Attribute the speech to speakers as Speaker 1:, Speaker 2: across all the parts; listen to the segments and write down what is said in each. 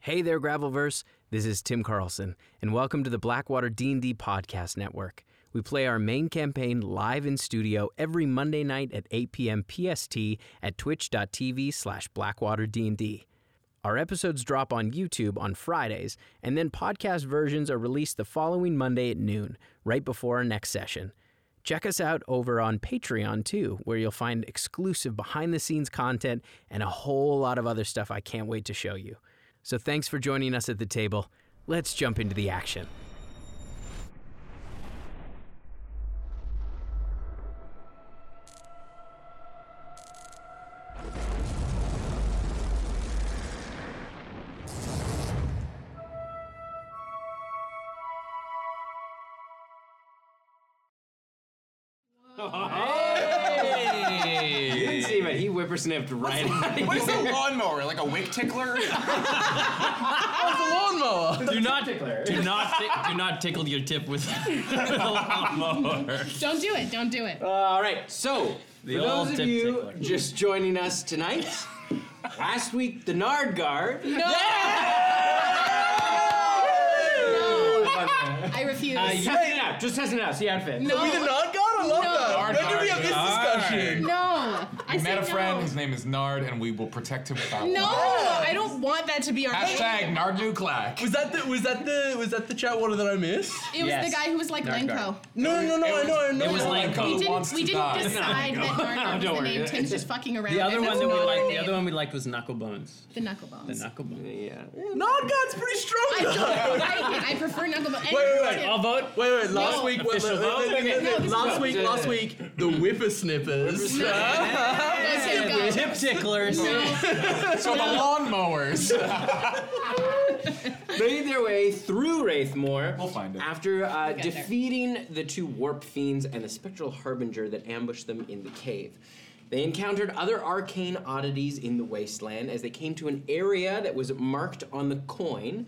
Speaker 1: Hey there, Gravelverse. This is Tim Carlson, and welcome to the Blackwater D&D Podcast Network. We play our main campaign live in studio every Monday night at 8 p.m. PST at twitch.tv slash blackwaterdnd. Our episodes drop on YouTube on Fridays, and then podcast versions are released the following Monday at noon, right before our next session. Check us out over on Patreon too, where you'll find exclusive behind the scenes content and a whole lot of other stuff I can't wait to show you. So thanks for joining us at the table. Let's jump into the action. You didn't see it. He whippersnipped right out
Speaker 2: What is a lawnmower? Like a wick tickler? How's a lawnmower?
Speaker 3: Do not, do not, ti- do not tickle your tip with, with a lawnmower.
Speaker 4: Don't do it. Don't do it.
Speaker 5: Uh,
Speaker 1: All right, so for
Speaker 3: old
Speaker 1: those of
Speaker 3: tip
Speaker 1: you
Speaker 3: tickler.
Speaker 1: just joining us tonight, last week the Nard Guard.
Speaker 4: no. No. I refuse.
Speaker 1: Just testing it out. Just testing it out. See how it fits.
Speaker 4: no.
Speaker 2: Nard God? I love
Speaker 4: No.
Speaker 2: that. When did we have this discussion?
Speaker 4: no. I
Speaker 2: We met
Speaker 4: said
Speaker 2: a friend, his
Speaker 4: No.
Speaker 2: name is Nard, and we will protect him without
Speaker 4: No,
Speaker 2: law.
Speaker 4: I don't want that to be our
Speaker 2: Hashtag Nard Nuclack.
Speaker 5: Was that the was that the was that the chat water that I missed?
Speaker 4: It was
Speaker 3: Yes.
Speaker 4: the guy who was like Lenko.
Speaker 5: No, no, no, no, I know, I know.
Speaker 3: it was
Speaker 5: I know.
Speaker 3: like-
Speaker 4: We
Speaker 3: Who
Speaker 4: didn't, we didn't decide that Narco
Speaker 1: don't
Speaker 4: was the
Speaker 1: worry.
Speaker 4: name. Tim's just fucking around.
Speaker 3: The other
Speaker 4: and
Speaker 3: one
Speaker 4: that's
Speaker 3: that we
Speaker 4: not
Speaker 3: liked,
Speaker 4: our
Speaker 3: the other
Speaker 4: name.
Speaker 3: one we liked was Knucklebones.
Speaker 4: The Knucklebones.
Speaker 3: Knucklebones.
Speaker 1: Yeah.
Speaker 5: Nod God's pretty strong.
Speaker 4: I don't like it. I prefer Knucklebones.
Speaker 5: Wait, wait, wait.
Speaker 4: Tim,
Speaker 3: I'll vote.
Speaker 5: Wait, wait, last
Speaker 4: No.
Speaker 5: week was
Speaker 3: Official vote?
Speaker 1: Okay, no, this is
Speaker 5: last
Speaker 1: vote.
Speaker 5: week,
Speaker 1: Yeah, yeah.
Speaker 5: last week, the whippersnippers.
Speaker 4: let Tim go.
Speaker 3: Tip ticklers.
Speaker 2: So the lawnmowers.
Speaker 1: Made their way through Wraithmore.
Speaker 2: We'll find it.
Speaker 1: After uh,
Speaker 4: get there.
Speaker 1: defeating the two warp fiends and the spectral harbinger that ambushed them in the cave. They encountered other arcane oddities in the wasteland as they came to an area that was marked on the coin.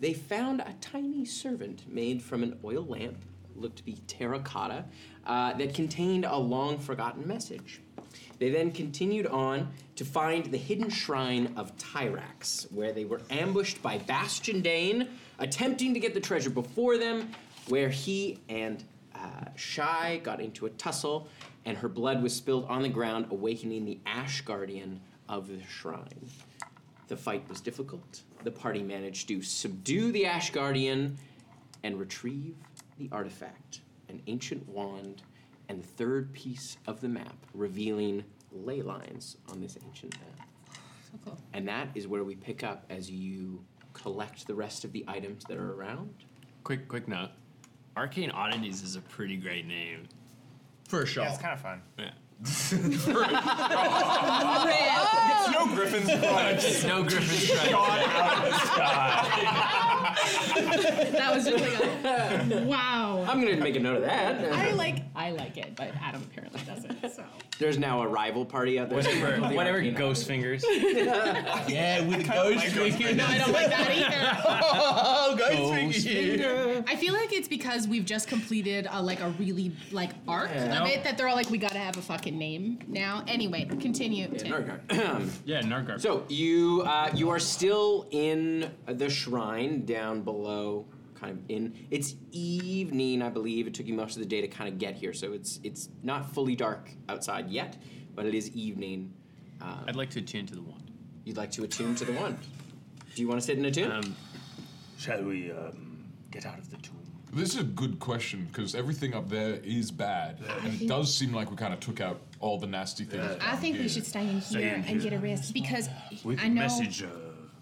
Speaker 1: They found a tiny servant made from an oil lamp, looked to be terracotta, uh, that contained a long forgotten message. They then continued on to find the hidden shrine of Tyrax, where they were ambushed by Bastion Dane, attempting to get the treasure before them, where he and uh, Shy got into a tussle, and her blood was spilled on the ground, awakening the Ash Guardian of the shrine. The fight was difficult. The party managed to subdue the Ash Guardian and retrieve the artifact, an ancient wand, and the third piece of the map, revealing ley lines on this ancient map.
Speaker 4: So cool.
Speaker 1: And that is where we pick up as you collect the rest of the items that are around.
Speaker 3: Quick, quick note. Arcane Oddities is a pretty great name.
Speaker 5: For sure.
Speaker 2: kind of fun.
Speaker 3: Yeah.
Speaker 2: No Griffin's fudge.
Speaker 3: No Griffin's Treasure.
Speaker 2: God out of the sky.
Speaker 4: That was just like a wow.
Speaker 1: I'm gonna make a note of that.
Speaker 4: I like I like it, but Adam apparently doesn't. So
Speaker 1: There's now a rival party out there.
Speaker 3: Whatever,
Speaker 1: The
Speaker 3: whatever
Speaker 1: Arcane
Speaker 3: ghost fingers.
Speaker 5: Yeah, with ghost fingers.
Speaker 4: I don't like that either.
Speaker 5: Oh, ghost fingers.
Speaker 4: I feel like it's because we've just completed a, like a really like arc
Speaker 1: Yeah.
Speaker 4: of it that they're all like, we gotta have a fucking name now. Anyway, continue. Tim.
Speaker 1: Oddities.
Speaker 3: Yeah, Nargar.
Speaker 1: So you uh, you are still in the shrine down below, kind of in. It's evening, I believe. It took you most of the day to kind of get here, so it's it's not fully dark outside yet, but it is evening. Uh,
Speaker 3: I'd like to attune to the wand.
Speaker 1: You'd like to attune to the wand. Do you want to sit in a tune?
Speaker 6: Um, Shall we um, get out of the tomb?
Speaker 7: This is a good question because everything up there is bad, and it does seem like we kind of took out all the nasty things.
Speaker 4: I think we should stay in here
Speaker 6: in
Speaker 4: and
Speaker 6: here.
Speaker 4: get a rest because
Speaker 6: We
Speaker 4: I
Speaker 6: can
Speaker 4: know
Speaker 6: message uh,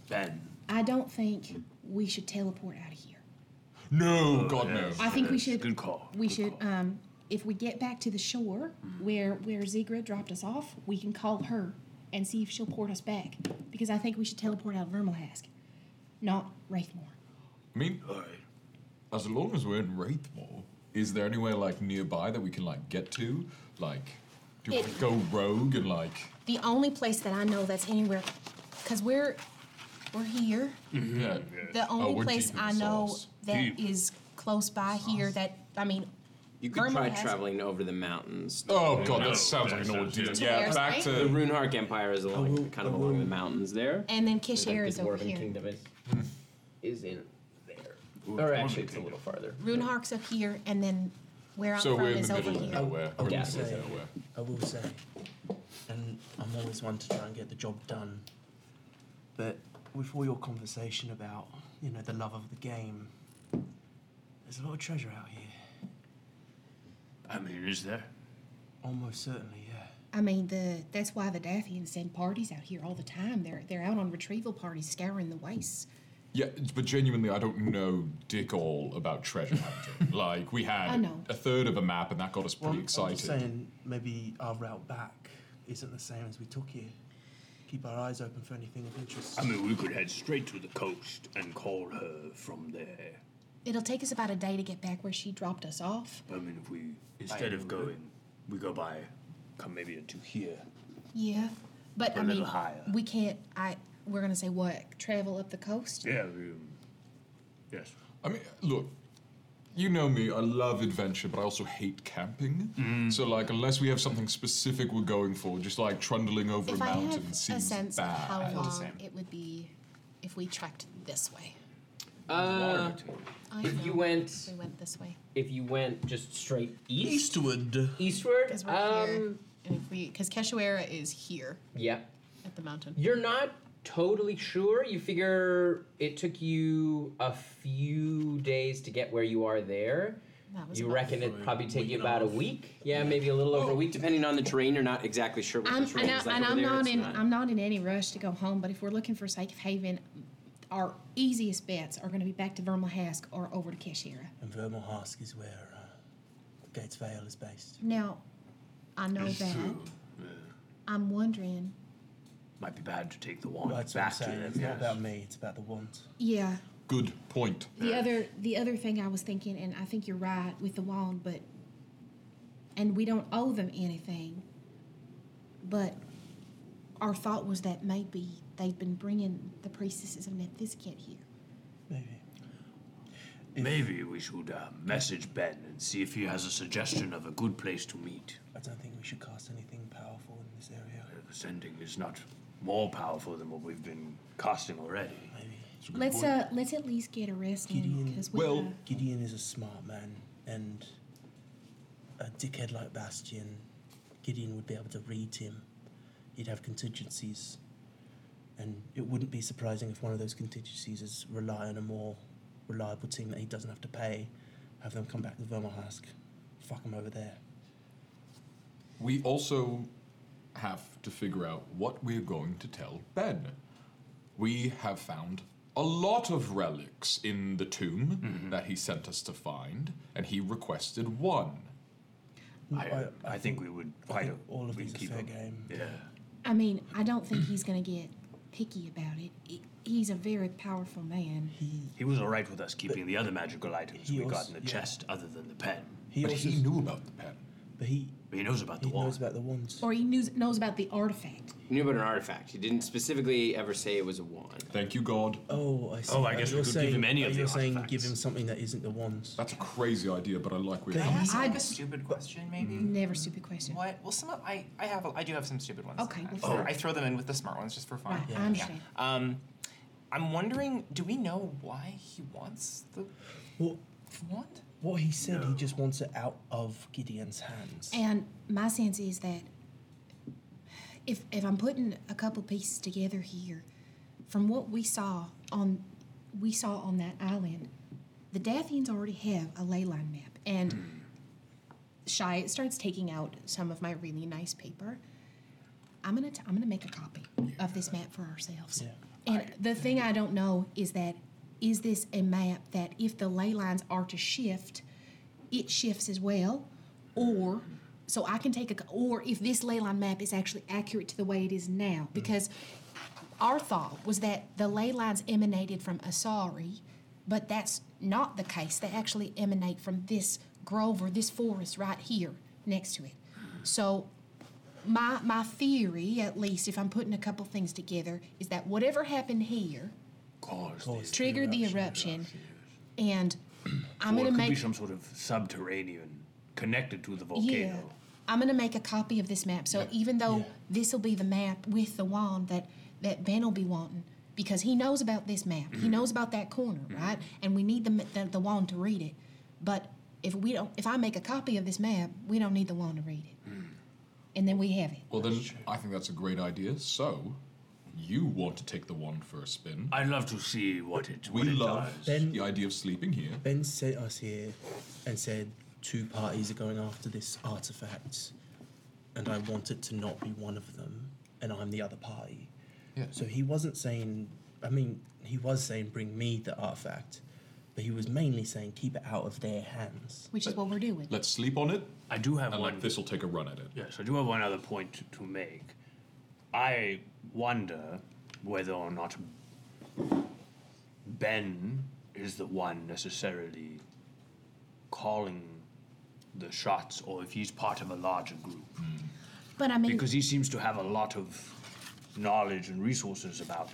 Speaker 6: Ben.
Speaker 4: I don't think we should teleport out of here.
Speaker 7: No, God no.
Speaker 4: I think we should.
Speaker 6: Uh, Good call.
Speaker 4: We
Speaker 6: Good
Speaker 4: should.
Speaker 6: call.
Speaker 4: Um, if we get back to the shore where where Zegra dropped us off, we can call her and see if she'll port us back. Because I think we should teleport out of Vermalhask, not Wraithmore.
Speaker 7: I mean, as long as we're in Wraithmore, is there anywhere like nearby that we can like get to? Like, do we
Speaker 4: It-
Speaker 7: want to go rogue and like?
Speaker 4: The only place that I know that's anywhere, because we're we're here.
Speaker 8: Mm-hmm.
Speaker 7: Yeah.
Speaker 4: The only
Speaker 7: Oh, we're
Speaker 4: place
Speaker 7: deep in
Speaker 4: I
Speaker 7: the
Speaker 4: know
Speaker 7: sauce.
Speaker 4: that is
Speaker 6: Deep.
Speaker 4: close by here that I mean,
Speaker 1: You could
Speaker 4: Vermal
Speaker 1: try
Speaker 4: has-
Speaker 1: traveling over the mountains.
Speaker 7: Oh, God, that sounds like an ordeal.
Speaker 4: To Yeah, where, back right? to-
Speaker 1: the Runehark Empire is along, kind of along the mountains there.
Speaker 4: And then
Speaker 1: There's, like,
Speaker 4: Kishir
Speaker 1: the
Speaker 4: is over
Speaker 1: Dwarven
Speaker 4: here.
Speaker 1: Kingdom is, is in there.
Speaker 8: Ooh,
Speaker 1: or
Speaker 8: Dwarven
Speaker 1: actually, it's a little farther.
Speaker 4: Runehark's up here, and then where I'm
Speaker 7: So
Speaker 4: from
Speaker 7: we're in
Speaker 4: is
Speaker 7: the
Speaker 4: over
Speaker 7: middle of
Speaker 4: here.
Speaker 7: nowhere.
Speaker 8: I
Speaker 6: Oh.
Speaker 7: We're
Speaker 8: will
Speaker 7: in the
Speaker 8: say,
Speaker 7: middle of nowhere.
Speaker 8: I will say, and I'm always one to try and get the job done. But with all your conversation about, you know, the love of the game, there's a lot of treasure out here.
Speaker 6: I mean, is there?
Speaker 8: Almost certainly, yeah.
Speaker 4: I mean, the that's why the Dathians send parties out here all the time. They're they're out on retrieval parties, scouring the wastes.
Speaker 7: Yeah, but genuinely, I don't know dick all about treasure hunting. like, we
Speaker 4: I
Speaker 7: had
Speaker 4: know.
Speaker 7: a third of a map, and that got us
Speaker 8: Well,
Speaker 7: pretty
Speaker 8: I'm
Speaker 7: excited.
Speaker 8: just saying maybe our route back isn't the same as we took here. Keep our eyes open for anything of interest.
Speaker 6: I mean, we could head straight to the coast and call her from there.
Speaker 4: It'll take us about a day to get back where she dropped us off.
Speaker 6: I mean, if we instead of going, we go by, come maybe to here.
Speaker 4: Yeah, but
Speaker 6: Or
Speaker 4: I
Speaker 6: a
Speaker 4: mean,
Speaker 6: little higher.
Speaker 4: we can't. I we're gonna say what? Travel up the coast?
Speaker 6: Yeah. We,
Speaker 7: um,
Speaker 6: yes.
Speaker 7: I mean, look, you know me, I love adventure, but I also hate camping. So, like, unless we have something specific we're going for, just like trundling over
Speaker 4: If
Speaker 7: a
Speaker 4: I
Speaker 7: mountain
Speaker 4: have a
Speaker 7: seems
Speaker 4: sense
Speaker 7: bad.
Speaker 4: of how
Speaker 7: It's the
Speaker 4: long
Speaker 7: same.
Speaker 4: it would be if we trekked this way,
Speaker 1: Uh,
Speaker 4: I
Speaker 1: if you
Speaker 4: know.
Speaker 1: went,
Speaker 4: we went this way.
Speaker 1: if you went just straight east,
Speaker 5: Eastward.
Speaker 1: eastward,
Speaker 4: Because we're here,
Speaker 1: um,
Speaker 4: and if we, because Keshuera is here
Speaker 1: yeah,
Speaker 4: at the mountain.
Speaker 1: You're not totally sure. You figure it took you a few days to get where you are there.
Speaker 4: That was
Speaker 1: You
Speaker 4: about- Oh.
Speaker 1: reckon it probably take you
Speaker 5: week
Speaker 1: about a
Speaker 5: and a half.
Speaker 1: week. Yeah, maybe a little over a week, depending on the terrain. You're not exactly sure what
Speaker 4: I'm,
Speaker 1: the terrain
Speaker 4: and, I,
Speaker 1: is like
Speaker 4: and
Speaker 1: over
Speaker 4: I'm
Speaker 1: there.
Speaker 4: not
Speaker 1: It's
Speaker 4: in. I'm not in any rush to go home. But if we're looking for safe haven, our easiest bets are going to be back to Vermalhask or over to Keshira.
Speaker 8: and Vermal Hask is where uh, Gates Vale is based.
Speaker 4: Now, I know that. I'm wondering.
Speaker 6: Might be bad to take the wand
Speaker 8: That's what I'm
Speaker 6: back to
Speaker 8: saying.
Speaker 6: them.
Speaker 8: It's not
Speaker 6: yes.
Speaker 8: about me, it's about the want.
Speaker 4: Yeah.
Speaker 7: Good point.
Speaker 4: The other the other thing I was thinking, and I think you're right with the wand, but and we don't owe them anything. But our thought was that maybe they've been bringing the priestesses of Nephthysket here.
Speaker 8: Maybe.
Speaker 6: Maybe we should uh, message Ben and see if he has a suggestion of a good place to meet. Uh,
Speaker 8: I don't think we should cast anything powerful in this area.
Speaker 6: The sending is not more powerful than what we've been casting already.
Speaker 8: Maybe.
Speaker 4: Let's uh let's at least get a rest in because we
Speaker 7: Well-
Speaker 4: uh,
Speaker 8: Gideon is a smart man, and a dickhead like Bastion, Gideon would be able to read him. He'd have contingencies, and it wouldn't be surprising if one of those contingencies is rely on a more reliable team that he doesn't have to pay, have them come back to Vermahask, fuck him over there.
Speaker 7: We also have to figure out what we're going to tell Ben. We have found a lot of relics in the tomb
Speaker 6: Mm-hmm.
Speaker 7: that he sent us to find, and he requested one.
Speaker 6: I, I, think we would
Speaker 8: I
Speaker 6: quite
Speaker 8: think all of
Speaker 6: we'd
Speaker 8: these are
Speaker 6: keep
Speaker 8: fair
Speaker 6: him.
Speaker 8: game.
Speaker 6: Yeah.
Speaker 4: I mean, I don't think he's gonna get picky about it. He- he's a very powerful man.
Speaker 6: He was all right with us keeping the other magical items
Speaker 8: he
Speaker 6: we got
Speaker 8: also-
Speaker 6: in the
Speaker 8: yeah.
Speaker 6: chest other than the pen.
Speaker 8: He
Speaker 7: but
Speaker 8: also,
Speaker 7: he knew about the pen.
Speaker 8: but he,
Speaker 6: But he knows about the
Speaker 8: he knows
Speaker 6: wand.
Speaker 8: about the wands.
Speaker 4: Or he knows knows about the artifact.
Speaker 1: He knew about an artifact. He didn't specifically ever say it was a wand.
Speaker 7: Thank you, God.
Speaker 8: Oh, I see.
Speaker 6: Oh, I
Speaker 8: But
Speaker 6: guess we
Speaker 8: you're
Speaker 6: could give him any
Speaker 8: but
Speaker 6: of the
Speaker 8: You're saying give
Speaker 6: artifacts.
Speaker 8: him something that isn't the wands.
Speaker 7: That's a crazy idea, but I like where you're
Speaker 8: But
Speaker 7: going.
Speaker 9: Ask like
Speaker 4: I-
Speaker 9: a stupid question, maybe.
Speaker 4: Never stupid question.
Speaker 9: What? Well, some of, I I have a, I do have some stupid ones.
Speaker 4: Okay,
Speaker 9: I
Speaker 4: well,
Speaker 9: throw,
Speaker 4: fine.
Speaker 9: I throw them in with the smart ones just for fun.
Speaker 4: Right, I understand.
Speaker 9: Um, I'm wondering, do we know why he wants the
Speaker 8: Well,
Speaker 9: wand?
Speaker 8: What he said, he just wants it out of Gideon's hands.
Speaker 4: And my sense is that if if I'm putting a couple pieces together here, from what we saw on we saw on that island, the Dathians already have a ley line map. And Shy starts taking out some of my really nice paper. I'm gonna t- I'm gonna make a copy of this map for ourselves. And the thing I don't know is that is this a map that if the ley lines are to shift, it shifts as well, or so I can take a c- or if this ley line map is actually accurate to the way it is
Speaker 6: Mm-hmm.
Speaker 4: now because our thought was that the ley lines emanated from Asari, but that's not the case. They actually emanate from this grove or this forest right here next to it. So my my theory, at least if I'm putting a couple things together, is that whatever happened here
Speaker 6: Cause this-
Speaker 4: triggered the eruption, and I'm
Speaker 6: or
Speaker 4: gonna
Speaker 6: it could
Speaker 4: make
Speaker 6: be some sort of subterranean connected to the volcano.
Speaker 4: Yeah. I'm gonna make a copy of this map. So even though this'll be the map with the wand that that Ben will be wanting, because he knows about this map, he
Speaker 6: Mhm.
Speaker 4: knows about that corner,
Speaker 6: Mm-hmm.
Speaker 4: right? And we need the, ma- the the wand to read it. But if we don't, if I make a copy of this map, we don't need the wand to read it,
Speaker 6: Mm.
Speaker 4: and then we have it.
Speaker 7: Well, then I think that's a great idea. So, you want to take the wand for a spin?
Speaker 6: I'd love to see what it.
Speaker 7: We
Speaker 6: what it
Speaker 7: love
Speaker 6: does.
Speaker 7: the idea of sleeping here.
Speaker 8: Ben sent us here and said two parties are going after this artifact, and I want it to not be one of them, and I'm the other party.
Speaker 7: Yeah.
Speaker 8: So he wasn't saying. I mean, he was saying bring me the artifact, but he was mainly saying keep it out of their hands.
Speaker 4: Which is what we're doing.
Speaker 7: Let's sleep on it.
Speaker 6: I do have
Speaker 7: and
Speaker 6: one.
Speaker 7: Like this will take a run at it.
Speaker 6: Yes, I do have one other point to- to make. I wonder whether or not Ben is the one necessarily calling the shots, or if he's part of a larger group.
Speaker 4: But I mean,
Speaker 6: because he seems to have a lot of knowledge and resources about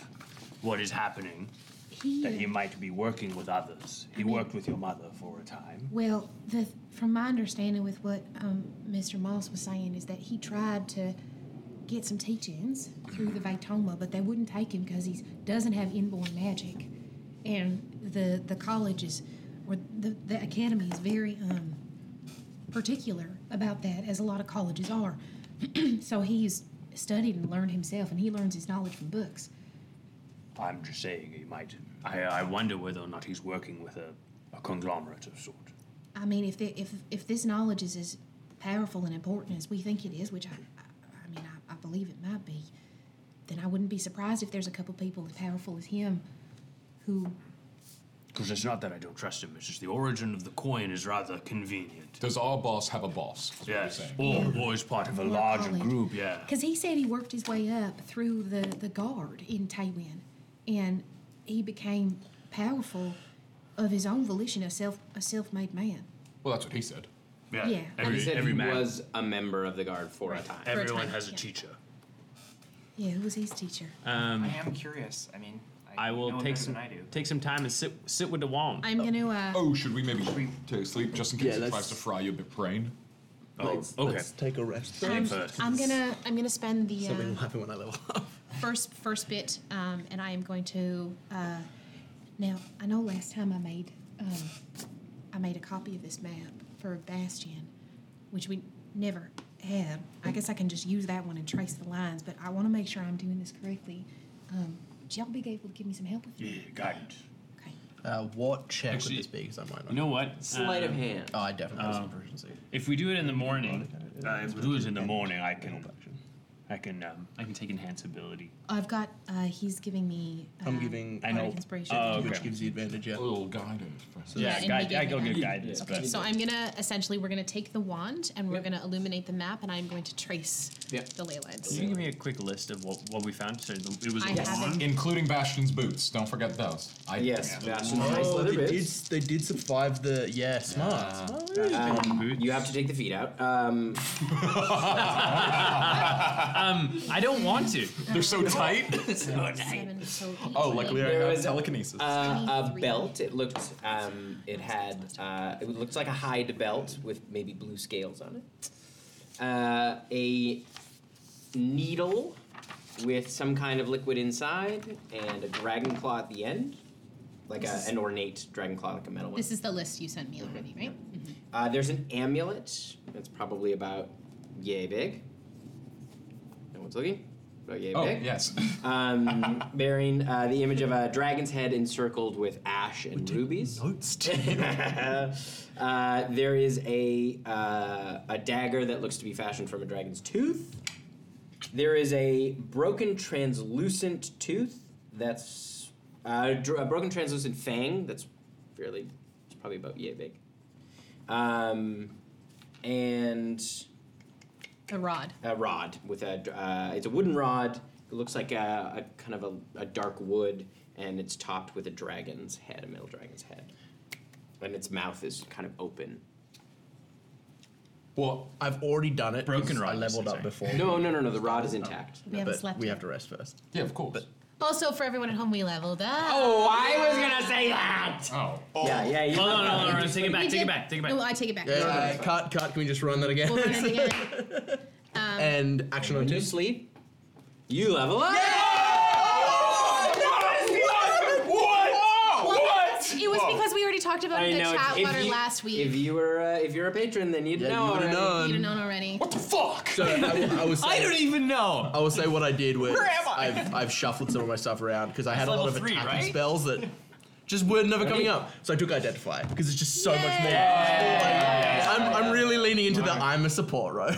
Speaker 6: what is happening.
Speaker 4: He-
Speaker 6: that he might be working with others. He worked with your mother for a time.
Speaker 4: Well, the, from my understanding with what um, Mr. Moss was saying is that he tried to get some teachings through the Vatoma, but they wouldn't take him because he doesn't have inborn magic, and the the college is, or the the academy is very um, particular about that, as a lot of colleges are. so he's studied and learned himself, and he learns his knowledge from books.
Speaker 6: I'm just saying he might. I, I wonder whether or not he's working with a, a conglomerate of sort.
Speaker 4: I mean, if the, if if this knowledge is as powerful and important as we think it is, which I, I, I mean, I, I believe it might be, then I wouldn't be surprised if there's a couple people as powerful as him, who
Speaker 6: Because it's not that I don't trust him, it's just the origin of the coin is rather convenient.
Speaker 7: Does our boss have a boss?
Speaker 6: Yes. Or, or is part of a
Speaker 4: Or
Speaker 6: larger
Speaker 4: college.
Speaker 6: group, yeah.
Speaker 4: because he said he worked his way up through the the guard in Taywin, and he became powerful of his own volition, a self a self made man.
Speaker 7: Well, that's what he said.
Speaker 6: Yeah.
Speaker 4: Yeah.
Speaker 1: Every, he said he was a member of the guard for a time.
Speaker 4: For a Everyone time, has a yeah.
Speaker 6: teacher.
Speaker 4: Yeah, who was his teacher?
Speaker 3: Um,
Speaker 9: I am curious. I mean,
Speaker 3: I will
Speaker 9: know
Speaker 3: take
Speaker 9: better
Speaker 3: some
Speaker 9: than I do.
Speaker 3: take some time and sit sit with the wand.
Speaker 4: I'm gonna. Uh,
Speaker 7: Oh, should we maybe take a sleep just in case
Speaker 3: Yeah,
Speaker 7: it
Speaker 3: let's-
Speaker 7: tries to fry your bit brain?
Speaker 6: Oh,
Speaker 7: okay.
Speaker 8: Let's take a rest.
Speaker 4: um, I'm gonna I'm gonna spend the.
Speaker 8: So we
Speaker 4: Uh,
Speaker 8: will have it when I level up.
Speaker 4: first first bit, um, and I am going to. Uh, now I know last time I made um, I made a copy of this map for Bastion, which we never had. I guess I can just use that one and trace the lines, but I want to make sure I'm doing this correctly. Um, would y'all be able to give me some help with that?
Speaker 6: Yeah, guidance.
Speaker 8: Uh, what check would this be? Because I might not.
Speaker 3: You know what?
Speaker 8: Sleight of
Speaker 3: Um,
Speaker 8: hand. Oh, I definitely have some
Speaker 3: um,
Speaker 8: proficiency.
Speaker 3: If we do it in the morning,
Speaker 6: Uh, if we do it in the morning, I can. I can. Um,
Speaker 3: I can take enhance ability.
Speaker 4: I've got. Uh, he's giving me. Uh,
Speaker 8: I'm
Speaker 6: Mm.
Speaker 8: giving
Speaker 4: I know. Inspiration.
Speaker 3: Oh, okay.
Speaker 8: which gives you advantage. Yeah. A
Speaker 7: little guidance.
Speaker 3: Yeah,
Speaker 4: and
Speaker 3: guide-
Speaker 4: we gave
Speaker 3: I go
Speaker 4: him
Speaker 3: get
Speaker 4: guidance.
Speaker 3: guidance,
Speaker 4: Okay,
Speaker 3: but-
Speaker 4: so I'm gonna essentially we're gonna take the wand and we're gonna illuminate the map, and I'm going to trace the ley lines.
Speaker 3: Can you give me a quick list of what, what we found? So the- it was
Speaker 4: I
Speaker 3: a
Speaker 4: haven't-
Speaker 3: wand.
Speaker 7: Including Bastion's boots. Don't forget those. I
Speaker 1: Yes, Bastion's
Speaker 8: Oh, they did,
Speaker 1: boots.
Speaker 8: they did survive the yeah, smart.
Speaker 1: Uh, Um, you have to take the feet out. Um,
Speaker 3: um, I don't want to.
Speaker 7: They're so tight.
Speaker 4: Seven, so
Speaker 7: Oh, luckily I
Speaker 1: There
Speaker 7: have
Speaker 1: was,
Speaker 7: telekinesis.
Speaker 1: uh, a belt. It looked. Um, it had. Uh, it looked like a hide belt with maybe blue scales on it. Uh, a needle with some kind of liquid inside, and a dragon claw at the end, like a,
Speaker 4: This is-
Speaker 1: an ornate dragon claw, like a metal one.
Speaker 4: This is the list you sent me already, right?
Speaker 1: Uh, there's an amulet. It's probably about yay big. No one's looking. About yay
Speaker 7: Oh,
Speaker 1: big.
Speaker 7: yes.
Speaker 1: Um, bearing uh, the image of a dragon's head encircled with ash and rubies. uh, there is a uh, a dagger that looks to be fashioned from a dragon's tooth. There is a broken translucent tooth that's uh, a dr- a broken translucent fang that's fairly it's probably about yay big. Um, and
Speaker 4: The rod.
Speaker 1: a rod with a uh, it's a wooden rod. It looks like a, a kind of a, a dark wood, and it's topped with a dragon's head, a metal dragon's head, and its mouth is kind of open.
Speaker 7: Well,
Speaker 8: I've already done it.
Speaker 1: Broken
Speaker 8: because
Speaker 1: rod,
Speaker 8: I
Speaker 1: you
Speaker 8: leveled
Speaker 1: said,
Speaker 8: up
Speaker 1: sorry.
Speaker 8: before.
Speaker 1: No, no, no, no, the rod is intact.
Speaker 4: We haven't
Speaker 8: but
Speaker 4: slept
Speaker 8: we
Speaker 4: yet.
Speaker 8: have to rest first.
Speaker 7: Yeah, of course.
Speaker 8: But
Speaker 10: Also, for everyone at home, we leveled up.
Speaker 1: Oh, I was gonna say that.
Speaker 7: Oh.
Speaker 10: Yeah, yeah, you-
Speaker 3: Hold on, hold on, hold on.
Speaker 10: You
Speaker 3: Take it back.
Speaker 10: did-
Speaker 3: Take it back. Take it back.
Speaker 10: No, I take it back.
Speaker 5: Yeah, uh, cut, cut. Can we just run that again?
Speaker 10: We'll run it again. Um,
Speaker 5: and action on two.
Speaker 1: sleep. You level up.
Speaker 10: Well, It was because we already talked about it in the chat
Speaker 1: if
Speaker 10: water
Speaker 1: you-
Speaker 10: last week.
Speaker 1: If you were, uh, if you're a patron, then you'd
Speaker 5: Yeah,
Speaker 1: know.
Speaker 5: you would've
Speaker 1: already.
Speaker 5: known.
Speaker 10: You'd have known already.
Speaker 5: What the fuck? So I, will- I will say,
Speaker 3: I don't even know.
Speaker 5: I will say what I did was
Speaker 3: Where am I?
Speaker 5: have I've shuffled some of my stuff around because I
Speaker 3: That's
Speaker 5: had a lot of
Speaker 3: level three,
Speaker 5: attacking
Speaker 3: right?
Speaker 5: spells that just were never coming up. So I took Identify because it's just so much more. I'm, I'm really leaning into the I'm a support rogue.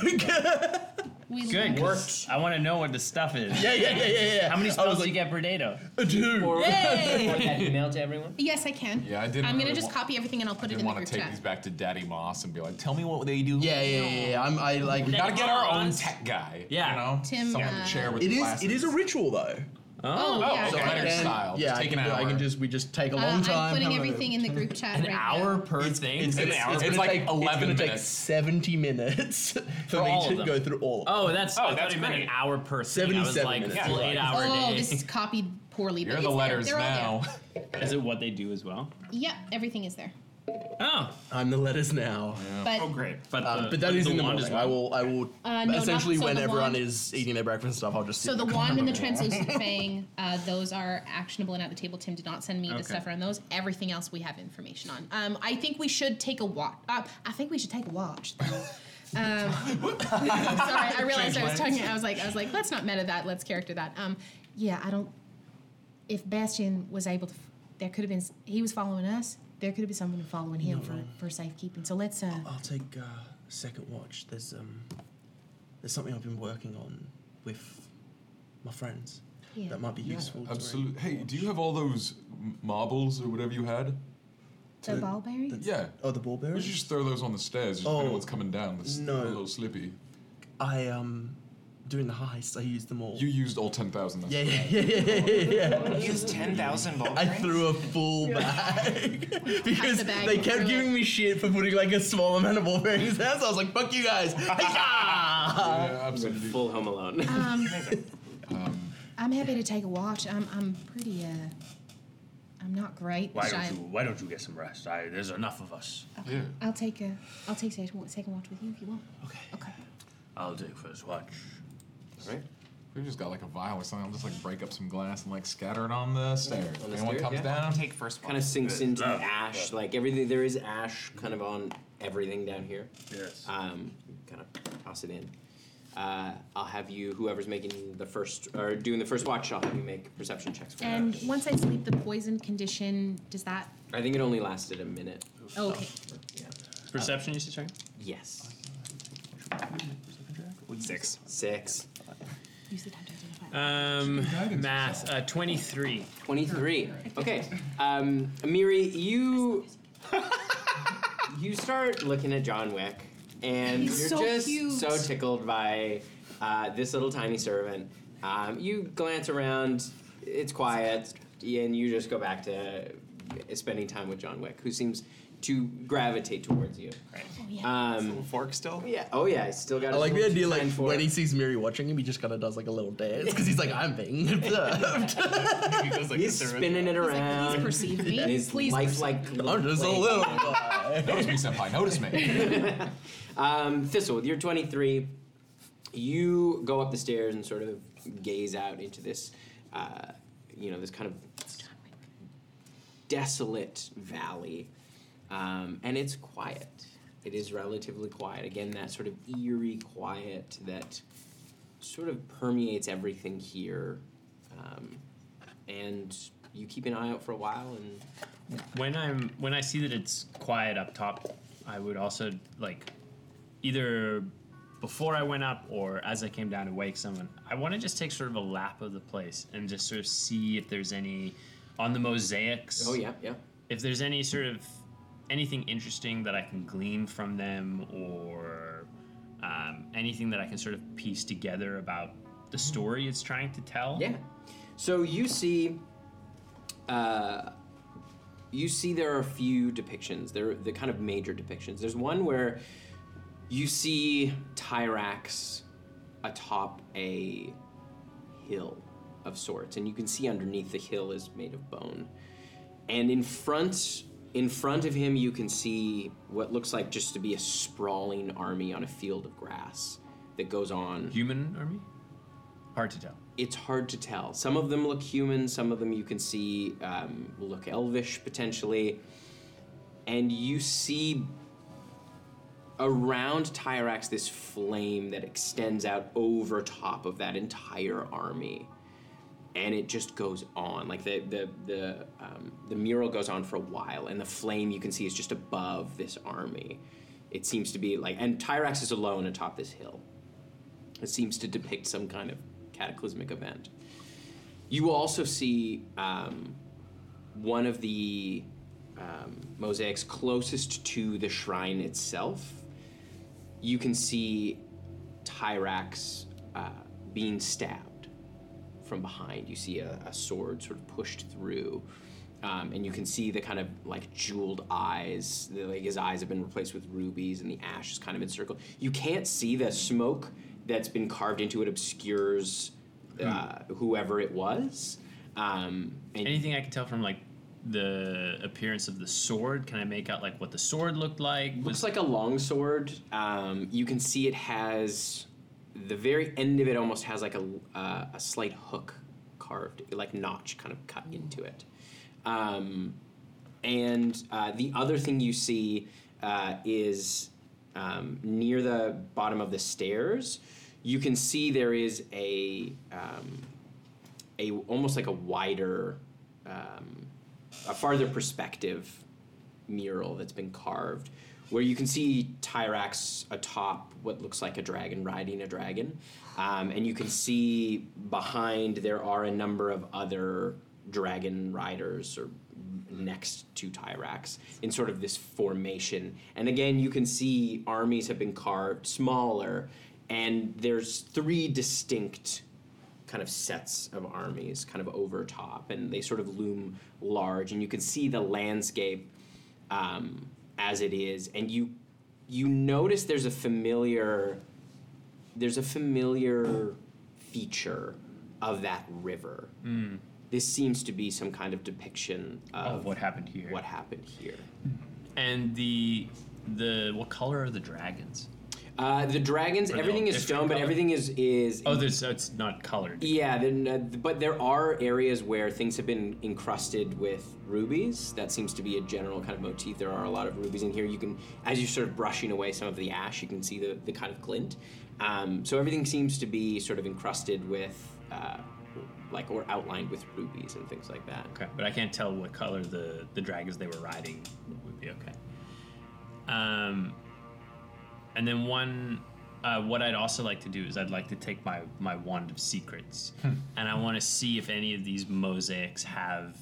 Speaker 3: Good. 'cause I want to know what the stuff is.
Speaker 5: Yeah, yeah, yeah, yeah, yeah.
Speaker 3: How many
Speaker 5: I
Speaker 3: spells
Speaker 5: was
Speaker 3: do you get per day, though?
Speaker 5: Two.
Speaker 1: email to everyone.
Speaker 10: Yes, I can.
Speaker 7: Yeah, I didn't
Speaker 10: I'm gonna
Speaker 7: really
Speaker 10: just
Speaker 7: wa-
Speaker 10: copy everything and I'll put it
Speaker 7: didn't
Speaker 10: in the
Speaker 7: want
Speaker 10: group
Speaker 7: to take
Speaker 10: chat.
Speaker 7: these back to Daddy Moss and be like, tell me what they do.
Speaker 5: Yeah, yeah, yeah, yeah. I'm, I like.
Speaker 7: We gotta get our own tech guy. Yeah. You know?
Speaker 10: Tim,
Speaker 7: Someone
Speaker 10: uh,
Speaker 7: to share with
Speaker 5: It
Speaker 7: the
Speaker 5: is. It is a ritual though.
Speaker 10: Oh, Oh, yeah.
Speaker 5: So
Speaker 10: okay.
Speaker 5: I can-
Speaker 7: Style,
Speaker 5: Yeah,
Speaker 7: just
Speaker 5: I
Speaker 7: take
Speaker 5: can
Speaker 7: an
Speaker 5: do- I
Speaker 7: hour.
Speaker 5: can just we just take a
Speaker 10: Uh,
Speaker 5: long time.
Speaker 10: I'm putting
Speaker 5: have a-
Speaker 10: everything in the group chat
Speaker 3: An
Speaker 10: right
Speaker 3: hour per thing.
Speaker 5: It's,
Speaker 3: An
Speaker 5: it's,
Speaker 3: hour
Speaker 5: it's
Speaker 3: per
Speaker 5: gonna
Speaker 3: thing?
Speaker 5: take, it's gonna take 70 minutes for
Speaker 3: all
Speaker 5: me
Speaker 3: of
Speaker 5: to
Speaker 3: them.
Speaker 5: go through all of them.
Speaker 3: Oh, that's.
Speaker 10: Oh,
Speaker 3: I thought
Speaker 10: that's
Speaker 3: you meant an
Speaker 10: great.
Speaker 3: hour per thing. I was
Speaker 5: 77
Speaker 3: like,
Speaker 5: minutes.
Speaker 3: full
Speaker 5: Yeah.
Speaker 3: eight
Speaker 10: now.
Speaker 3: hour
Speaker 10: Oh,
Speaker 3: day.
Speaker 10: this is copied poorly. But it's there. They're all
Speaker 3: is it what they do as well?
Speaker 10: There. Yep, everything is there.
Speaker 3: Oh.
Speaker 5: I'm the letters now.
Speaker 10: But- Oh,
Speaker 3: great.
Speaker 5: But,
Speaker 3: But, the-
Speaker 5: Um, but that
Speaker 3: but
Speaker 5: is
Speaker 3: the
Speaker 5: in the
Speaker 3: wand
Speaker 5: morning.
Speaker 3: is
Speaker 5: I will. I will.
Speaker 10: Uh, no, not-
Speaker 5: essentially,
Speaker 10: so
Speaker 5: when
Speaker 10: the
Speaker 5: everyone
Speaker 10: wand-
Speaker 5: is eating their breakfast and stuff, I'll just.
Speaker 10: So
Speaker 5: sit
Speaker 10: the
Speaker 5: in
Speaker 10: wand and the
Speaker 5: corner.
Speaker 10: translucent fang, uh, those are actionable and at the table. Tim did not send me
Speaker 5: Okay.
Speaker 10: the stuff around those. Everything else we have information on. Um, I think we should take a watch. Uh, I think we should take a watch. though. Um, sorry, I realized I was talking. I was like, I was like, let's not meta that. Let's character that. Um, yeah, I don't. If Bastion was able to, f- there could have been. s- He was following us. There could have been someone following him for,
Speaker 8: No.
Speaker 10: for safekeeping. So let's. Uh,
Speaker 8: I'll take uh, second watch. There's um, there's something I've been working on with my friends
Speaker 10: Yeah.
Speaker 8: that might be useful.
Speaker 7: Absolutely. Hey, do you have all those m- marbles or whatever you had?
Speaker 10: the ball bearing.
Speaker 7: Yeah.
Speaker 8: Oh, the ball bearings?
Speaker 7: We should just throw those on the stairs. Just oh,
Speaker 8: Oh,
Speaker 7: anyone's coming down. It's
Speaker 8: no.
Speaker 7: a little slippy.
Speaker 8: I um, during the heist, I used them all.
Speaker 7: You used all 10,000. that's
Speaker 8: Yeah,
Speaker 7: right.
Speaker 8: yeah, yeah, yeah, yeah, yeah.
Speaker 9: Use 10,000 ball
Speaker 8: I
Speaker 9: bearings?
Speaker 8: threw a full bag because
Speaker 9: the bag
Speaker 8: they
Speaker 9: and
Speaker 8: kept
Speaker 9: threw
Speaker 8: giving me shit for putting like a small amount of ball bearings there. So I was like, "Fuck you guys!"
Speaker 1: Yeah, absolutely. Full Home Alone.
Speaker 10: Um, I'm happy to take a watch. I'm I'm pretty uh I'm not great.
Speaker 6: Why
Speaker 10: Should I-
Speaker 6: don't you? Why don't you get some rest? I, there's enough of us.
Speaker 10: Okay. I'll take a I'll take second, second watch with you if you want. Okay. Okay.
Speaker 6: I'll take first watch.
Speaker 7: Right? We've just got like a vial or something. I'll just like break up some glass and like scatter it on the stairs.
Speaker 1: On the
Speaker 7: Anyone
Speaker 1: stairs,
Speaker 7: comes
Speaker 1: yeah.
Speaker 7: down?
Speaker 9: Take first
Speaker 1: kind of sinks into
Speaker 7: Love,
Speaker 1: the ash. Like everything, there is ash kind of on everything down here.
Speaker 6: Yes.
Speaker 1: Um, kind of toss it in. Uh, I'll have you, whoever's making the first or doing the first watch, I'll have you make perception checks. For
Speaker 10: And once I sleep, the poison condition does that?
Speaker 1: that. I think it only lasted a minute.
Speaker 10: Oh, okay.
Speaker 3: Perception, you said, sorry?
Speaker 1: Yes.
Speaker 3: Six.
Speaker 1: Six.
Speaker 10: Use the time to identify.
Speaker 3: Um, math, uh, 23.
Speaker 1: 23. Okay. Um, Amiri, you you start looking at John Wick, and
Speaker 10: He's
Speaker 1: you're
Speaker 10: so
Speaker 1: just
Speaker 10: cute.
Speaker 1: so tickled by uh, this little tiny servant. Um, you glance around, it's quiet, and you just go back to spending time with John Wick, who seems to gravitate towards you.
Speaker 10: Oh,
Speaker 1: yeah. Um,
Speaker 9: fork still?
Speaker 1: Yeah. Oh yeah. I still got.
Speaker 5: I
Speaker 1: his
Speaker 5: like the
Speaker 1: little
Speaker 5: idea,
Speaker 1: two
Speaker 5: like
Speaker 1: sign for
Speaker 5: when
Speaker 1: it.
Speaker 5: he sees Miri watching him, he just kind of does like a little dance because he's like, "I'm being observed."
Speaker 1: he's spinning it around.
Speaker 10: Please perceive me.
Speaker 1: And his
Speaker 10: Please.
Speaker 1: lifelike.
Speaker 5: I'm just a little guy.
Speaker 7: Notice me, senpai. Notice me.
Speaker 1: um, Thistle, you're 23. You go up the stairs and sort of gaze out into this, uh, you know, this kind of desolate valley, um, and it's quiet. It is relatively quiet. Again, that sort of eerie quiet that sort of permeates everything here. Um, and you keep an eye out for a while, and
Speaker 3: When I'm when I see that it's quiet up top, I would also like either before I went up or as I came down to wake someone. I want to just take sort of a lap of the place and just sort of see if there's any on the mosaics.
Speaker 1: oh yeah, yeah.
Speaker 3: If there's any sort of anything interesting that I can glean from them or um, anything that I can sort of piece together about the story it's trying to tell.
Speaker 1: Mm-hmm. Yeah. So you see, uh, you see there are a few depictions. They're the kind of major depictions. There's one where you see Tyrax atop a hill, of sorts, and you can see underneath the hill is made of bone. And in front, in front of him, you can see what looks like just to be a sprawling army on a field of grass that goes on.
Speaker 3: Human army? Hard to tell.
Speaker 1: It's hard to tell. Some of them look human. Some of them you can see um, look elvish potentially, and you see around Tyrax this flame that extends out over top of that entire army. And it just goes on, like the the the um, the mural goes on for a while, and the flame you can see is just above this army. It seems to be like, and Tyrax is alone atop this hill. It seems to depict some kind of cataclysmic event. You will also see um, one of the um, mosaics closest to the shrine itself, you can see Tyrax uh, being stabbed from behind. You see a, a sword sort of pushed through, um, and you can see the kind of like jeweled eyes. The, like his eyes have been replaced with rubies, and the ash is kind of encircled. You can't see the smoke that's been carved into it obscures uh, whoever it was. Um, and
Speaker 3: Anything I can tell from like the appearance of the sword? Can I make out like what the sword looked like?
Speaker 1: Looks like a long sword. Um, you can see it has the very end of it almost has like a uh, a slight hook carved, like notch kind of cut into it. Um, and uh, the other thing you see uh, is um, near the bottom of the stairs. You can see there is a um, a almost like a wider, um, a farther perspective mural that's been carved, where you can see Tyrax atop what looks like a dragon riding a dragon, um, and you can see behind there are a number of other dragon riders or next to Tyrax in sort of this formation. And again, you can see armies have been carved smaller, and there's three distinct kind of sets of armies kind of over top, and they sort of loom large. And you can see the landscape um, as it is, and you you notice there's a familiar there's a familiar feature of that river.
Speaker 3: Mm.
Speaker 1: This seems to be some kind of depiction of,
Speaker 3: Of what happened here.
Speaker 1: What happened here?
Speaker 3: And the the what color are the dragons?
Speaker 1: Uh, the dragons,
Speaker 3: Are they all
Speaker 1: everything is
Speaker 3: different
Speaker 1: stone, but
Speaker 3: color?
Speaker 1: everything is is.
Speaker 3: Oh, there's so it's not colored.
Speaker 1: Yeah, then, uh, but there are areas where things have been encrusted with rubies. That seems to be a general kind of motif. There are a lot of rubies in here. You can, as you're sort of brushing away some of the ash, you can see the, the kind of glint. Um, so everything seems to be sort of encrusted with, uh, like, or outlined with rubies and things like that.
Speaker 3: Okay, but I can't tell what color the the dragons they were riding would be. Okay. Um, and then one, uh, what I'd also like to do is I'd like to take my my wand of secrets,
Speaker 6: Hmm.
Speaker 3: and I want to see if any of these mosaics have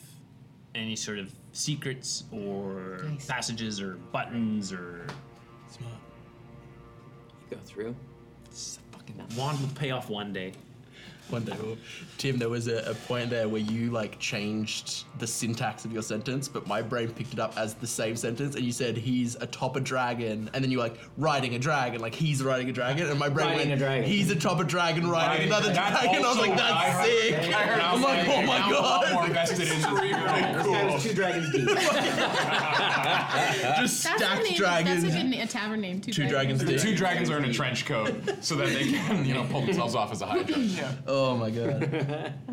Speaker 3: any sort of secrets or passages or buttons or.
Speaker 8: Smart.
Speaker 1: You go through.
Speaker 3: Wand will pay off one day.
Speaker 5: One day, we'll- Tim. There was a, a point there where you like changed the syntax of your sentence, but my brain picked it up as the same sentence, and you said he's atop a dragon, and then you were like riding a dragon, like he's riding a dragon, and my brain
Speaker 2: Riding
Speaker 5: went,
Speaker 2: a dragon.
Speaker 5: he's atop a dragon
Speaker 2: Riding-
Speaker 5: riding another
Speaker 2: that's
Speaker 5: dragon. I was
Speaker 2: also
Speaker 5: like,
Speaker 2: what I
Speaker 5: that's
Speaker 2: heard.
Speaker 5: sick.
Speaker 2: I heard, I
Speaker 5: I'm
Speaker 2: was
Speaker 5: like,
Speaker 2: like,
Speaker 5: oh my
Speaker 2: I'm a lot
Speaker 5: god.
Speaker 2: more invested in this. Really
Speaker 1: two dragons deep.
Speaker 5: Just
Speaker 10: That's a
Speaker 5: stacked
Speaker 10: name-
Speaker 5: dragons.
Speaker 10: That's a good na- a tavern name. Two,
Speaker 7: The two dragons are in a trench coat so that they can, you know, pull themselves off as a hydra.
Speaker 5: Oh my god.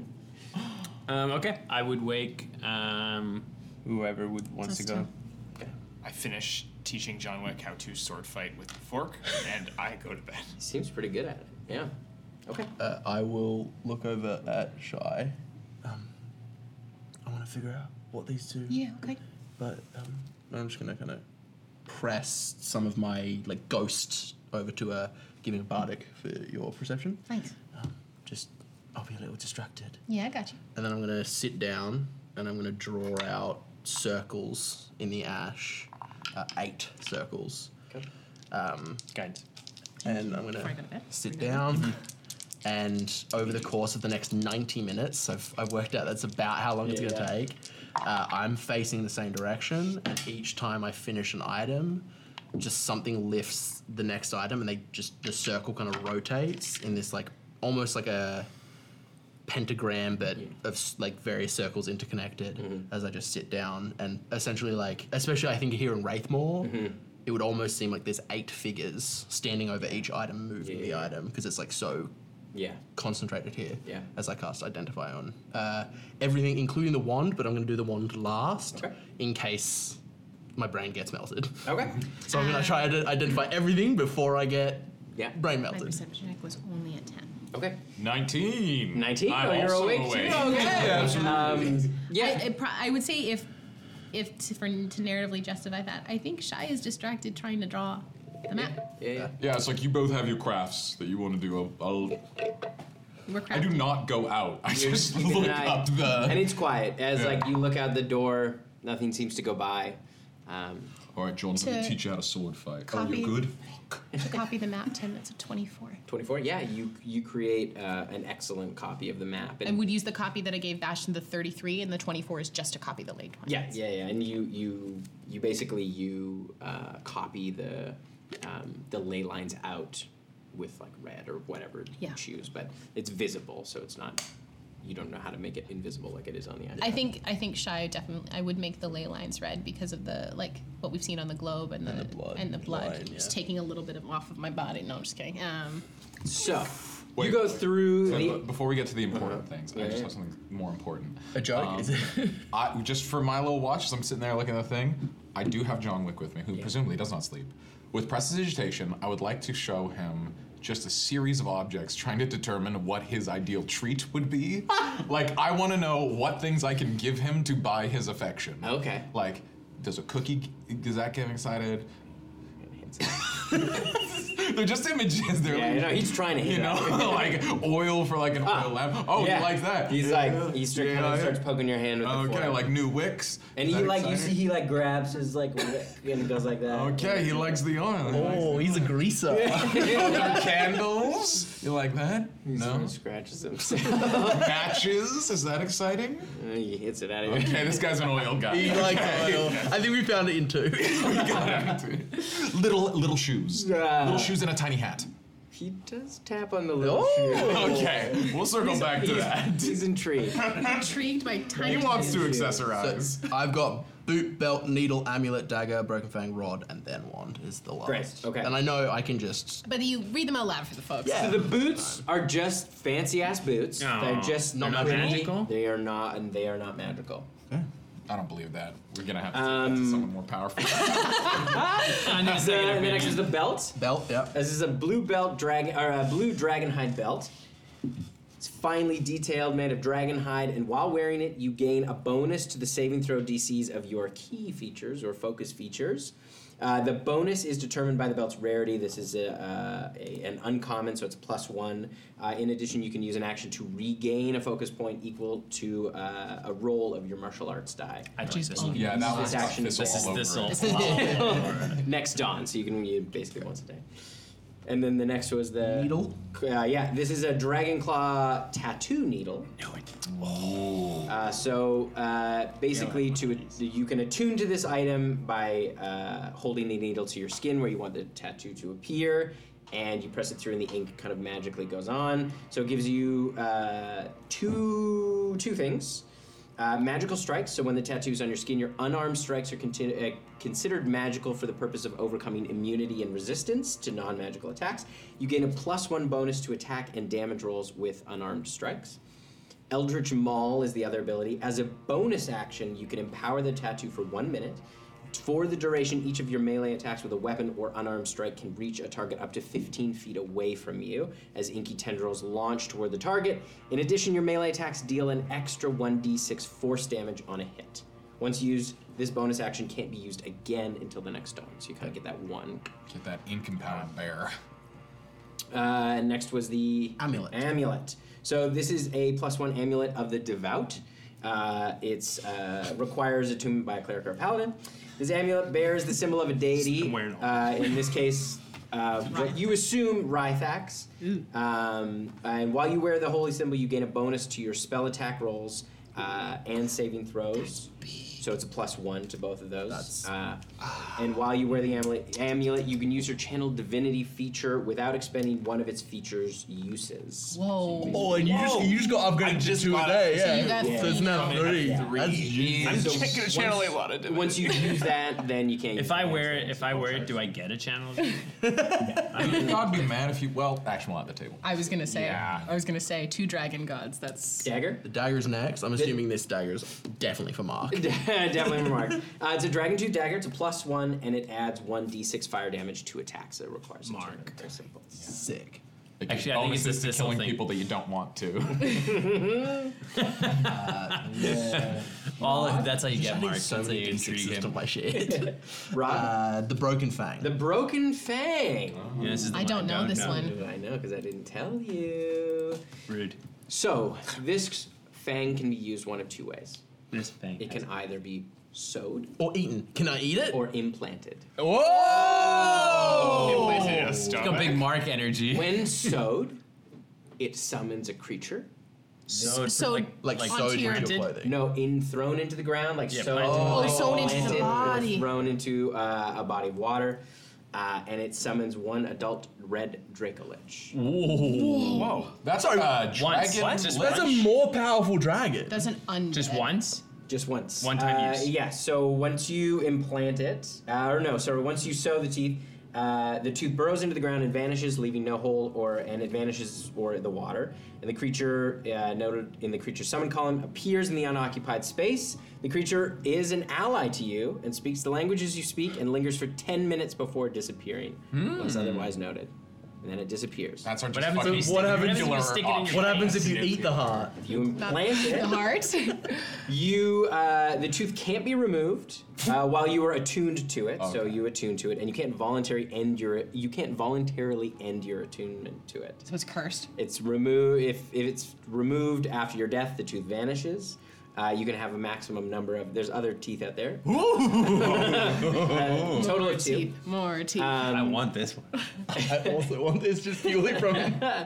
Speaker 3: Um, okay, I would wake um, whoever would wants to go.
Speaker 9: I finish teaching John Wick how to sword fight with a fork, and I go to bed. He
Speaker 1: seems pretty good at it. Yeah. Okay.
Speaker 5: Uh, I will look over at Shy.
Speaker 8: I want to figure out what these two.
Speaker 4: Yeah, okay.
Speaker 5: But um, I'm just gonna kind of press some of my like ghost over to uh, giving a bardic for your perception.
Speaker 4: Thanks.
Speaker 5: Just I'll be a little distracted,
Speaker 4: Yeah, I got you.
Speaker 5: and then I'm gonna sit down and I'm gonna draw out circles in the ash, uh, eight circles.
Speaker 1: Okay.
Speaker 5: Um, And I'm gonna
Speaker 2: Before I go to bed.
Speaker 5: sit down. And over the course of the next 90 minutes, I've, I've worked out that's about how long it's going to
Speaker 2: Yeah.
Speaker 5: take. Uh, I'm facing the same direction, and each time I finish an item, just something lifts the next item, and they just the circle kind of rotates in this like almost like a pentagram, but of s- like various circles interconnected.
Speaker 1: Mm-hmm.
Speaker 5: As I just sit down and essentially like, especially I think here in Wraithmore,
Speaker 1: Mm-hmm.
Speaker 5: it would almost seem like there's eight figures standing over each item, moving the item because it's like so
Speaker 1: Yeah.
Speaker 5: concentrated here.
Speaker 1: Yeah.
Speaker 5: As I cast Identify on uh, everything, including the wand, but I'm going to do the wand last in case my brain gets melted.
Speaker 1: Okay.
Speaker 5: so I'm going to try to identify everything before I get brain
Speaker 10: My
Speaker 5: melted.
Speaker 10: perception check was only at 10.
Speaker 1: Okay.
Speaker 7: 19.
Speaker 1: 19?
Speaker 7: I'm
Speaker 1: Oh, you're
Speaker 7: also
Speaker 1: awake too? Okay. Yeah, absolutely.
Speaker 6: Um,
Speaker 10: yeah. I, I, pro- I would say if, if to, for, to narratively justify that, I think Shy is distracted trying to draw the map.
Speaker 1: Yeah.
Speaker 7: Yeah, it's like you both have your crafts that you want to do. I'll, I'll,
Speaker 10: We're
Speaker 7: I do not go out. I
Speaker 1: You're
Speaker 7: just
Speaker 1: keeping an
Speaker 7: look
Speaker 1: eye.
Speaker 7: up the.
Speaker 1: And it's quiet. As
Speaker 7: Yeah.
Speaker 1: like you look out the door, nothing seems to go by. Um,
Speaker 7: All right, John's gonna
Speaker 10: To
Speaker 7: teach you how to sword fight.
Speaker 10: copy-
Speaker 7: Oh, you're good.
Speaker 10: To copy the map, Tim, that's a 24.
Speaker 1: 24. Yeah, you you create uh, an excellent copy of the map.
Speaker 10: And would use the copy that I gave Bastion, the 33, and the 24 is just to copy the late one.
Speaker 1: yeah, yeah, yeah. And you you you basically you uh, copy the um, the ley lines out with like red or whatever
Speaker 10: Yeah.
Speaker 1: you choose, but it's visible, so it's not. You don't know how to make it invisible like it is on the iPad.
Speaker 10: I think I think Shy definitely I would make the ley lines red because of the like what we've seen on the globe and, the, blood and the blood
Speaker 1: line,
Speaker 10: just
Speaker 1: yeah.
Speaker 10: taking a little bit of off of my body. No, I'm just kidding. Um,
Speaker 1: so. you go through
Speaker 7: Can I-
Speaker 1: the- Uh-huh.
Speaker 7: before we get to the important things, I
Speaker 1: Yeah,
Speaker 7: just
Speaker 1: yeah.
Speaker 7: have something more important. Um,
Speaker 5: A joke? Is it?
Speaker 7: I, just for my little watch, as I'm sitting there looking at the thing, I do have John Wick with me, who presumably does not sleep. With prestidigitation, I would like to show him just a series of objects, trying to determine what his ideal treat would be. like, I want to know what things I can give him to buy his affection.
Speaker 1: Okay.
Speaker 7: Like, does a cookie does that get him excited? They're just images. They're
Speaker 1: Yeah,
Speaker 7: like,
Speaker 1: you know, he's trying to hit
Speaker 7: you
Speaker 1: it
Speaker 7: know,
Speaker 1: out.
Speaker 7: like oil for like an oil lamp. Oh,
Speaker 1: yeah.
Speaker 7: he likes that.
Speaker 1: He's like- he straight-
Speaker 7: Yeah,
Speaker 1: kinda
Speaker 7: yeah.
Speaker 1: starts poking your hand with the
Speaker 7: Okay,
Speaker 1: fork.
Speaker 7: like new wicks.
Speaker 1: And
Speaker 7: Is
Speaker 1: he
Speaker 7: that
Speaker 1: like you see
Speaker 7: exciting?
Speaker 1: he like grabs his like wick and goes like that.
Speaker 7: Okay, he likes the oil. Oh,
Speaker 5: he's a greaser.
Speaker 7: candles. You like that? no.
Speaker 1: Scratches him.
Speaker 7: Matches. Is that exciting?
Speaker 1: he hits it out of
Speaker 5: here.
Speaker 7: Okay, this guy's an oil guy.
Speaker 5: He likes
Speaker 7: Okay.
Speaker 5: oil. I think we found it in two.
Speaker 7: little little shoes.
Speaker 1: Yeah.
Speaker 7: Little shoes and a tiny hat.
Speaker 1: He does tap on the little
Speaker 7: Oh,
Speaker 1: shoe.
Speaker 7: okay. We'll circle
Speaker 1: He's-
Speaker 7: back to
Speaker 1: he's-
Speaker 7: that.
Speaker 1: He's intrigued.
Speaker 10: intrigued by tiny.
Speaker 5: So I've got boot, belt, needle, amulet, dagger, broken fang, rod, and then wand is the last.
Speaker 1: Great, okay.
Speaker 5: And I know I can just.
Speaker 10: But you read them out loud for the folks.
Speaker 1: So the boots are just fancy ass boots.
Speaker 5: No,
Speaker 1: they're just
Speaker 5: they're not
Speaker 1: pretty.
Speaker 5: magical?
Speaker 1: They are not, and they are not magical.
Speaker 7: I don't believe that. We're gonna have to take that to someone more powerful.
Speaker 1: so, and then next is the belt.
Speaker 5: Belt, yeah.
Speaker 1: This is a blue belt dragon or a blue dragon hide belt. It's finely detailed, made of dragon hide, and while wearing it, you gain a bonus to the saving throw DCs of your key features or focus features. Uh, the bonus is determined by the belt's rarity. This is a, uh, a, an uncommon, so it's plus one. Uh, in addition, you can use an action to regain a focus point equal to uh, a roll of your martial arts die.
Speaker 3: I like this one.
Speaker 7: Yeah, that one's
Speaker 1: this action
Speaker 7: got thistle all
Speaker 1: this
Speaker 7: over it.
Speaker 1: is
Speaker 7: This is
Speaker 1: thistle. next dawn, so you can use it basically once a day. And then the next was the
Speaker 5: needle.
Speaker 1: Uh, yeah, this is a dragon claw tattoo needle.
Speaker 7: Oh.
Speaker 1: Uh, so uh, basically, to you can attune to this item by uh, holding the needle to your skin where you want the tattoo to appear, and you press it through, and the ink kind of magically goes on. So it gives you uh, two two things. Uh, magical strikes. So when the tattoo is on your skin, your unarmed strikes are conti- uh, considered magical for the purpose of overcoming immunity and resistance to non-magical attacks. You gain a plus one bonus to attack and damage rolls with unarmed strikes. Eldritch Maul is the other ability. As a bonus action, you can empower the tattoo for one minute. For the duration, each of your melee attacks with a weapon or unarmed strike can reach a target up to 15 feet away from you as inky tendrils launch toward the target. In addition, your melee attacks deal an extra 1d6 force damage on a hit. Once used, this bonus action can't be used again until the next dawn, so you kind of get that one.
Speaker 7: Get that ink and power bear.
Speaker 1: Uh, next was the
Speaker 5: amulet.
Speaker 1: Amulet. So this is a plus one amulet of the devout. Uh, it's uh, requires attunement by a cleric or paladin. This amulet bears the symbol of a deity. Uh, in this case, uh, what you assume Rythax. Um, and while you wear the holy symbol, you gain a bonus to your spell attack rolls uh, and saving throws. so it's a plus one to both of those. uh, and while you wear the amulet, amulet, you can use your channel divinity feature without expending one of its features uses.
Speaker 10: Whoa.
Speaker 5: Oh, and you just, you just got upgraded to two a day. Yeah. So it's now three. That's genius.
Speaker 9: I'm checking the channel I wanted to.
Speaker 1: Once you use that, then you can't.
Speaker 3: If I wear it, if I wear it, do I get a channel? I'd
Speaker 7: be mad if you. Well, actually, at the table.
Speaker 10: I was gonna say.
Speaker 5: Yeah.
Speaker 10: I was gonna say two dragon gods. That's
Speaker 1: Dagger?
Speaker 5: The dagger's next. I'm assuming this dagger's definitely for Mark.
Speaker 1: Definitely remark. Uh, it's a dragon tooth dagger. It's a plus one, and it adds one d6 fire damage to attacks. It requires mark. Very simple.
Speaker 5: Sick.
Speaker 7: Like,
Speaker 3: Actually, I think it's
Speaker 7: bonuses
Speaker 3: the
Speaker 7: to killing
Speaker 3: thistle thing.
Speaker 7: people that you don't want to.
Speaker 1: Hmm.
Speaker 3: All of, that's how you get
Speaker 5: Shining
Speaker 3: marked.
Speaker 5: so
Speaker 3: that's how
Speaker 5: many
Speaker 3: you
Speaker 5: D6s
Speaker 3: intrigue
Speaker 5: to
Speaker 3: him.
Speaker 5: my shit.
Speaker 1: Rob?
Speaker 5: Uh, the Broken Fang.
Speaker 1: The Broken Fang.
Speaker 3: Yeah, this is the
Speaker 10: I one don't I know don't this know. one.
Speaker 1: I know because I didn't tell you.
Speaker 3: Rude.
Speaker 1: So this fang can be used one of two ways.
Speaker 3: This fang.
Speaker 1: It can either be sewed
Speaker 5: or eaten. Can I eat it? Oh!
Speaker 1: Or implanted.
Speaker 3: Oh!
Speaker 5: Whoa!
Speaker 9: Implanted in a
Speaker 3: It's got big mark energy.
Speaker 1: When sewed, it summons a creature.
Speaker 3: So it's So like-
Speaker 5: like
Speaker 3: like sewed onto your- into your
Speaker 1: clothing. No, in thrown into the ground, like
Speaker 3: Yeah,
Speaker 1: sewed,
Speaker 3: planted.
Speaker 10: Oh, sewn into the
Speaker 1: planted,
Speaker 10: body.
Speaker 1: or thrown into uh, a body of water, uh, and it summons one adult red dracolich.
Speaker 3: Whoa.
Speaker 7: That's
Speaker 5: Sorry,
Speaker 7: uh,
Speaker 3: Once.
Speaker 7: dragon.
Speaker 3: What?
Speaker 7: Lich.
Speaker 5: That's a more powerful dragon.
Speaker 10: that's an un.
Speaker 3: Just once?
Speaker 1: Just once.
Speaker 3: One time
Speaker 1: uh,
Speaker 3: use.
Speaker 1: Yeah. So once you implant it, uh, or no, sorry, once you sew the teeth, uh, the tooth burrows into the ground and vanishes, leaving no hole, or and it vanishes or the water. And the creature uh, noted in the creature summon column appears in the unoccupied space. The creature is an ally to you and speaks the languages you speak and lingers for ten minutes before disappearing, unless otherwise noted. And then it disappears.
Speaker 7: That's our
Speaker 3: Hmm. What
Speaker 7: just
Speaker 3: happens
Speaker 7: fucking
Speaker 3: if you
Speaker 5: What
Speaker 7: singular
Speaker 5: happens if
Speaker 3: stick- you stick it in your
Speaker 7: option.
Speaker 5: What happens if you
Speaker 7: Yeah.
Speaker 5: eat the heart?
Speaker 1: If you implant
Speaker 10: the
Speaker 1: it,
Speaker 10: heart.
Speaker 1: You uh, the tooth can't be removed uh, while you are attuned to it. So you attune to it, and you can't voluntary end your you can't voluntarily end your attunement to it.
Speaker 10: so it's cursed.
Speaker 1: It's remove if if it's removed after your death, the tooth vanishes. Uh, you can have a maximum number of. There's other teeth out there. Uh, total of two. Um,
Speaker 10: Teeth. More teeth.
Speaker 3: I want this one.
Speaker 5: I also want this just purely from
Speaker 1: Uh,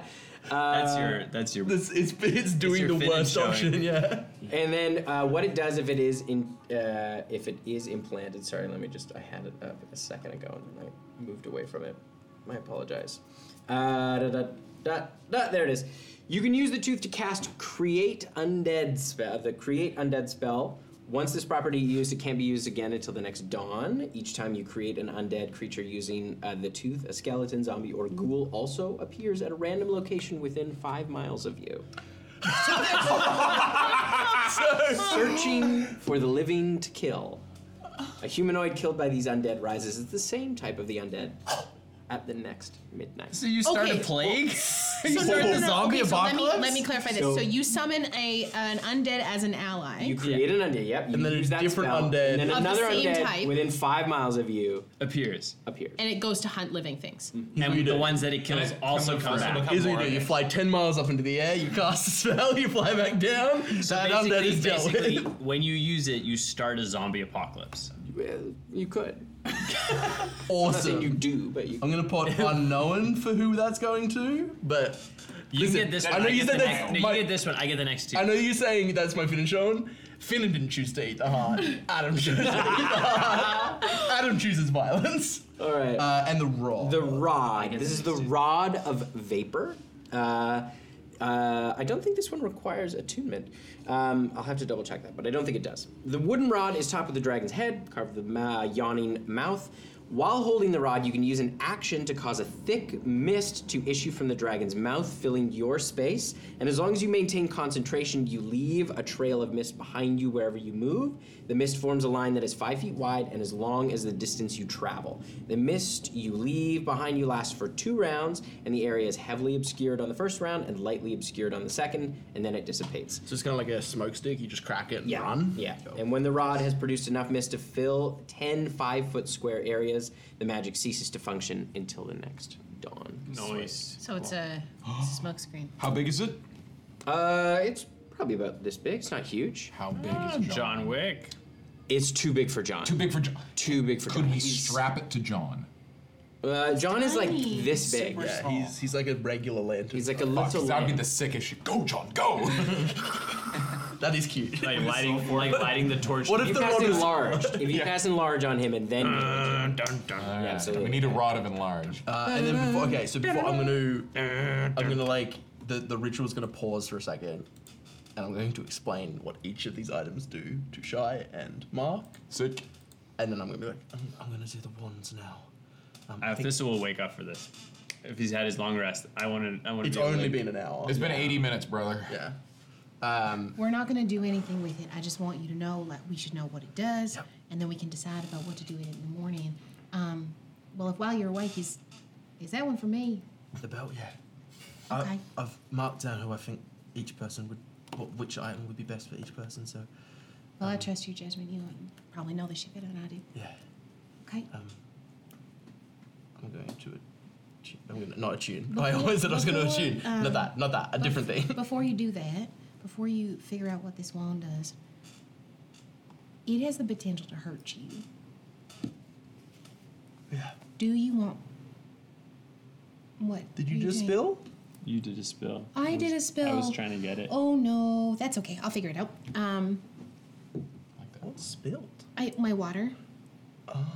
Speaker 3: That's your. That's your.
Speaker 5: this. It's, it's doing
Speaker 3: your
Speaker 5: the
Speaker 3: fin
Speaker 5: worst
Speaker 3: showing.
Speaker 5: option. Yeah.
Speaker 1: And then uh, what it does if it is in uh, if it is implanted. Sorry, let me just I had it up a second ago and I moved away from it. I apologize. Uh, da, da, da, da, there it is. You can use the tooth to cast create undead spell. The create undead spell. Once this property is used, it can't be used again until the next dawn. Each time you create an undead creature using uh, the tooth, a skeleton, zombie, or ghoul also appears at a random location within five miles of you
Speaker 4: Oh,
Speaker 1: searching for the living to kill. A humanoid killed by these undead rises is the same type of the undead at the next midnight.
Speaker 3: So you start
Speaker 10: Okay.
Speaker 3: a plague?
Speaker 10: So no, no, no, no. Okay, so let me let me clarify this.
Speaker 1: So-
Speaker 10: So, you summon a an undead as an ally.
Speaker 1: You create an undead, yep. You
Speaker 5: And then a
Speaker 1: use that
Speaker 5: different
Speaker 1: spell,
Speaker 5: undead-
Speaker 10: Of
Speaker 1: And then
Speaker 10: the
Speaker 1: another
Speaker 10: same
Speaker 1: undead
Speaker 10: type.
Speaker 1: within five miles of you
Speaker 3: Appears.
Speaker 1: appears.
Speaker 10: and it goes to hunt living things.
Speaker 3: And
Speaker 5: weird.
Speaker 3: the ones that it kills
Speaker 9: Can I
Speaker 3: also
Speaker 9: come
Speaker 3: come
Speaker 9: first?
Speaker 3: back.
Speaker 9: Become
Speaker 5: Here's what
Speaker 9: more
Speaker 5: you do: you
Speaker 9: of it.
Speaker 5: fly ten miles up into the air, you cast a spell, you fly back down. that undead is dealt
Speaker 3: basically,
Speaker 5: with.
Speaker 3: when you use it, you start a zombie apocalypse.
Speaker 1: Well, you could.
Speaker 5: Awesome.
Speaker 1: Nothing you do, but you
Speaker 5: I'm gonna put unknown for who that's going to, but
Speaker 3: You
Speaker 5: Listen,
Speaker 3: get this
Speaker 5: I
Speaker 3: one.
Speaker 5: know you
Speaker 3: get
Speaker 5: said
Speaker 3: the
Speaker 5: that's
Speaker 3: next- no,
Speaker 5: my-
Speaker 3: you get this one. I get the next two.
Speaker 5: I know you're saying that's my Finn and Sean. Finn didn't choose to eat the heart. Adam chose to eat the heart. Adam chooses violence.
Speaker 1: Alright.
Speaker 5: Uh, and the raw.
Speaker 1: The rod.
Speaker 3: guess
Speaker 1: This
Speaker 3: it
Speaker 1: is the
Speaker 3: makes sense.
Speaker 1: rod of vapor. Uh, uh, I don't think this one requires attunement. Um, I'll have to double check that, but I don't think it does. The wooden rod is top of the dragon's head, carved with a ma- yawning mouth. While holding the rod, you can use an action to cause a thick mist to issue from the dragon's mouth, filling your space. And as long as you maintain concentration, you leave a trail of mist behind you wherever you move. The mist forms a line that is five feet wide and as long as the distance you travel. The mist you leave behind you lasts for two rounds, and the area is heavily obscured on the first round and lightly obscured on the second, and then it dissipates.
Speaker 5: So it's kind of like a smoke stick. You just crack it and
Speaker 1: Yeah.
Speaker 5: run.
Speaker 1: Yeah.
Speaker 5: Cool.
Speaker 1: And when the rod has produced enough mist to fill 10 five foot square areas, the magic ceases to function until the next dawn.
Speaker 3: Noise.
Speaker 10: So it's a smoke screen.
Speaker 7: How big is it?
Speaker 1: Uh, it's probably about this big. It's not huge.
Speaker 7: How big is John?
Speaker 3: Ah, John Wick.
Speaker 1: It's too big for John.
Speaker 7: Too big for John.
Speaker 1: Too big for
Speaker 7: Could
Speaker 1: John.
Speaker 7: we
Speaker 1: He's-
Speaker 7: strap it to John?
Speaker 1: Uh, John is like
Speaker 10: Tiny.
Speaker 1: this big.
Speaker 5: Yeah, he's he's like a regular lantern. Oh,
Speaker 1: He's like a
Speaker 7: Fuck,
Speaker 1: little.
Speaker 7: that'd be
Speaker 1: lamb.
Speaker 7: the sickest shit. Go, John, go!
Speaker 5: That is cute.
Speaker 3: Like lighting, like lighting the torch.
Speaker 5: What if
Speaker 1: you
Speaker 5: the
Speaker 1: cast
Speaker 5: rod was
Speaker 1: enlarged? if you pass enlarge on him and then
Speaker 5: Yeah,
Speaker 1: absolutely.
Speaker 7: We need a rod of enlarge.
Speaker 5: Uh, and then before, okay, so before I'm gonna, I'm gonna like the the ritual's gonna pause for a second, and I'm going to explain what each of these items do to Shy and Mark.
Speaker 7: Sick.
Speaker 5: And then I'm gonna be like, I'm, I'm gonna do the wands now. Um, I
Speaker 3: Uh,
Speaker 5: think
Speaker 3: Thistle will wake up for this. If he's had his long rest, I want to. I want.
Speaker 5: it's
Speaker 3: be
Speaker 5: only
Speaker 3: awake.
Speaker 5: been an hour.
Speaker 7: It's been 80 minutes, brother.
Speaker 5: Yeah. Um,
Speaker 4: We're not gonna do anything with it. I just want you to know, like, we should know what it does, and then we can decide about what to do with it in the morning. Um, well, if while you're awake is, is that one for me?
Speaker 5: the belt, yeah.
Speaker 4: Okay.
Speaker 5: I, I've marked down who I think each person would, what, which item would be best for each person. So
Speaker 4: Well,
Speaker 5: Um,
Speaker 4: I trust you, Jasmine. You probably know this shit better than I do.
Speaker 5: yeah,
Speaker 4: Okay.
Speaker 5: um, I'm going to. attu- I'm gonna, not attune. I always said I was going to
Speaker 4: before,
Speaker 5: attune.
Speaker 4: um,
Speaker 5: not that. Not that. A different thing.
Speaker 4: Before you do that, before you figure out what this wand does, it has the potential to hurt you.
Speaker 5: Yeah.
Speaker 4: Do you want what?
Speaker 5: Did
Speaker 4: are
Speaker 5: you just
Speaker 4: doing?
Speaker 5: spill?
Speaker 3: You did a spill.
Speaker 4: I did a
Speaker 3: I was
Speaker 4: spill.
Speaker 3: trying to get it.
Speaker 4: Oh no, that's okay. I'll figure it out. Um,
Speaker 5: What spilled?
Speaker 4: I my water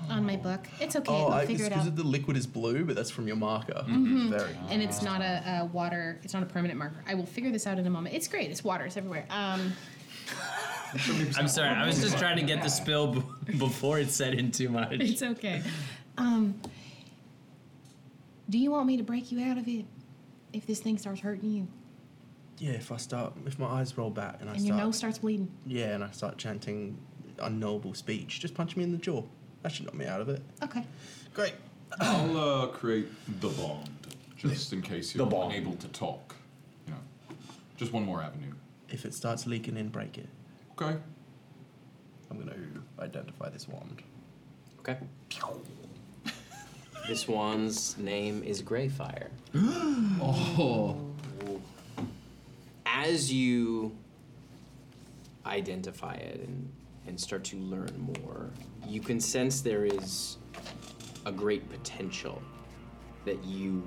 Speaker 4: on my book. It's okay.
Speaker 5: Oh,
Speaker 4: I'll
Speaker 5: I,
Speaker 4: figure
Speaker 5: it's
Speaker 4: it out.
Speaker 5: because the liquid is blue, but that's from your marker. Mm-hmm. Very.
Speaker 10: Mm-hmm. and it's not a, a water. It's not a permanent marker. I will figure this out in a moment. It's great. It's water. It's everywhere. Um,
Speaker 3: I'm sorry. I was just trying to get the spill b- before it set in too much.
Speaker 10: it's okay.
Speaker 4: Um, do you want me to break you out of it if this thing starts hurting you
Speaker 8: Yeah, if I start, if my eyes roll back and I
Speaker 4: and your
Speaker 8: start,
Speaker 4: nose starts bleeding?
Speaker 8: yeah, and I start chanting unknowable speech, just punch me in the jaw. That should knock me out of it.
Speaker 4: Okay.
Speaker 8: Great.
Speaker 7: I'll uh, create the bond, just in case you're
Speaker 5: bond.
Speaker 7: unable to talk. You know, just one more avenue.
Speaker 8: If it starts leaking in, break it.
Speaker 7: Okay.
Speaker 5: I'm going to identify this wand.
Speaker 1: Okay. This one's name is Greyfire.
Speaker 5: Oh.
Speaker 1: As you identify it and, and start to learn more, you can sense there is a great potential that you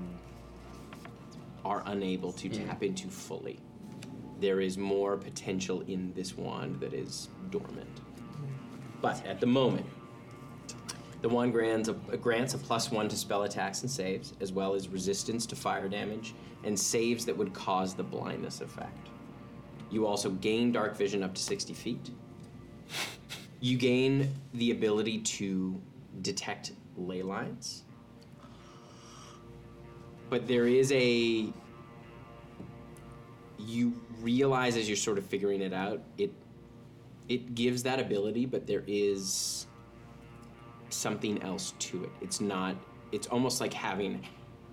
Speaker 1: are unable to tap into fully. There is more potential in this wand that is dormant. But at the moment, the wand grants a, grants a plus one to spell attacks and saves, as well as resistance to fire damage and saves that would cause the blindness effect. You also gain dark vision up to 60 feet. You gain the ability to detect ley lines. But there is a. You realize as you're sort of figuring it out, it it gives that ability, but there is something else to it. It's not, it's almost like having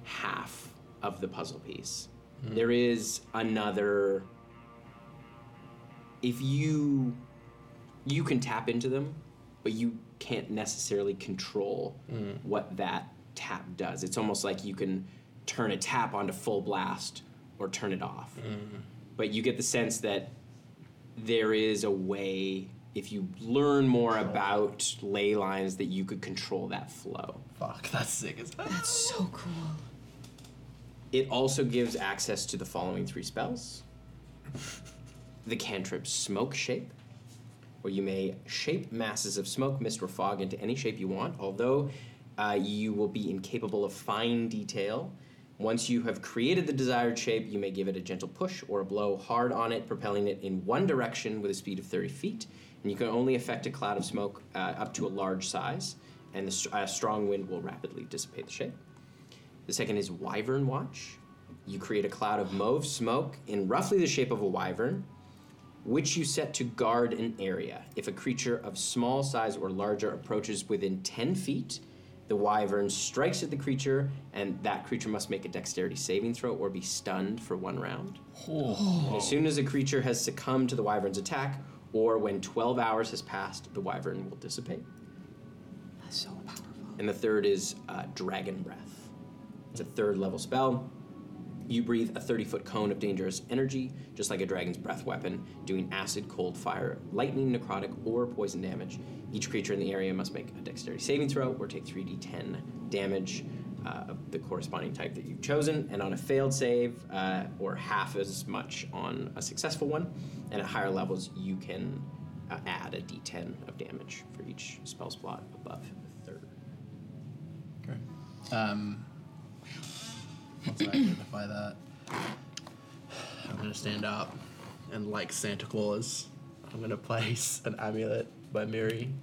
Speaker 1: half of the puzzle piece. There is another, if you, you can tap into them, but you can't necessarily control
Speaker 5: Mm.
Speaker 1: what that tap does. It's almost like you can turn a tap onto full blast or turn it off.
Speaker 5: Mm.
Speaker 1: But you get the sense that there is a way if you learn more about ley lines that you could control that flow.
Speaker 5: Fuck, that's sick as
Speaker 4: That's so cool.
Speaker 1: It also gives access to the following three spells. The cantrip smoke shape, where you may shape masses of smoke, mist, or fog into any shape you want, although uh, you will be incapable of fine detail. Once you have created the desired shape, you may give it a gentle push or a blow hard on it, propelling it in one direction with a speed of 30 feet. And you can only affect a cloud of smoke uh, up to a large size, and the st- a strong wind will rapidly dissipate the shape. The second is Wyvern Watch. You create a cloud of mauve smoke in roughly the shape of a wyvern, which you set to guard an area. If a creature of small size or larger approaches within 10 feet, the wyvern strikes at the creature, and that creature must make a dexterity saving throw or be stunned for one round. And
Speaker 7: Oh.
Speaker 1: as soon as a creature has succumbed to the wyvern's attack, or when 12 hours has passed, the wyvern will dissipate.
Speaker 4: That's so powerful.
Speaker 1: And the third is uh, Dragon Breath. It's a third level spell. You breathe a 30 foot cone of dangerous energy, just like a dragon's breath weapon, doing acid, cold, fire, lightning, necrotic, or poison damage. Each creature in the area must make a dexterity saving throw or take 3d10 damage. uh, of the corresponding type that you've chosen, and on a failed save, uh, or half as much on a successful one. And at higher levels, you can uh, add a d10 of damage for each spell slot above a third.
Speaker 5: Um, once I identify that, I'm gonna stand up and, like Santa Claus, I'm gonna place an amulet by Miri,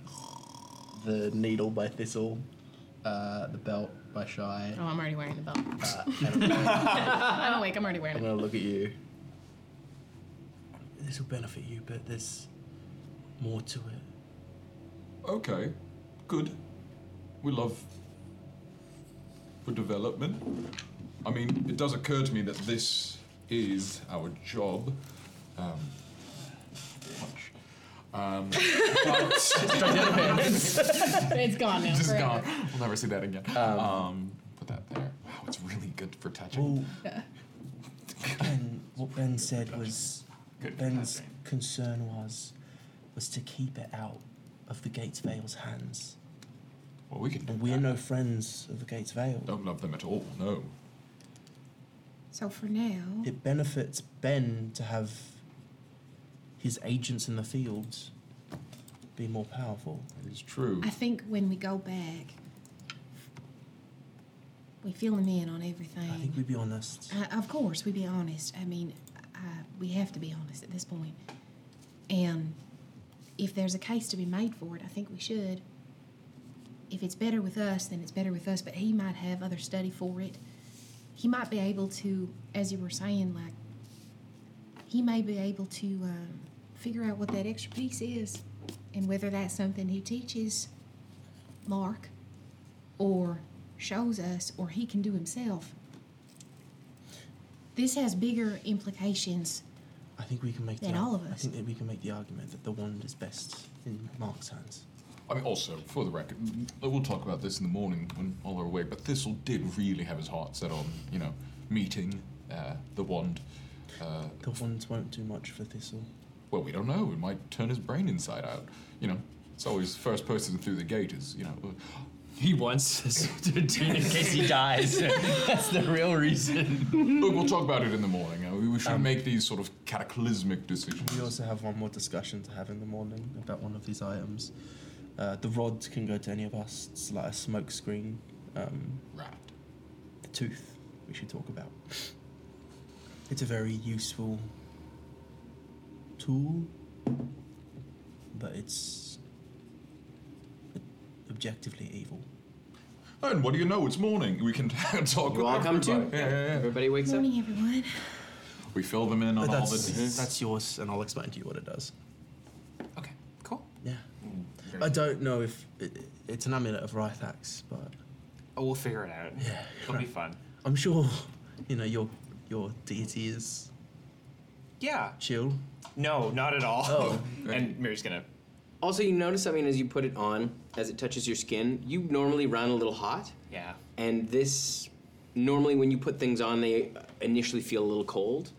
Speaker 5: the needle by Thistle, uh, the belt by Shy.
Speaker 10: Oh, I'm already wearing the belt.
Speaker 5: and
Speaker 10: I'm awake. I'm already
Speaker 5: I'm
Speaker 10: wearing it.
Speaker 5: gonna look at you.
Speaker 8: This will benefit you, but there's more to it.
Speaker 7: Okay, good. We love for development. I mean, it does occur to me that this is our job. Um, much. Um, but
Speaker 10: it's gone now.
Speaker 7: Just
Speaker 10: forever.
Speaker 7: gone. We'll never see that again. Um, put that there. Wow, it's really good for touching.
Speaker 8: Ben, what Ben said was, Ben's concern was, was to keep it out of the Gates Vale's hands.
Speaker 7: Well, we can.
Speaker 8: And we're no friends of the Gates Vale.
Speaker 7: Don't love them at all. No.
Speaker 4: So for now,
Speaker 8: It benefits Ben to have his agents in the field be more powerful.
Speaker 7: It's true.
Speaker 4: I think when we go back, we fill him in on everything.
Speaker 8: I think we'd be honest.
Speaker 4: Uh, of course, we be honest. I mean, uh, we have to be honest at this point. And if there's a case to be made for it, I think we should. If it's better with us, then it's better with us. But he might have other study for it. He might be able to, as you were saying, like he may be able to um, figure out what that extra piece is, and whether that's something he teaches Mark, or shows us, or he can do himself. This has bigger implications.
Speaker 8: I think we can make
Speaker 4: Then
Speaker 8: the, ar-
Speaker 4: all of
Speaker 8: I
Speaker 4: us.
Speaker 8: think that we can make the argument that the wand is best in Mark's hands.
Speaker 7: I mean, also, for the record, we'll talk about this in the morning when all are awake, but Thistle did really have his heart set on, you know, meeting uh, the wand. Uh,
Speaker 8: The wands won't do much for Thistle.
Speaker 7: well, we don't know. It might turn his brain inside out. You know, it's always first person through the gate is, you know. uh, He wants us to do
Speaker 3: in case he dies. That's
Speaker 7: the real reason. Look, we'll talk about it in the morning. Uh, we- We should make these sort of cataclysmic decisions.
Speaker 8: We also have one more discussion to have in the morning about one of these items. Uh, the rod can go to any of us. It's like a smoke screen. Um,
Speaker 7: Right.
Speaker 8: A tooth we should talk about. It's a very useful tool, but it's objectively evil.
Speaker 7: And what do you know? It's morning. We can talk
Speaker 8: You
Speaker 7: with
Speaker 8: all come too?
Speaker 7: everybody. Yeah, yeah, yeah.
Speaker 1: Everybody wakes up.
Speaker 4: Morning, everyone.
Speaker 7: We fill them in on
Speaker 8: But
Speaker 7: all
Speaker 8: that's,
Speaker 7: the.
Speaker 8: that's yours, and I'll explain to you what it does. Okay,
Speaker 9: Mm,
Speaker 8: cool.
Speaker 7: very
Speaker 8: Yeah. I don't know if it, it's an amulet of Rythax, but
Speaker 9: Oh, we'll figure it out.
Speaker 8: Yeah.
Speaker 9: It'll be fun.
Speaker 8: I'm sure you know your your deity is
Speaker 9: Yeah.
Speaker 8: chill.
Speaker 9: No, not at all.
Speaker 1: Oh,
Speaker 9: and Mary's gonna.
Speaker 1: Also, you notice something as you put it on, as it touches your skin, you normally run a little hot.
Speaker 9: Yeah.
Speaker 1: And this, normally when you put things on, they initially feel a little cold.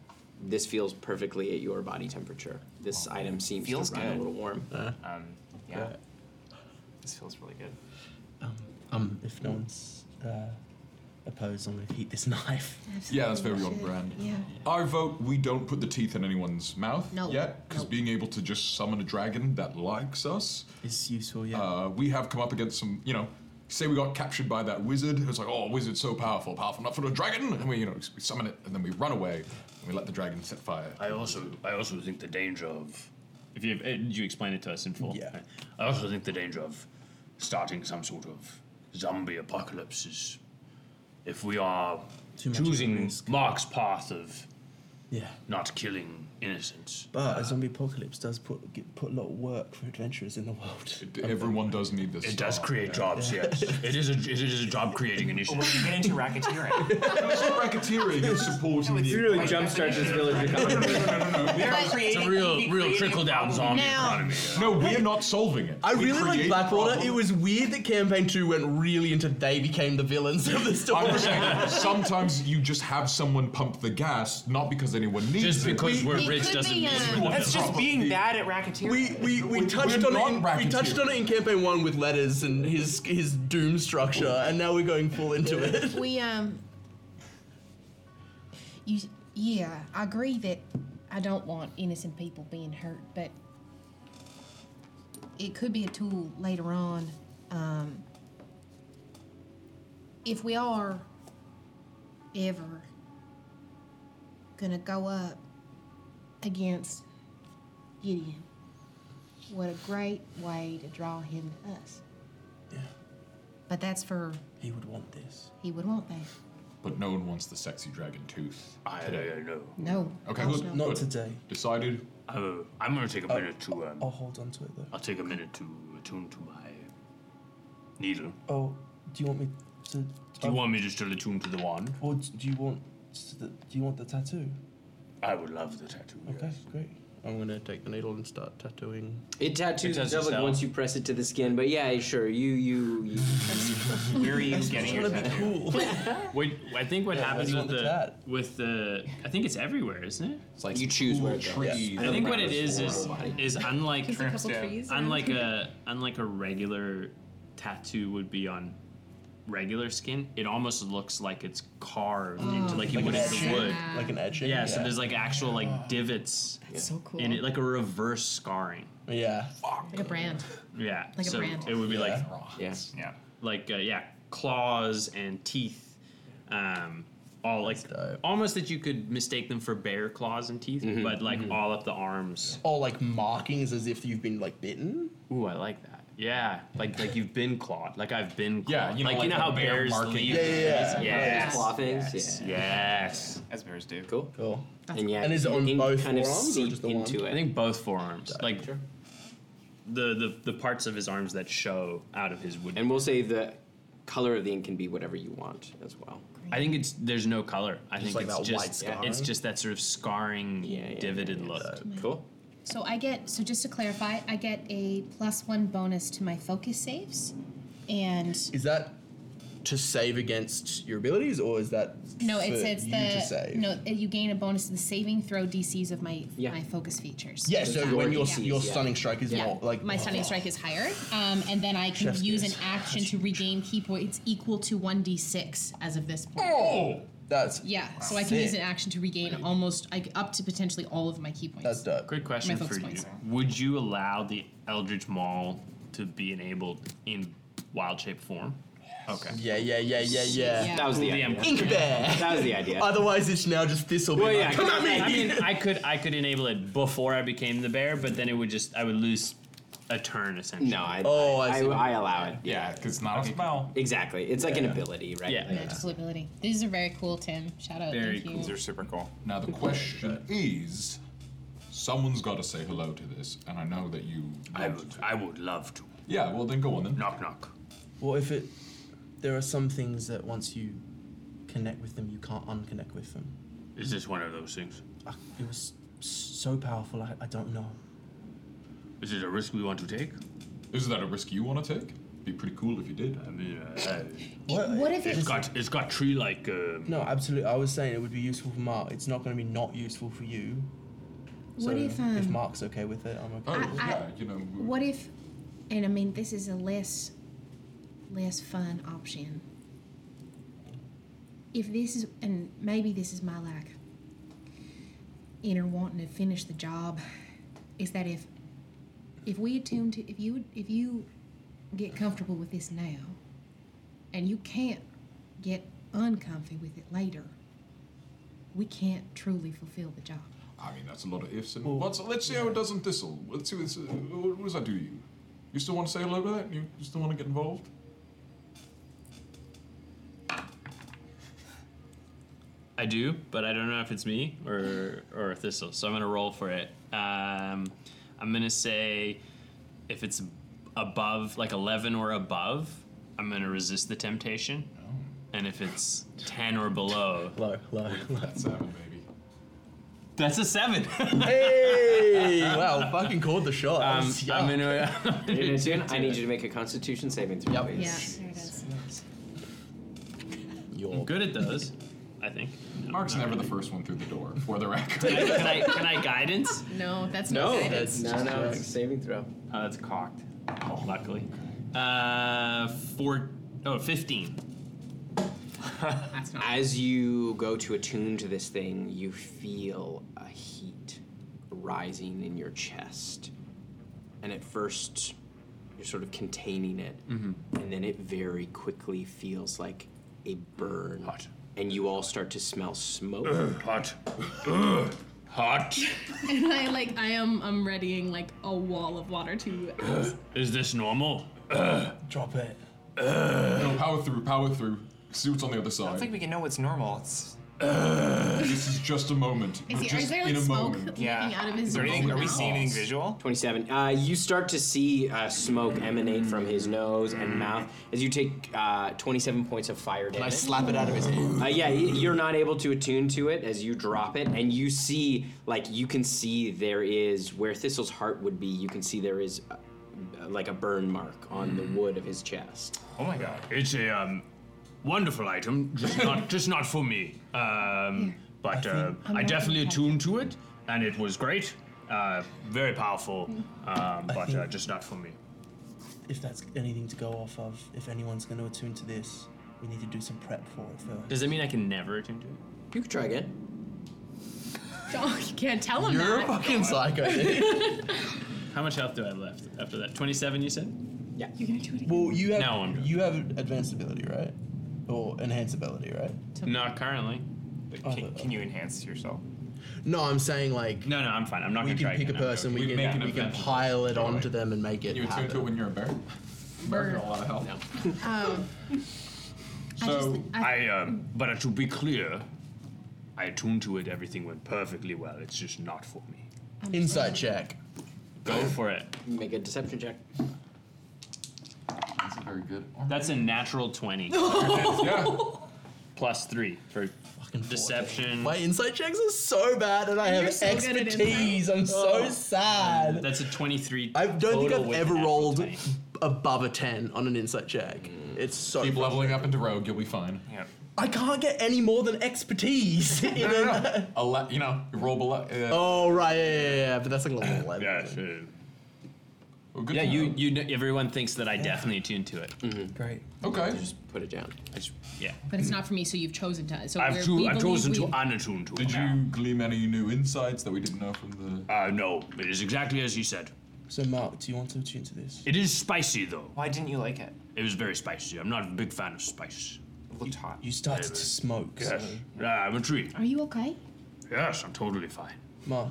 Speaker 1: This feels perfectly at your body temperature. This item seems
Speaker 9: Feels
Speaker 1: to run
Speaker 9: good.
Speaker 1: a little warm.
Speaker 9: Um, yeah. This feels really good.
Speaker 8: Um, if no one's uh, opposed, I'm going to keep this knife.
Speaker 7: Yeah, that's very on brand.
Speaker 8: Yeah.
Speaker 7: I vote we don't put the teeth in anyone's mouth
Speaker 8: No.
Speaker 7: yet, because being able to just summon a dragon that likes us
Speaker 8: is useful. Yeah.
Speaker 7: Uh, we have come up against some, you know, say we got captured by that wizard. It's like, oh, wizard's so powerful, powerful enough for a dragon, and we, you know, we summon it, and then we run away, and we let the dragon set fire.
Speaker 3: I also I also think the danger of if you
Speaker 6: uh,
Speaker 3: eh, did you explain it to us in full. Yeah.
Speaker 6: I also think the danger of starting some sort of zombie apocalypse is if we are
Speaker 8: Too much of a
Speaker 6: choosing Mark's path of
Speaker 8: Yeah.
Speaker 6: not killing innocents.
Speaker 8: But a zombie apocalypse does put get, put a lot of work for adventurers in the world.
Speaker 7: everyone does need this.
Speaker 6: It does create jobs,
Speaker 8: Yeah.
Speaker 6: yes. It is a it is a job
Speaker 7: Oh,
Speaker 6: creating initiative.
Speaker 9: Well, you get into racketeering.
Speaker 7: It's not racketeering, it's supporting the. You really
Speaker 1: jumpstart this village
Speaker 7: economy. No, no, no, no, no.
Speaker 9: We are
Speaker 7: It's
Speaker 9: creating- we creating
Speaker 7: trickle-down
Speaker 9: problem now.
Speaker 7: No, we're not solving it.
Speaker 5: I
Speaker 7: We
Speaker 5: really like
Speaker 7: create
Speaker 5: Blackwater.
Speaker 7: problems.
Speaker 5: It was weird that campaign two went really into they became the villains of the story.
Speaker 7: I'm just saying, sometimes you just have someone pump the gas, not because anyone needs
Speaker 5: Just
Speaker 7: it.
Speaker 5: because We- we're we
Speaker 3: that Ridge doesn't mean.
Speaker 5: That's just
Speaker 9: being bad at racketeering.
Speaker 5: We we, we touched
Speaker 7: we're
Speaker 5: on
Speaker 7: not
Speaker 5: it. In, we touched on it in campaign one with letters and his his doom structure, and now we're going full into it.
Speaker 4: we um you yeah i agree that i don't want innocent people being hurt but it could be a tool later on um if we are ever gonna go up against gideon what a great way to draw him to us
Speaker 8: Yeah.
Speaker 4: but that's for
Speaker 8: He would want this.
Speaker 4: he would want that
Speaker 7: But no one wants the sexy dragon tooth.
Speaker 6: I don't know.
Speaker 4: No.
Speaker 7: Okay,
Speaker 8: Gosh,
Speaker 7: good.
Speaker 8: no. Not
Speaker 7: good.
Speaker 8: today.
Speaker 7: Decided.
Speaker 6: Uh, I'm gonna take a minute to. Um,
Speaker 8: I'll hold on to it though.
Speaker 6: I'll take a minute to attune to my needle.
Speaker 8: Oh, do you want me to?
Speaker 6: Do you want me to still attune to the wand?
Speaker 8: Or Oh, d- do you want? s- the- Do you want the tattoo?
Speaker 6: I would love the tattoo.
Speaker 8: Okay, great.
Speaker 5: I'm gonna take the needle and start tattooing.
Speaker 1: It tattoos
Speaker 3: It
Speaker 1: the
Speaker 3: does
Speaker 1: devil
Speaker 3: itself.
Speaker 1: once you press it to the skin, but yeah, sure. You you. you
Speaker 9: Where are you getting your tattoo?
Speaker 3: Wait, I think what happens
Speaker 8: you
Speaker 3: with
Speaker 8: want the
Speaker 3: the
Speaker 8: tat.
Speaker 3: with the I think it's everywhere, isn't it?
Speaker 1: it's like you choose where it goes.
Speaker 7: Trees.
Speaker 3: I think what it is is is unlike
Speaker 10: There's a couple
Speaker 9: down.
Speaker 10: trees. around
Speaker 3: unlike
Speaker 10: here.
Speaker 3: a unlike a regular tattoo would be on regular skin. It almost looks like it's carved
Speaker 10: Oh,
Speaker 3: into like you
Speaker 8: Like
Speaker 3: would
Speaker 8: an
Speaker 3: into
Speaker 8: etching?
Speaker 3: wood.
Speaker 8: Like an etching.
Speaker 3: Yeah, so there's like actual like divots
Speaker 10: That's so cool.
Speaker 3: in it, like a reverse scarring.
Speaker 5: Yeah.
Speaker 10: Like a brand.
Speaker 3: Yeah,
Speaker 10: Like a
Speaker 3: so
Speaker 10: brand.
Speaker 3: it would be like
Speaker 1: Yeah.
Speaker 9: Yeah.
Speaker 3: like uh, yeah claws and teeth um all like
Speaker 5: dope.
Speaker 3: almost that you could mistake them for bear claws and teeth
Speaker 1: Mm-hmm.
Speaker 3: but like all up the arms
Speaker 5: Or like markings as if you've been like bitten.
Speaker 3: ooh i like that yeah like like you've been clawed like i've been clawed.
Speaker 7: Yeah, you know,
Speaker 3: like, you
Speaker 7: like
Speaker 3: know
Speaker 7: the
Speaker 3: how
Speaker 7: bear
Speaker 3: bears
Speaker 7: marking.
Speaker 3: leave
Speaker 7: Yeah,
Speaker 5: yeah, yeah.
Speaker 3: yes
Speaker 1: Claw things.
Speaker 3: yes,
Speaker 1: Yeah.
Speaker 3: yes.
Speaker 9: As bears do.
Speaker 1: Cool.
Speaker 5: Cool.
Speaker 1: And yeah.
Speaker 5: And is it
Speaker 1: you
Speaker 5: on
Speaker 1: can
Speaker 5: both
Speaker 1: kind of
Speaker 5: forearms or
Speaker 1: seep
Speaker 5: just the one?
Speaker 1: into
Speaker 3: i
Speaker 1: it?
Speaker 3: think both forearms like the, the the parts of his arms that show out of his wood
Speaker 1: and we'll say the color of the ink can be whatever you want as well.
Speaker 3: i think it's there's no color i think
Speaker 5: like
Speaker 3: it's
Speaker 5: that
Speaker 3: just
Speaker 5: white scarring?
Speaker 3: it's just that sort of scarring
Speaker 1: Yeah, yeah,
Speaker 3: divoted
Speaker 1: yeah, yeah.
Speaker 3: look
Speaker 1: Cool.
Speaker 4: So I get so just to clarify, I get a plus one bonus to my focus saves, and
Speaker 5: Is that to save against your abilities, or is that
Speaker 4: no,
Speaker 5: for
Speaker 4: it says
Speaker 5: you
Speaker 4: the
Speaker 5: to save?
Speaker 4: no you gain a bonus to the saving throw DCs of my
Speaker 1: Yeah.
Speaker 4: my focus features.
Speaker 5: Yeah, so
Speaker 1: Your
Speaker 5: when your
Speaker 1: DCs,
Speaker 5: your
Speaker 1: yeah.
Speaker 5: stunning strike is
Speaker 4: Yeah,
Speaker 5: more like oh.
Speaker 4: my stunning strike is higher, um, and then I can
Speaker 5: Chef's
Speaker 4: use
Speaker 5: kiss.
Speaker 4: an action to regain key points equal to one d6 as of this point.
Speaker 5: Oh, that's
Speaker 4: Yeah, so I can use an
Speaker 5: Sick.
Speaker 4: action to regain almost like up to potentially all of my key points.
Speaker 5: That's dope.
Speaker 3: Quick
Speaker 4: My
Speaker 3: question for
Speaker 4: focus
Speaker 3: you.
Speaker 4: points.
Speaker 3: Would you allow the Eldritch Maul to be enabled in wild shape form? Okay.
Speaker 5: Yeah, yeah, yeah, yeah, yeah.
Speaker 4: Yeah.
Speaker 1: That was the
Speaker 3: The
Speaker 1: idea.
Speaker 3: Emperor.
Speaker 5: Ink bear.
Speaker 1: That was the idea.
Speaker 5: Otherwise, it's now just this will be.
Speaker 1: Well,
Speaker 5: like,
Speaker 1: yeah,
Speaker 5: Come at me.
Speaker 3: I mean, I could I could enable it before I became the bear, but then it would just I would lose a turn essentially.
Speaker 1: no, I,
Speaker 5: Oh, I
Speaker 1: I,
Speaker 5: see.
Speaker 1: I allow it.
Speaker 7: Yeah, because it's not a spell.
Speaker 1: Exactly. It's like an ability, right?
Speaker 3: Yeah.
Speaker 1: Like,
Speaker 4: Yeah, just ability. These are very cool, Tim. Shout out.
Speaker 3: Very
Speaker 4: thank
Speaker 3: cool.
Speaker 9: These
Speaker 4: You.
Speaker 9: are super cool.
Speaker 7: Now the question is, someone's got to say hello to this, and I know that you.
Speaker 6: I
Speaker 7: want
Speaker 6: would.
Speaker 7: to.
Speaker 6: I would love to.
Speaker 7: Yeah, well then go on then.
Speaker 6: Knock knock.
Speaker 8: Well, if it, there are some things that once you connect with them, you can't unconnect with them.
Speaker 6: Is this one of those things?
Speaker 8: I, it was s- so powerful. I, I don't know.
Speaker 6: Is it a risk we want to take?
Speaker 7: Is that a risk you want to take? Be pretty cool if you did.
Speaker 6: I mean, uh,
Speaker 8: What,
Speaker 4: what if
Speaker 6: it's
Speaker 4: it's
Speaker 6: got it's got tree like. Um,
Speaker 8: No, absolutely. I was saying it would be useful for Mark. It's not going to be not useful for you. So
Speaker 4: What if, um,
Speaker 8: Mark's okay with it, I'm
Speaker 7: Oh
Speaker 8: okay.
Speaker 4: I- I-
Speaker 7: yeah, you know. we-
Speaker 4: What if, and I mean, this is a less, less fun option. If this is, and maybe this is my like inner wanting to finish the job, is that if, if we attune to, if you, if you get comfortable with this now, and you can't get uncomfy with it later, we can't truly fulfill the job.
Speaker 7: I mean, that's a lot of ifs and buts. Let's see how it does on Thistle. Let's see what, this, what does that do to you. You still want to say hello to that? You you still want to get involved?
Speaker 3: I do, but I don't know if it's me or or if this. will So I'm gonna roll for it. Um, I'm gonna say if it's above like 11 or above, I'm gonna resist the temptation, and if it's 10 or below,
Speaker 5: Low, low, low.
Speaker 7: That's seven, baby.
Speaker 3: that's a seven.
Speaker 5: Hey! Wow, fucking called the shot. That
Speaker 3: Um,
Speaker 5: was
Speaker 3: I'm
Speaker 5: yuck.
Speaker 3: gonna.
Speaker 1: I need you to make a Constitution saving throw.
Speaker 5: Yep.
Speaker 1: please.
Speaker 4: there it is.
Speaker 5: Your
Speaker 3: I'm good at those.
Speaker 6: I think.
Speaker 7: Mark's never the first one through the door, for the record.
Speaker 6: Can I- can I- can I guidance?
Speaker 4: No, that's not no, guidance.
Speaker 1: no, no, it's a saving throw.
Speaker 6: Uh, that's cocked, luckily. Uh, four, oh, 15.
Speaker 1: As you go to attune to this thing, you feel a heat rising in your chest. And at first, you're sort of containing it.
Speaker 7: Mm-hmm.
Speaker 11: Mhm.
Speaker 1: And then it very quickly feels like a burn. Hot. And you all start to smell smoke.
Speaker 11: Ugh,
Speaker 1: hot. Ugh, hot.
Speaker 4: And I like I am I'm readying like a wall of water to
Speaker 6: Is this normal?
Speaker 8: Drop it.
Speaker 7: no, power through, power through. See what's on the other side.
Speaker 3: I don't think we can know what's normal. It's
Speaker 7: this is just a moment.
Speaker 4: Is he-
Speaker 7: just
Speaker 4: is there, like,
Speaker 7: in a
Speaker 4: smoke
Speaker 7: moment.
Speaker 4: leaking Yeah. out of his Is there anything- are we seeing anything mouth? visual?
Speaker 1: 27. Uh, you start to see uh, smoke emanate from his nose and mouth as you take uh, 27 points of fire damage.
Speaker 5: I slap it out of his hand?
Speaker 1: Uh, yeah, y- you're not able to attune to it as you drop it, and you see, like, you can see there is where Thistle's heart would be. You can see there is, uh, uh, like, a burn mark on the wood of his chest.
Speaker 6: Oh my god. It's a um, wonderful item, just not just not for me. Um, but uh, I, definitely attuned to it, and it was great. Uh, very powerful, um, but uh, just not for me.
Speaker 8: If that's anything to go off of, if anyone's going to attune to this, we need to do some prep for it first.
Speaker 6: Does that mean I can never attune to it?
Speaker 1: You could try again.
Speaker 4: Oh, you can't tell him
Speaker 6: You're
Speaker 4: that.
Speaker 6: a fucking psycho,
Speaker 4: dude.
Speaker 6: How much health do I have left after that? 27, you said?
Speaker 1: Yeah.
Speaker 4: You're gonna do it
Speaker 8: Well, you have
Speaker 6: No, I'm
Speaker 8: you have advanced ability, right? Or enhanced ability, Oh, right?
Speaker 6: Not currently.
Speaker 3: can, can you enhance yourself?
Speaker 5: No, I'm saying like.
Speaker 6: No, no, I'm fine. I'm not
Speaker 5: we
Speaker 6: gonna
Speaker 5: can
Speaker 6: try
Speaker 5: pick
Speaker 6: again,
Speaker 5: a
Speaker 6: no,
Speaker 5: person.
Speaker 6: no.
Speaker 5: We
Speaker 6: We'd
Speaker 5: can,
Speaker 6: make an
Speaker 5: we can
Speaker 6: event.
Speaker 5: pile it onto them and make it
Speaker 7: You attune
Speaker 5: happen.
Speaker 7: to it when you're a bear. Bears are a lot of help.
Speaker 4: Um,
Speaker 6: So I, um, but to be clear, I attuned to it. Everything went perfectly well. It's just not for me.
Speaker 5: Inside check.
Speaker 6: Go for it.
Speaker 1: Make a deception check.
Speaker 6: That's very good. That's a natural twenty. Plus three for deception.
Speaker 5: My insight checks are so bad, and I
Speaker 6: You're
Speaker 5: have
Speaker 6: so good at
Speaker 5: expertise.
Speaker 6: insight.
Speaker 5: I'm so
Speaker 6: Oh.
Speaker 5: sad.
Speaker 6: That's a twenty-three.
Speaker 5: I don't think
Speaker 6: total
Speaker 5: I've
Speaker 6: with
Speaker 5: ever
Speaker 6: an app.
Speaker 5: rolled above a ten on an insight check.
Speaker 6: Mm.
Speaker 5: It's so.
Speaker 7: Keep leveling up into rogue, you'll be fine.
Speaker 3: Yeah.
Speaker 5: I can't get any more than expertise. in
Speaker 7: No, no,
Speaker 5: an-
Speaker 7: no. Ele- you know, you roll below. Uh,
Speaker 5: Oh right, yeah, yeah, yeah, but that's like level eleven.
Speaker 6: Yeah, sure. yeah, you, you. Know, everyone thinks that I definitely attuned to it.
Speaker 8: Great.
Speaker 7: Okay.
Speaker 1: Just put it down.
Speaker 6: I just, yeah.
Speaker 4: But it's not for me, so you've chosen to. So we're,
Speaker 7: cho-
Speaker 4: we believe we,
Speaker 6: unattune to it.
Speaker 7: Did you glean any new insights that we didn't know from the?
Speaker 6: Uh, no. It is exactly as you said.
Speaker 8: So, Mark, do you want to attune to this?
Speaker 6: It is spicy though.
Speaker 3: Why didn't you like it?
Speaker 6: It was very spicy. I'm not a big fan of spice.
Speaker 3: It looked hot.
Speaker 8: You started to smoke.
Speaker 6: Yes.
Speaker 8: So,
Speaker 6: Yeah, I'm a tree.
Speaker 12: Are you okay?
Speaker 6: Yes, I'm totally fine.
Speaker 8: Mark.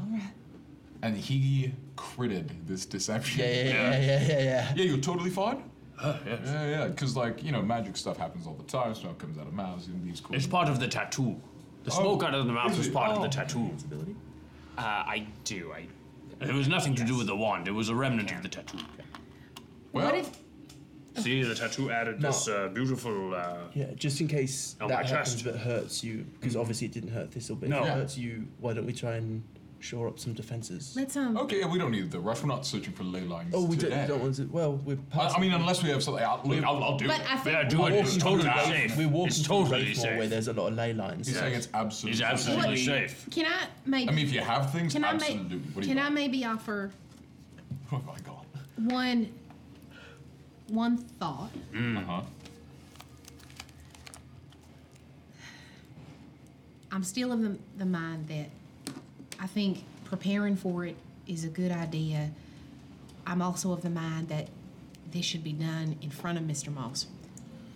Speaker 7: And he critted this deception. Yeah,
Speaker 8: yeah, yeah, yeah, yeah.
Speaker 7: Yeah, you're totally fine.
Speaker 6: Oh,
Speaker 7: Yeah, yeah, because like you know, magic stuff happens all the time. Smoke comes out of mouths and leaves. Cool.
Speaker 6: It's part of the tattoo. The
Speaker 7: Oh,
Speaker 6: smoke out of the mouth
Speaker 7: is
Speaker 6: was
Speaker 7: it?
Speaker 6: part
Speaker 7: Oh.
Speaker 6: of the tattoo.
Speaker 3: Uh, I do. I.
Speaker 6: It was nothing to do with the wand. It was a remnant of the tattoo.
Speaker 7: Well,
Speaker 6: see, the tattoo added
Speaker 8: No.
Speaker 6: this uh, beautiful. Uh,
Speaker 8: Yeah, just in case
Speaker 6: On my
Speaker 8: that happens
Speaker 6: chest.
Speaker 8: but hurts you, because obviously it didn't hurt Thistle, but
Speaker 6: No.
Speaker 8: if it
Speaker 6: Yeah.
Speaker 8: hurts you, why don't we try and shore up some defenses?
Speaker 12: Let's um.
Speaker 7: okay, yeah, we don't need the rush. We're not searching for ley lines.
Speaker 8: Oh, we
Speaker 7: today.
Speaker 8: don't, don't want to. Well, we're.
Speaker 7: I, I mean, unless we have something. Oh, I'll, look, I'll, I'll do
Speaker 4: But
Speaker 7: it.
Speaker 4: I think-
Speaker 6: yeah, do it. It's totally
Speaker 8: We're
Speaker 6: safe.
Speaker 8: We're walking
Speaker 6: it's
Speaker 8: through
Speaker 6: totally
Speaker 8: Ravenmore where
Speaker 6: safe.
Speaker 8: there's a lot of ley lines.
Speaker 7: He's saying it's absolutely.
Speaker 6: It's absolutely safe.
Speaker 4: Can I maybe?
Speaker 7: I mean, if you have things,
Speaker 4: can I ma-
Speaker 7: absolutely. what do you
Speaker 4: Can I maybe offer
Speaker 7: Oh my god.
Speaker 4: one one thought?
Speaker 6: Hmm.
Speaker 7: Uh huh.
Speaker 4: I'm still of the, the mind that I think preparing for it is a good idea. I'm also of the mind that this should be done in front of Mr. Moss,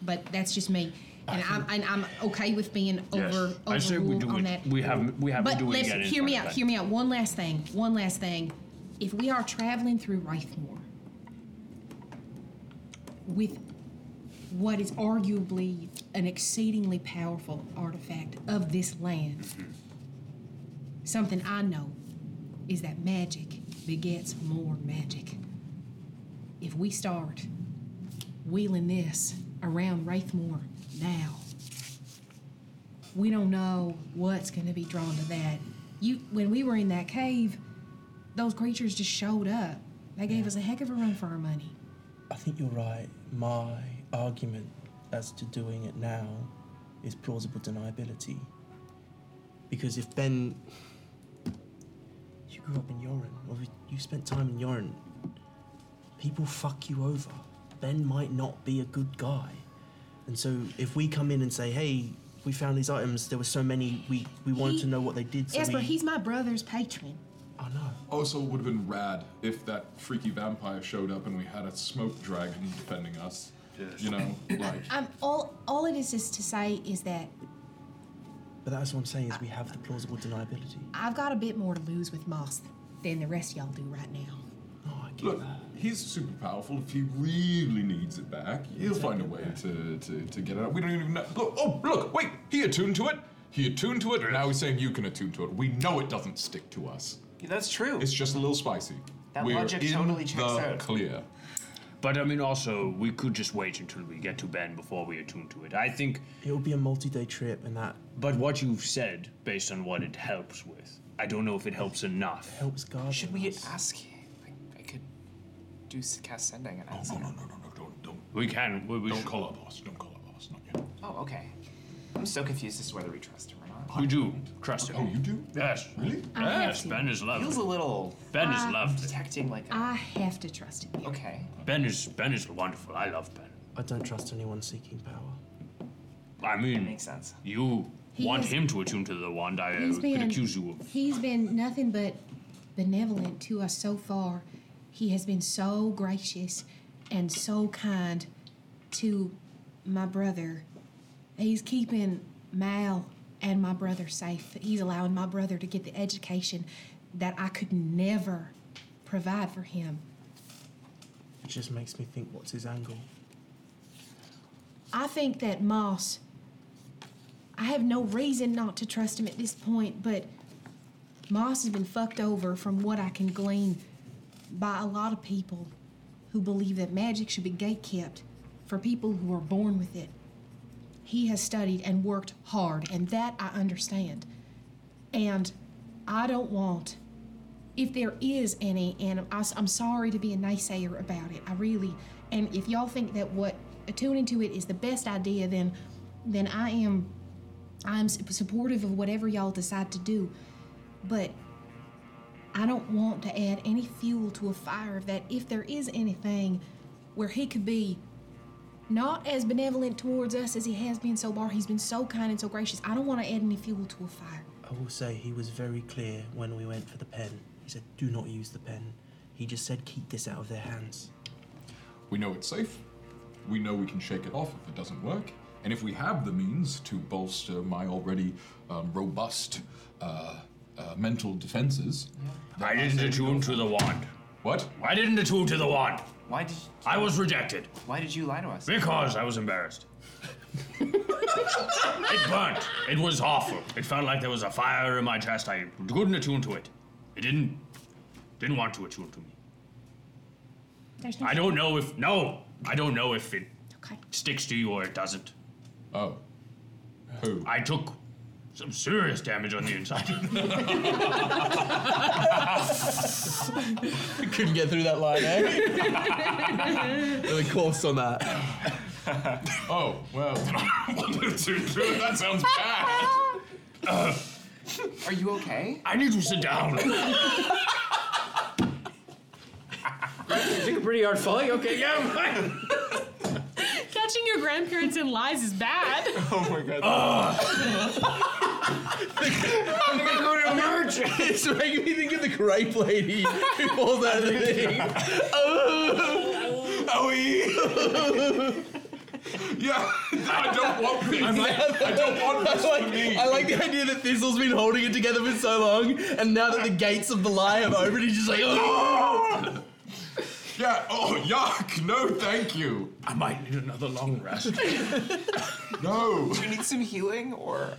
Speaker 4: but that's just me, and I'm and I'm okay with being over
Speaker 6: Yes.
Speaker 4: overruled
Speaker 6: I say we do
Speaker 4: on
Speaker 6: it.
Speaker 4: that.
Speaker 6: We have we have
Speaker 4: but
Speaker 6: to do it
Speaker 4: let's
Speaker 6: again. in
Speaker 4: hear me
Speaker 6: front
Speaker 4: out.
Speaker 6: of
Speaker 4: Hear
Speaker 6: it.
Speaker 4: me out. One last thing. One last thing. If we are traveling through Wraithmore with what is arguably an exceedingly powerful artifact of this land,
Speaker 6: Mm-hmm.
Speaker 4: something I know is that magic begets more magic. If we start wheeling this around Wraithmore now, we don't know what's going to be drawn to that. You, when we were in that cave, those creatures just showed up. They gave us a heck of a run for our money.
Speaker 8: I think you're right. My argument as to doing it now is plausible deniability. Because if Ben, you grew up in Yorin, or you spent time in Yorin, people fuck you over. Ben might not be a good guy. And so if we come in and say, hey, we found these items, there were so many, we, we wanted
Speaker 4: He-
Speaker 8: to know what they did. Oh, So
Speaker 4: Esper,
Speaker 8: we,
Speaker 4: he's my brother's patron.
Speaker 7: Also, it would have been rad if that freaky vampire showed up and we had a smoke dragon defending us. You know, like.
Speaker 4: Um, all all it is is to say is that
Speaker 8: but that's what I'm saying is we have the plausible deniability.
Speaker 4: I've got a bit more to lose with Moss than the rest of y'all do right now.
Speaker 7: Look, he's super powerful. If he really needs it back, he'll find a way to, to, to get it out. We don't even know. Look, oh, look, wait, he attuned to it. He attuned to it, and now he's saying you can attune to it. We know it doesn't stick to us.
Speaker 9: that's true.
Speaker 7: It's just a little spicy.
Speaker 9: That
Speaker 7: We're
Speaker 9: logic
Speaker 7: in
Speaker 9: totally checks
Speaker 7: the
Speaker 9: out.
Speaker 7: clear.
Speaker 6: But I mean, also, we could just wait until we get to Ben before we attune to it. I think.
Speaker 8: It'll be a multi day trip, and that
Speaker 6: But what you've said, based on what it helps with, I don't know if it helps enough.
Speaker 8: helps guard.
Speaker 9: Should we ask him? I, I could do s- cast sending and ask.
Speaker 7: Oh, No, no, no, no, no, don't, don't.
Speaker 6: We can. We, we
Speaker 7: Don't
Speaker 6: should-
Speaker 7: call our boss. Don't call our boss. Not yet.
Speaker 9: Oh, okay. I'm so confused as to whether we trust him or not.
Speaker 6: We do trust
Speaker 7: Oh,
Speaker 6: him.
Speaker 7: you do?
Speaker 6: Yes.
Speaker 7: Really?
Speaker 4: I have
Speaker 6: Yes.
Speaker 4: to.
Speaker 6: Ben is
Speaker 9: Feels
Speaker 6: lovely.
Speaker 9: a little uh,
Speaker 6: Ben
Speaker 4: I-
Speaker 6: is lovely.
Speaker 9: detecting like. A,
Speaker 4: I have to trust him.
Speaker 9: okay.
Speaker 6: Ben is Ben is wonderful. I love Ben.
Speaker 8: I don't trust anyone seeking power.
Speaker 6: I
Speaker 9: That
Speaker 6: mean,
Speaker 9: makes sense.
Speaker 6: you
Speaker 4: He
Speaker 6: want
Speaker 4: is-
Speaker 6: him to attune to the wand. I uh,
Speaker 4: He's
Speaker 6: could
Speaker 4: been-
Speaker 6: accuse you of.
Speaker 4: He's been nothing but benevolent to us so far. He has been so gracious and so kind to my brother. He's keeping Mal and my brother safe. He's allowing my brother to get the education that I could never provide for him.
Speaker 8: It just makes me think, what's his angle?
Speaker 4: I think that Moss, I have no reason not to trust him at this point, but Moss has been fucked over from what I can glean by a lot of people who believe that magic should be gatekept for people who are born with it. He has studied and worked hard, and that I understand. And I don't want, if there is any, and I, am sorry to be a naysayer about it, I really, and if y'all think that what attuning to it is the best idea, then, then I am, I'm s- supportive of whatever y'all decide to do, but I don't want to add any fuel to a fire of that if there is anything where he could be not as benevolent towards us as he has been so far. He's been so kind and so gracious. I don't want to add any fuel to a fire.
Speaker 8: I will say he was very clear when we went for the pen. He said, do not use the pen. He just said, keep this out of their hands.
Speaker 7: We know it's safe. We know we can shake it off if it doesn't work. And if we have the means to bolster my already um, robust uh, uh, mental defenses.
Speaker 6: I didn't attune to the wand.
Speaker 7: What?
Speaker 6: I didn't attune to the wand.
Speaker 9: Why did
Speaker 6: I was rejected
Speaker 9: Why did you lie to us?
Speaker 6: because I was embarrassed. it burnt. It was awful. It felt like there was a fire in my chest. I couldn't attune to it. It didn't didn't want to attune to me.
Speaker 4: There's no
Speaker 6: I don't know if no. I don't know if it
Speaker 4: Okay.
Speaker 6: sticks to you or it doesn't.
Speaker 7: Oh. Who?
Speaker 6: I took some serious damage on the inside.
Speaker 5: Couldn't get through that line, eh? really coarse on that.
Speaker 7: Oh, well. that sounds bad.
Speaker 6: Oh
Speaker 9: Are you okay?
Speaker 6: I need to sit down.
Speaker 1: pretty hard falling. Okay, yeah, I'm fine.
Speaker 10: Catching your grandparents in lies is bad.
Speaker 7: Oh,
Speaker 5: it's making me think of the grape lady who falls out of the thing.
Speaker 7: Oh. Yeah, I don't want this. I don't want
Speaker 5: I
Speaker 7: this for
Speaker 5: like,
Speaker 7: me.
Speaker 5: I like the idea that Thistle's been holding it together for so long, and now that the gates of the lie have opened, he's just like, oh!
Speaker 7: Yeah, oh, yuck. No, thank you.
Speaker 6: I might need another long rest.
Speaker 7: No.
Speaker 9: Do you need some healing or?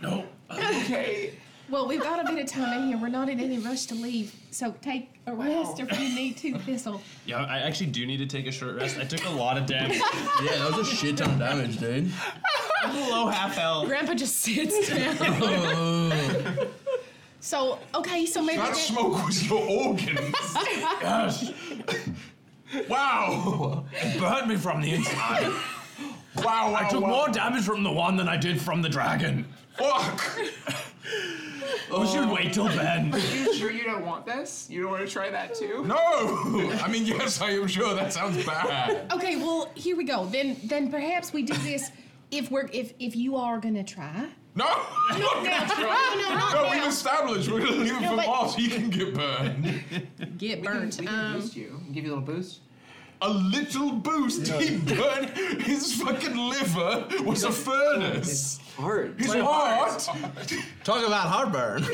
Speaker 6: No.
Speaker 9: Okay.
Speaker 4: Well, we've got a bit of time in here. We're not in any rush to leave, so take a rest if you need to, Thistle.
Speaker 3: Yeah, I actually do need to take a short rest. I took a lot of damage.
Speaker 5: Yeah, that was a shit ton of damage, dude.
Speaker 2: Below half health.
Speaker 10: Grandpa just sits down.
Speaker 4: So, okay, so maybe
Speaker 7: That
Speaker 4: that,
Speaker 7: smoke was your organs.
Speaker 6: Yes.
Speaker 7: Wow.
Speaker 6: It burned me from the inside.
Speaker 7: Wow, wow,
Speaker 6: I took
Speaker 7: wow.
Speaker 6: more damage from the one than I did from the dragon.
Speaker 7: Fuck!
Speaker 6: Oh,
Speaker 9: We should wait till then.
Speaker 13: Are you sure you don't want this? You don't want to try that too?
Speaker 7: No! I mean, yes, I am sure that sounds bad.
Speaker 10: Okay, well, here we go. Then then perhaps we do this if we're if if you are gonna try.
Speaker 7: No!
Speaker 10: No, no, no, no, not
Speaker 7: no, we've
Speaker 10: now.
Speaker 7: established we're going to leave it
Speaker 10: No,
Speaker 7: for
Speaker 10: but-
Speaker 7: Moss. He can get burned.
Speaker 10: Get burnt.
Speaker 13: We can
Speaker 10: um,
Speaker 13: boost you. Give you a little boost.
Speaker 7: A little boost. He burned his fucking liver was a furnace.
Speaker 1: Hard.
Speaker 7: His
Speaker 5: Wait,
Speaker 7: heart.
Speaker 5: Talk about heartburn.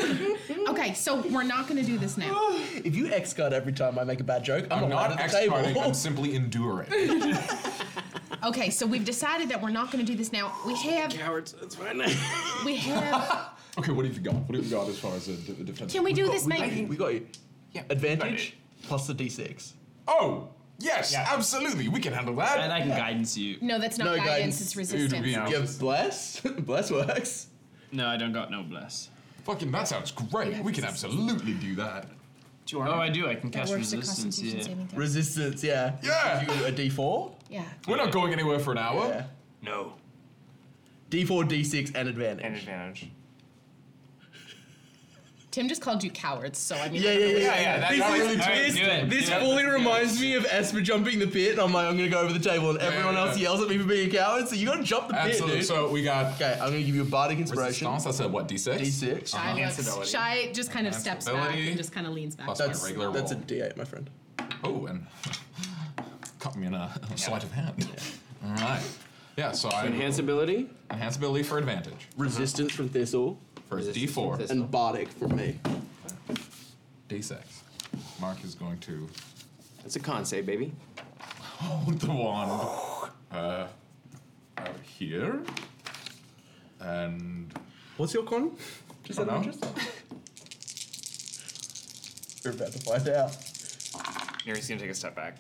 Speaker 10: okay, so we're not gonna do this now.
Speaker 5: if you X card every time I make a bad joke, I'm,
Speaker 7: I'm
Speaker 5: not
Speaker 7: not
Speaker 5: at the
Speaker 7: excarnating, I'm
Speaker 5: table.
Speaker 7: simply enduring.
Speaker 10: Okay, so we've decided that we're not gonna do this now. We have
Speaker 1: Cowards, that's fine.
Speaker 10: we have
Speaker 7: Okay, what have you got? What have you got as far as a d- defense?
Speaker 10: Can we do this,
Speaker 5: I
Speaker 10: maybe?
Speaker 5: think we got you. Advantage plus the d6.
Speaker 7: Oh, yes, absolutely. We can handle that.
Speaker 3: And I can guidance you.
Speaker 10: No, that's not
Speaker 5: No
Speaker 10: guidance,
Speaker 5: guidance.
Speaker 10: it's
Speaker 7: It would
Speaker 10: resistance.
Speaker 7: be out.
Speaker 5: You have bless. bless works.
Speaker 3: No, I don't got no bless.
Speaker 7: Fucking, that sounds great. We can absolutely do that.
Speaker 13: Do you want
Speaker 3: Oh, I do. I can
Speaker 10: That
Speaker 3: cast
Speaker 10: works at
Speaker 3: resistance.
Speaker 10: constitution
Speaker 3: Yeah.
Speaker 10: saving throw.
Speaker 5: Resistance. Yeah.
Speaker 7: Yeah.
Speaker 5: You a d4.
Speaker 10: Yeah.
Speaker 7: We're not going anywhere for an hour.
Speaker 5: Yeah.
Speaker 9: No.
Speaker 5: D4, d6, and advantage.
Speaker 9: An advantage.
Speaker 10: Tim just called you cowards, so I mean
Speaker 5: Yeah, yeah, yeah, yeah.
Speaker 9: yeah, that-
Speaker 5: This,
Speaker 9: that
Speaker 5: is-
Speaker 9: really
Speaker 5: this,
Speaker 9: do it.
Speaker 5: this
Speaker 9: Do it.
Speaker 5: fully reminds me of Esper jumping the pit, and I'm like, I'm gonna go over the table, and everyone
Speaker 7: yeah,
Speaker 5: else
Speaker 7: yeah.
Speaker 5: yells at me for being a coward. So you gotta jump the pit,
Speaker 7: Absolutely.
Speaker 5: dude.
Speaker 7: So we got
Speaker 5: okay, I'm gonna give you a bardic inspiration.
Speaker 7: resistance. That's a what? Uh-huh. D6.
Speaker 5: D6.
Speaker 10: Shy, looks,
Speaker 7: Enhanceability.
Speaker 10: Shy just kind of steps back
Speaker 7: Enhanceability.
Speaker 10: and just kind of leans back.
Speaker 7: Plus-
Speaker 5: That's
Speaker 7: my regular
Speaker 5: That's
Speaker 7: roll.
Speaker 5: a D8, my friend.
Speaker 7: Oh, and caught me in a, a sleight of hand. All right. Yeah. So I
Speaker 1: Enhanceability?
Speaker 7: enhanceability for advantage
Speaker 5: Resistance from Thistle
Speaker 7: for
Speaker 1: Resistance from
Speaker 7: D4,
Speaker 1: Thistle.
Speaker 5: and bardic from me.
Speaker 7: D6. Mark is going to
Speaker 1: That's a con save, baby.
Speaker 7: hold the wand uh, out here, and
Speaker 5: What's your con? Just out of
Speaker 7: Don't know.
Speaker 5: interest. We're about to find out.
Speaker 9: Mary's gonna take a step back.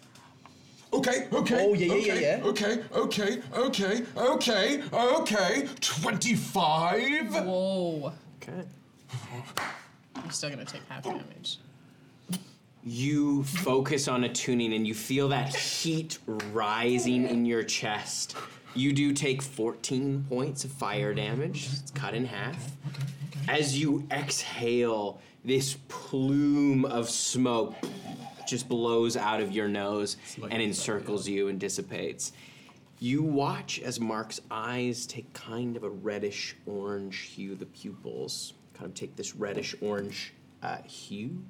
Speaker 7: Okay, okay.
Speaker 5: Oh, yeah, yeah,
Speaker 7: okay,
Speaker 5: yeah, yeah.
Speaker 7: Okay, okay, okay, okay, okay. 25?
Speaker 10: Whoa.
Speaker 1: Okay.
Speaker 10: I'm still gonna take half damage.
Speaker 1: You focus on attuning and you feel that heat rising in your chest. You do take 14 points of fire damage. It's cut in half. As you exhale, this plume of smoke just blows out of your nose and encircles you and dissipates. You watch as Mark's eyes take kind of a reddish orange hue, the pupils kind of take this reddish orange uh, hue,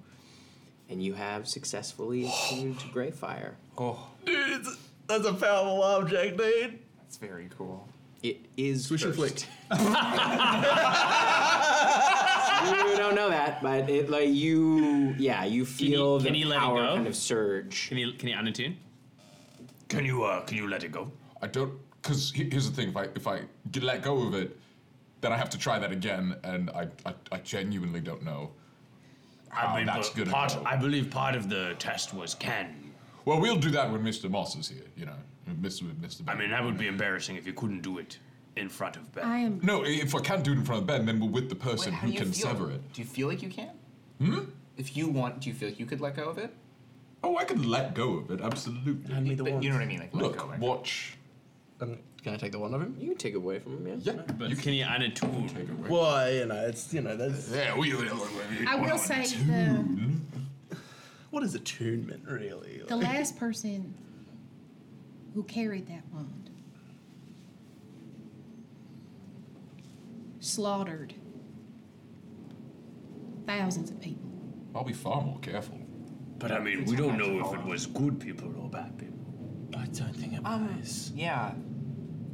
Speaker 1: and you have successfully attuned to Greyfire.
Speaker 5: Dude, it's, that's a powerful object, dude.
Speaker 13: That's very cool.
Speaker 1: It is.
Speaker 5: Swish and
Speaker 1: cursed.
Speaker 5: flick.
Speaker 1: You don't know that, but it like you, yeah, you feel
Speaker 3: can
Speaker 1: the
Speaker 3: he let it
Speaker 1: power
Speaker 3: go?
Speaker 1: kind of surge.
Speaker 3: Can you can you unattune?
Speaker 6: Can you uh can you let it go?
Speaker 7: I don't, because here's the thing if I, if I get let go of it, then I have to try that again, and I, I, I genuinely don't know. how that's
Speaker 6: bu-
Speaker 7: gonna
Speaker 6: part,
Speaker 7: go.
Speaker 6: I believe part of the test was can.
Speaker 7: Well, we'll do that when Mr. Moss is here, you know. Mr. Mr.
Speaker 6: I mean, that would be embarrassing if you couldn't do it in front of Ben.
Speaker 4: I am.
Speaker 7: no, if I can't do it in front of Ben, then we're with the person
Speaker 13: Wait, how
Speaker 7: who
Speaker 13: do you
Speaker 7: can
Speaker 13: feel?
Speaker 7: sever it.
Speaker 13: Do you feel like you can? Hmm? If you want, do you feel like you could let go of it?
Speaker 7: Oh, I can let go of it, absolutely.
Speaker 5: Hand me the
Speaker 13: But
Speaker 5: wand.
Speaker 13: you know what I mean? Like, let
Speaker 7: Look,
Speaker 13: go. Like,
Speaker 7: watch.
Speaker 5: Um, can I take the wand of him?
Speaker 1: You can take it away from him, yeah.
Speaker 7: Yeah,
Speaker 3: But
Speaker 7: you
Speaker 3: can you unattune?
Speaker 7: take it away.
Speaker 5: Well, uh, you know, it's you know, that's
Speaker 7: Yeah, we.
Speaker 10: I will say the
Speaker 5: what is attunement really?
Speaker 4: The last person who carried that wand
Speaker 10: slaughtered thousands of people.
Speaker 7: I'll be far more careful.
Speaker 6: But I mean, we don't know if it was good people or bad people.
Speaker 8: I don't think it
Speaker 13: Um,
Speaker 8: matters.
Speaker 13: yeah.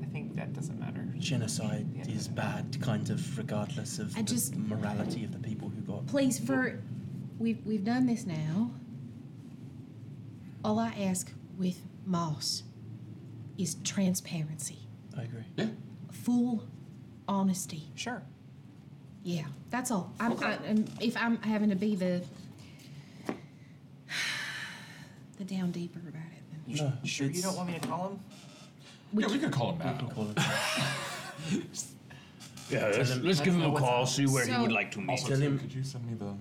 Speaker 13: I think that doesn't matter.
Speaker 8: Genocide is bad, kind of, regardless of
Speaker 4: I
Speaker 8: the
Speaker 4: just-
Speaker 8: morality of the people who got.
Speaker 4: Please, for we've we've done this now.
Speaker 10: All I ask with Moss is transparency,
Speaker 8: I agree.
Speaker 10: full honesty.
Speaker 13: Sure.
Speaker 10: Yeah, that's all. I'm, I, am if I'm having to be the the down deeper about it, then
Speaker 13: You,
Speaker 8: No,
Speaker 13: you sure you
Speaker 8: it's-
Speaker 13: don't want me to call him?
Speaker 7: yeah, we can call him now.
Speaker 8: Call it.
Speaker 6: Yeah, let's,
Speaker 8: him-
Speaker 6: let's give him a call, see where he
Speaker 10: So-
Speaker 6: would like to meet.
Speaker 8: Tell him-
Speaker 7: could you send me the?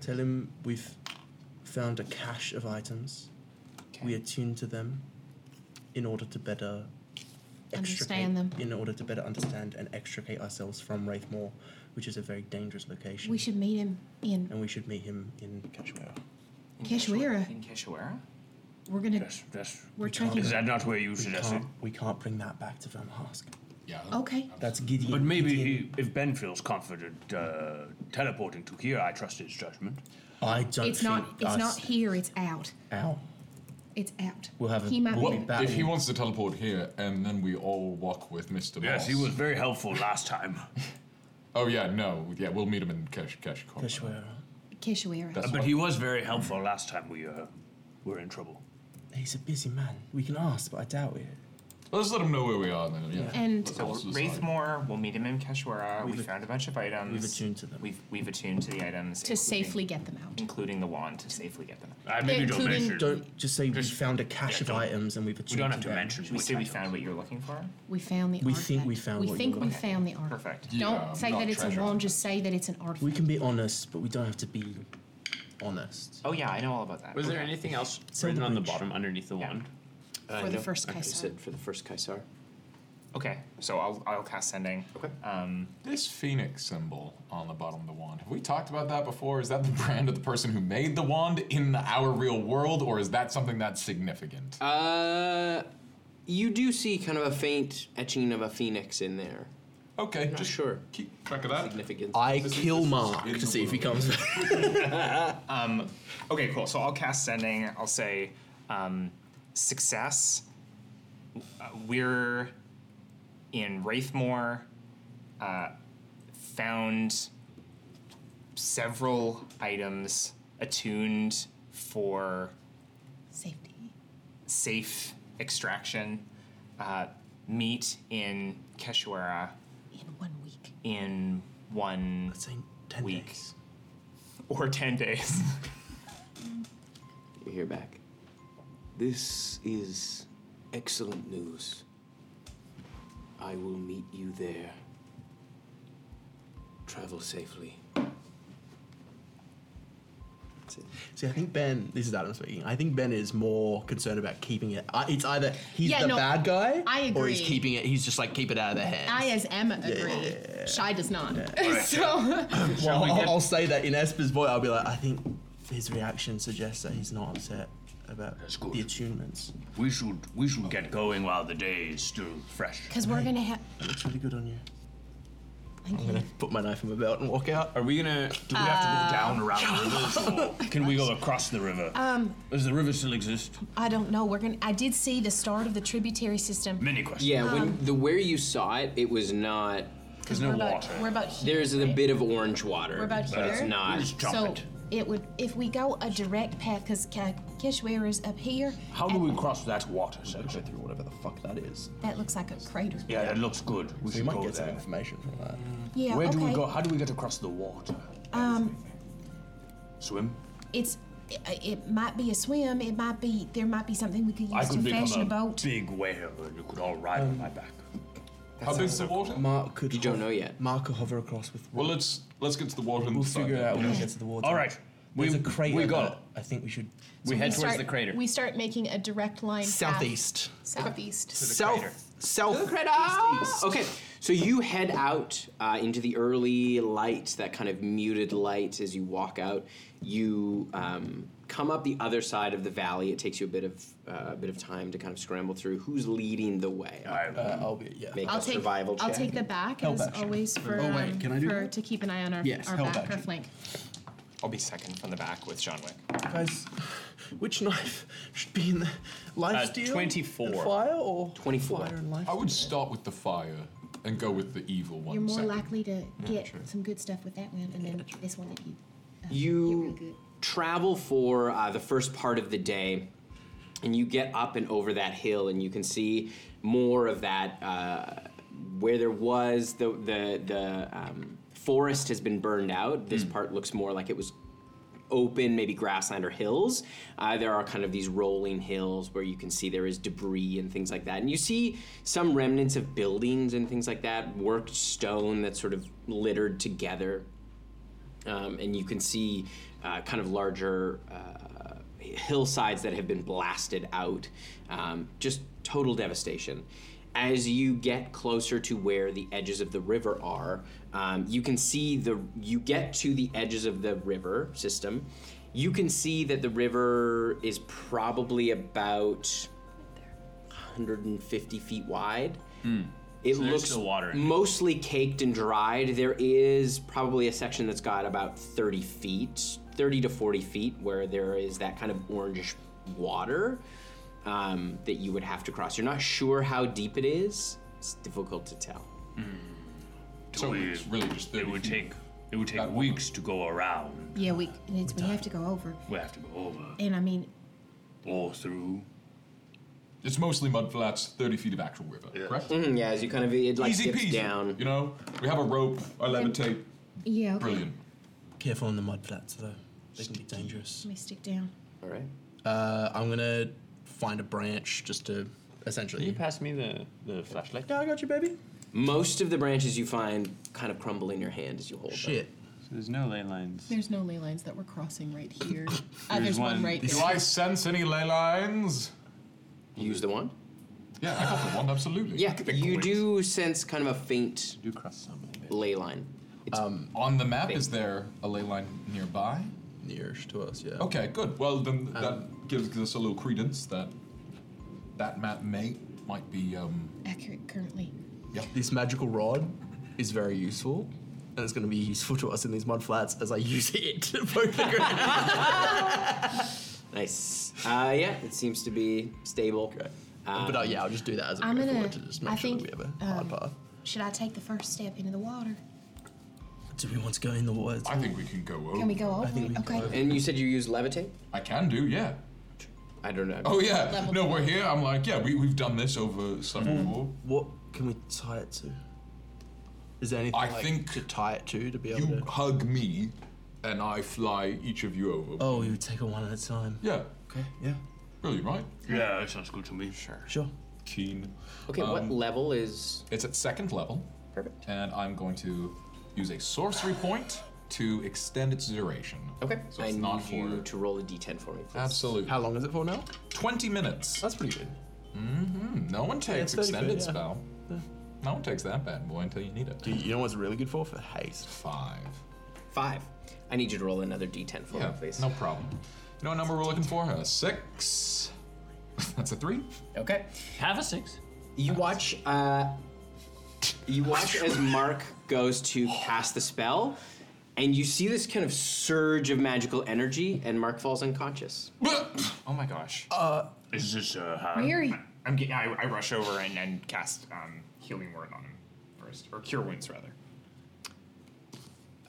Speaker 8: Tell him we've found a cache of items. We attune to them in order to better
Speaker 4: Understand them.
Speaker 8: in order to better understand and extricate ourselves from Wraithmore, which is a very dangerous location.
Speaker 4: We should meet him in
Speaker 8: and we should meet him in Cachoeira.
Speaker 4: Keshwira.
Speaker 9: In Cachoeira?
Speaker 4: We're gonna. we're
Speaker 8: We can't-
Speaker 4: trekking.
Speaker 6: not where you
Speaker 8: we
Speaker 6: suggested?
Speaker 8: can't- We can't bring that back to Vermask.
Speaker 7: Yeah.
Speaker 4: Okay.
Speaker 8: That's Gideon.
Speaker 6: But maybe he, if Ben feels confident uh, teleporting to here, I trust his judgment.
Speaker 8: I don't
Speaker 4: It's not. It's not here. It's out.
Speaker 8: Ow.
Speaker 4: It's out.
Speaker 8: We'll have a-
Speaker 4: He might
Speaker 7: Well,
Speaker 4: be.
Speaker 7: if he wants to teleport here, and then we all walk with Mr.
Speaker 6: Yes,
Speaker 7: Moss.
Speaker 6: he was very helpful last time.
Speaker 7: Oh yeah, no, yeah, we'll meet him in Kesh Kesh.
Speaker 8: Cachoeira.
Speaker 4: Keshwira.
Speaker 6: Uh, but he was very helpful last time we uh, were in trouble.
Speaker 8: He's a busy man. We can ask, but I doubt it.
Speaker 7: Let's let him know where we are, then. Yeah.
Speaker 4: And-
Speaker 7: Let's
Speaker 9: So
Speaker 7: all decide.
Speaker 9: Wraithmore, we'll meet him in Keshwara. We
Speaker 8: We've-
Speaker 9: found a bunch of items.
Speaker 8: we've attuned to them.
Speaker 9: We've, we've attuned to the items.
Speaker 10: to safely get them out.
Speaker 9: Including the wand to safely get them out.
Speaker 6: I
Speaker 10: maybe don't Including- mention-
Speaker 8: Don't just say we found a cache of items and we've
Speaker 6: We don't have to
Speaker 8: them.
Speaker 6: mention.
Speaker 9: Should we
Speaker 6: which
Speaker 9: say we
Speaker 6: items.
Speaker 9: found what you're looking for?
Speaker 4: We found the.
Speaker 8: We
Speaker 4: artifact.
Speaker 8: think we found
Speaker 4: We
Speaker 8: what
Speaker 4: think
Speaker 8: you
Speaker 4: we
Speaker 8: looked
Speaker 4: found the artifact.
Speaker 9: Perfect.
Speaker 7: Yeah,
Speaker 4: Don't say
Speaker 7: not
Speaker 4: that it's a
Speaker 7: treasure.
Speaker 4: wand. Just say that it's an artifact.
Speaker 8: We can be honest, but we don't have to be honest.
Speaker 9: Oh yeah, I know all about that.
Speaker 3: Was there
Speaker 9: Okay.
Speaker 3: anything else
Speaker 8: Sell the
Speaker 3: written on the
Speaker 8: bridge.
Speaker 3: bottom underneath the wand?
Speaker 9: Uh,
Speaker 8: Uh,
Speaker 4: for the first
Speaker 1: Okay,
Speaker 4: Kaisar.
Speaker 1: said for the first Kaisar.
Speaker 9: Okay, so I'll I'll cast sending. Okay. Um,
Speaker 7: This phoenix symbol on the bottom of the wand. Have we talked about that before? Is that the brand of the person who made the wand in the our real world, or is that something that's significant?
Speaker 1: Uh, you do see kind of a faint etching of a phoenix in there.
Speaker 7: okay,
Speaker 1: Not
Speaker 7: just
Speaker 1: sure.
Speaker 7: keep track of that.
Speaker 1: Significance.
Speaker 5: I
Speaker 7: This is-
Speaker 5: kill
Speaker 7: this is
Speaker 5: Mark
Speaker 7: in
Speaker 5: to
Speaker 7: the
Speaker 5: see if he
Speaker 7: world.
Speaker 5: comes back.
Speaker 9: Um, okay, cool. So I'll cast sending. I'll say um, success. Uh, we're in Wraithmore. Uh, found several items attuned for
Speaker 4: Safety.
Speaker 9: safe extraction. Uh, meet in Keshuara
Speaker 4: In one week.
Speaker 9: in one
Speaker 8: Let's say 10
Speaker 9: Weak.
Speaker 8: days.
Speaker 9: or ten days.
Speaker 13: You hear back. This is excellent news. I will meet you there. Travel safely.
Speaker 5: See, I think Ben, this is Adam speaking, I think Ben is more concerned about keeping it. I- It's either he's
Speaker 10: Yeah,
Speaker 5: the
Speaker 10: no,
Speaker 5: bad guy,
Speaker 10: I
Speaker 5: or he's
Speaker 10: agree.
Speaker 5: keeping it, he's just like, keep it out of their hands.
Speaker 10: I, as Emma, agree. Shy does not. so,
Speaker 8: Oh
Speaker 5: Well, I'll, I'll say that in Esper's voice. I'll be like, I think his reaction suggests that he's not upset about
Speaker 6: That's good.
Speaker 5: the attunements.
Speaker 6: We should we should get going while the day is still fresh.
Speaker 4: Because we're gonna have.
Speaker 5: Looks really good on you.
Speaker 4: Thank
Speaker 5: I'm
Speaker 4: you.
Speaker 5: gonna put my knife in my belt and walk out.
Speaker 3: Are we gonna?
Speaker 6: Do we have
Speaker 4: Uh,
Speaker 6: to go down around the rivers, or can we go across the river? Um, Does the river still exist?
Speaker 4: I don't know. We're gonna. I did see the start of the tributary system. Um,
Speaker 6: Many questions.
Speaker 1: yeah, when the where you saw it, it was not.
Speaker 4: Because
Speaker 6: no
Speaker 4: we're about,
Speaker 6: water.
Speaker 4: We're about here.
Speaker 1: There's a
Speaker 4: right?
Speaker 1: bit of orange water.
Speaker 4: We're about
Speaker 1: but It's
Speaker 4: here?
Speaker 1: not.
Speaker 6: Just jump
Speaker 4: so
Speaker 6: it.
Speaker 4: would if we go a direct path because Keshwira is up here.
Speaker 6: How do
Speaker 4: and
Speaker 6: we cross that water section?
Speaker 5: Through whatever the fuck that is.
Speaker 4: That looks like a crater.
Speaker 6: Yeah, that looks good. We,
Speaker 5: We
Speaker 6: should
Speaker 5: might
Speaker 6: go
Speaker 5: get some
Speaker 6: there.
Speaker 5: information from that.
Speaker 4: Yeah.
Speaker 6: Where
Speaker 4: okay.
Speaker 6: do we go? How do we get across the water?
Speaker 4: Um,
Speaker 6: Swim?
Speaker 4: it's it, it might be a swim. It might be there might be something we could use
Speaker 6: I could
Speaker 4: to
Speaker 6: become
Speaker 4: fashion
Speaker 6: a
Speaker 4: a boat.
Speaker 6: big whale, and you could all ride on my back.
Speaker 7: How big's the water?
Speaker 8: Mark could.
Speaker 1: You don't know yet.
Speaker 8: Mark could hover across with.
Speaker 7: Well, let's let's get to the water and
Speaker 8: we'll
Speaker 7: decide
Speaker 8: figure it
Speaker 7: that.
Speaker 8: out when we get to the water.
Speaker 6: All right. We-
Speaker 8: There's a crater.
Speaker 6: we got
Speaker 8: that I think we should.
Speaker 3: We head towards
Speaker 10: start-
Speaker 3: the crater.
Speaker 10: We start making a direct line south-
Speaker 5: Southeast.
Speaker 10: southeast.
Speaker 1: South, south,
Speaker 10: Ah!
Speaker 1: east, Okay, so you head out uh, into the early light, that kind of muted light as you walk out. You um, come up the other side of the valley. It takes you a bit of uh, a bit of time to kind of scramble through. Who's leading the way?
Speaker 5: Uh, I'll be yeah.
Speaker 1: Make
Speaker 10: I'll
Speaker 1: a
Speaker 10: take.
Speaker 1: survival
Speaker 10: I'll
Speaker 1: check.
Speaker 10: take the back
Speaker 8: Help
Speaker 10: as
Speaker 8: action.
Speaker 10: always for,
Speaker 8: Oh, wait,
Speaker 10: um,
Speaker 8: can I do
Speaker 10: for
Speaker 8: that?
Speaker 10: to keep an eye on our,
Speaker 8: Yes,
Speaker 10: our
Speaker 8: help
Speaker 10: back, our
Speaker 8: action.
Speaker 10: flank.
Speaker 9: I'll be second from the back with John Wick.
Speaker 8: Guys, which knife should be in the life
Speaker 3: Uh,
Speaker 8: steal?
Speaker 3: 24.
Speaker 8: and Fire or
Speaker 1: 24.
Speaker 8: Fire and life
Speaker 7: I would
Speaker 8: steal?
Speaker 7: start with the fire and go with the evil one.
Speaker 4: You're more
Speaker 7: second.
Speaker 4: likely to get some good stuff with that one, and then this one if you. uh, get real
Speaker 1: You
Speaker 4: good.
Speaker 1: travel for uh, the first part of the day, and you get up and over that hill, and you can see more of that uh, where there was the the the um, forest has been burned out. This part looks more like it was open, maybe grassland or hills. Uh, there are kind of these rolling hills where you can see there is debris and things like that. And you see some remnants of buildings and things like that, worked stone that's sort of littered together. Um, and you can see uh, kind of larger uh, hillsides that have been blasted out, um, just total devastation. as you get closer to where the edges of the river are, um, you can see the. You get to the edges of the river system. You can see that the river is probably about 150 feet wide. It
Speaker 3: So there's
Speaker 1: looks
Speaker 3: still water in it.
Speaker 1: mostly caked and dried. There is probably a section that's got about 30 feet, 30 to 40 feet, where there is that kind of orangish water um, that you would have to cross. You're not sure how deep it is. It's difficult to tell.
Speaker 7: So it's really just
Speaker 6: Mm. it would take it would take weeks to go around.
Speaker 4: Yeah, we and it's, we have to go over.
Speaker 6: We have to go over
Speaker 4: And I mean,
Speaker 6: or through.
Speaker 7: It's mostly mud flats, 30 feet of actual river, correct?
Speaker 1: Mm, yeah, as you kind of, it like
Speaker 7: Easy
Speaker 1: dips
Speaker 7: peasy,
Speaker 1: down.
Speaker 7: You know, we have a rope, I levitate.
Speaker 4: yeah, okay.
Speaker 7: Brilliant.
Speaker 8: Careful on the mud flats, though. They can be dangerous.
Speaker 4: Let me stick down.
Speaker 1: All right.
Speaker 5: Uh, I'm gonna find a branch just to essentially.
Speaker 3: you pass me the, the flashlight?
Speaker 5: Yeah, I got you, baby.
Speaker 1: Most of the branches you find kind of crumble in your hand as you hold them.
Speaker 5: Shit.
Speaker 3: So there's no ley lines.
Speaker 10: There's no ley lines that we're crossing right here. Uh, there's one, right
Speaker 7: Do
Speaker 10: there.
Speaker 7: I sense any ley lines?
Speaker 1: Use the wand?
Speaker 7: Yeah, I got the wand, absolutely.
Speaker 1: Yeah, you do sense kind of a faint
Speaker 3: do cross something.
Speaker 1: ley line.
Speaker 5: Um,
Speaker 7: On the map, is there a ley line nearby?
Speaker 5: nearish to us, yeah.
Speaker 7: Okay, good. Well, then
Speaker 1: Um,
Speaker 7: that gives us a little credence that that map may might be. Um,
Speaker 4: Accurate currently.
Speaker 5: This magical rod is very useful, and it's going to be useful to us in these mud flats as I use it to poke the ground.
Speaker 1: Nice. Uh, yeah, it seems to be stable. Um,
Speaker 5: but uh, yeah, I'll just do that as a
Speaker 4: I'm
Speaker 5: go
Speaker 4: gonna-
Speaker 5: forward to just make
Speaker 4: I
Speaker 5: sure
Speaker 4: think,
Speaker 5: that we have a hard
Speaker 4: um,
Speaker 5: path.
Speaker 4: Should I take the first step into the water?
Speaker 8: Do we want to go in the water?
Speaker 7: I think we can go over.
Speaker 4: Can we go over
Speaker 8: think
Speaker 4: it?
Speaker 8: we can
Speaker 4: Okay.
Speaker 1: And you said you use levitate?
Speaker 7: I can do, yeah.
Speaker 1: I don't know.
Speaker 7: Oh yeah.
Speaker 10: Level
Speaker 7: no, we're here. I'm like, yeah, we we've done this over several more.
Speaker 5: Mm. What can we tie it to? Is there anything
Speaker 7: I
Speaker 5: like,
Speaker 7: think
Speaker 5: to tie it to to be able
Speaker 7: You
Speaker 5: to?
Speaker 7: hug me, and I fly each of you over.
Speaker 8: Oh, we would take it one at a time.
Speaker 7: Yeah,
Speaker 8: Okay, yeah,
Speaker 7: really, right?
Speaker 6: Yeah, that sounds good to me. Sure.
Speaker 8: sure.
Speaker 7: Keen.
Speaker 1: Okay, what
Speaker 7: Um,
Speaker 1: level is
Speaker 7: It's at second level,
Speaker 1: perfect?
Speaker 7: and I'm going to use a sorcery point to extend its duration.
Speaker 1: Okay.
Speaker 7: So
Speaker 1: I
Speaker 7: it's not
Speaker 1: need you
Speaker 7: for
Speaker 1: to roll a d10 for me, please.
Speaker 7: absolutely
Speaker 5: How long is it for now?
Speaker 7: twenty minutes. Mm-hmm.
Speaker 5: That's pretty good.
Speaker 7: No one takes
Speaker 5: it's 30
Speaker 7: extended
Speaker 5: feet, yeah.
Speaker 7: spell. No one takes that bad boy until you need it.
Speaker 5: Dude, you know what's really good for? For haste.
Speaker 7: Five.
Speaker 1: Five. I need you to roll another d10 for
Speaker 7: Yeah,
Speaker 1: me, please.
Speaker 7: no problem. You know what number we're looking for? A six. That's a three.
Speaker 1: Okay.
Speaker 3: Have a six.
Speaker 1: You watch. Uh, you watch as Mark goes to cast the spell, and you see this kind of surge of magical energy, and Mark falls unconscious.
Speaker 9: Oh my gosh.
Speaker 6: Is this uh,
Speaker 1: Um,
Speaker 6: how?
Speaker 4: Mary,
Speaker 9: I'm get, I, I rush over and, and cast um, Healing Word on him first, or Cure Wounds rather.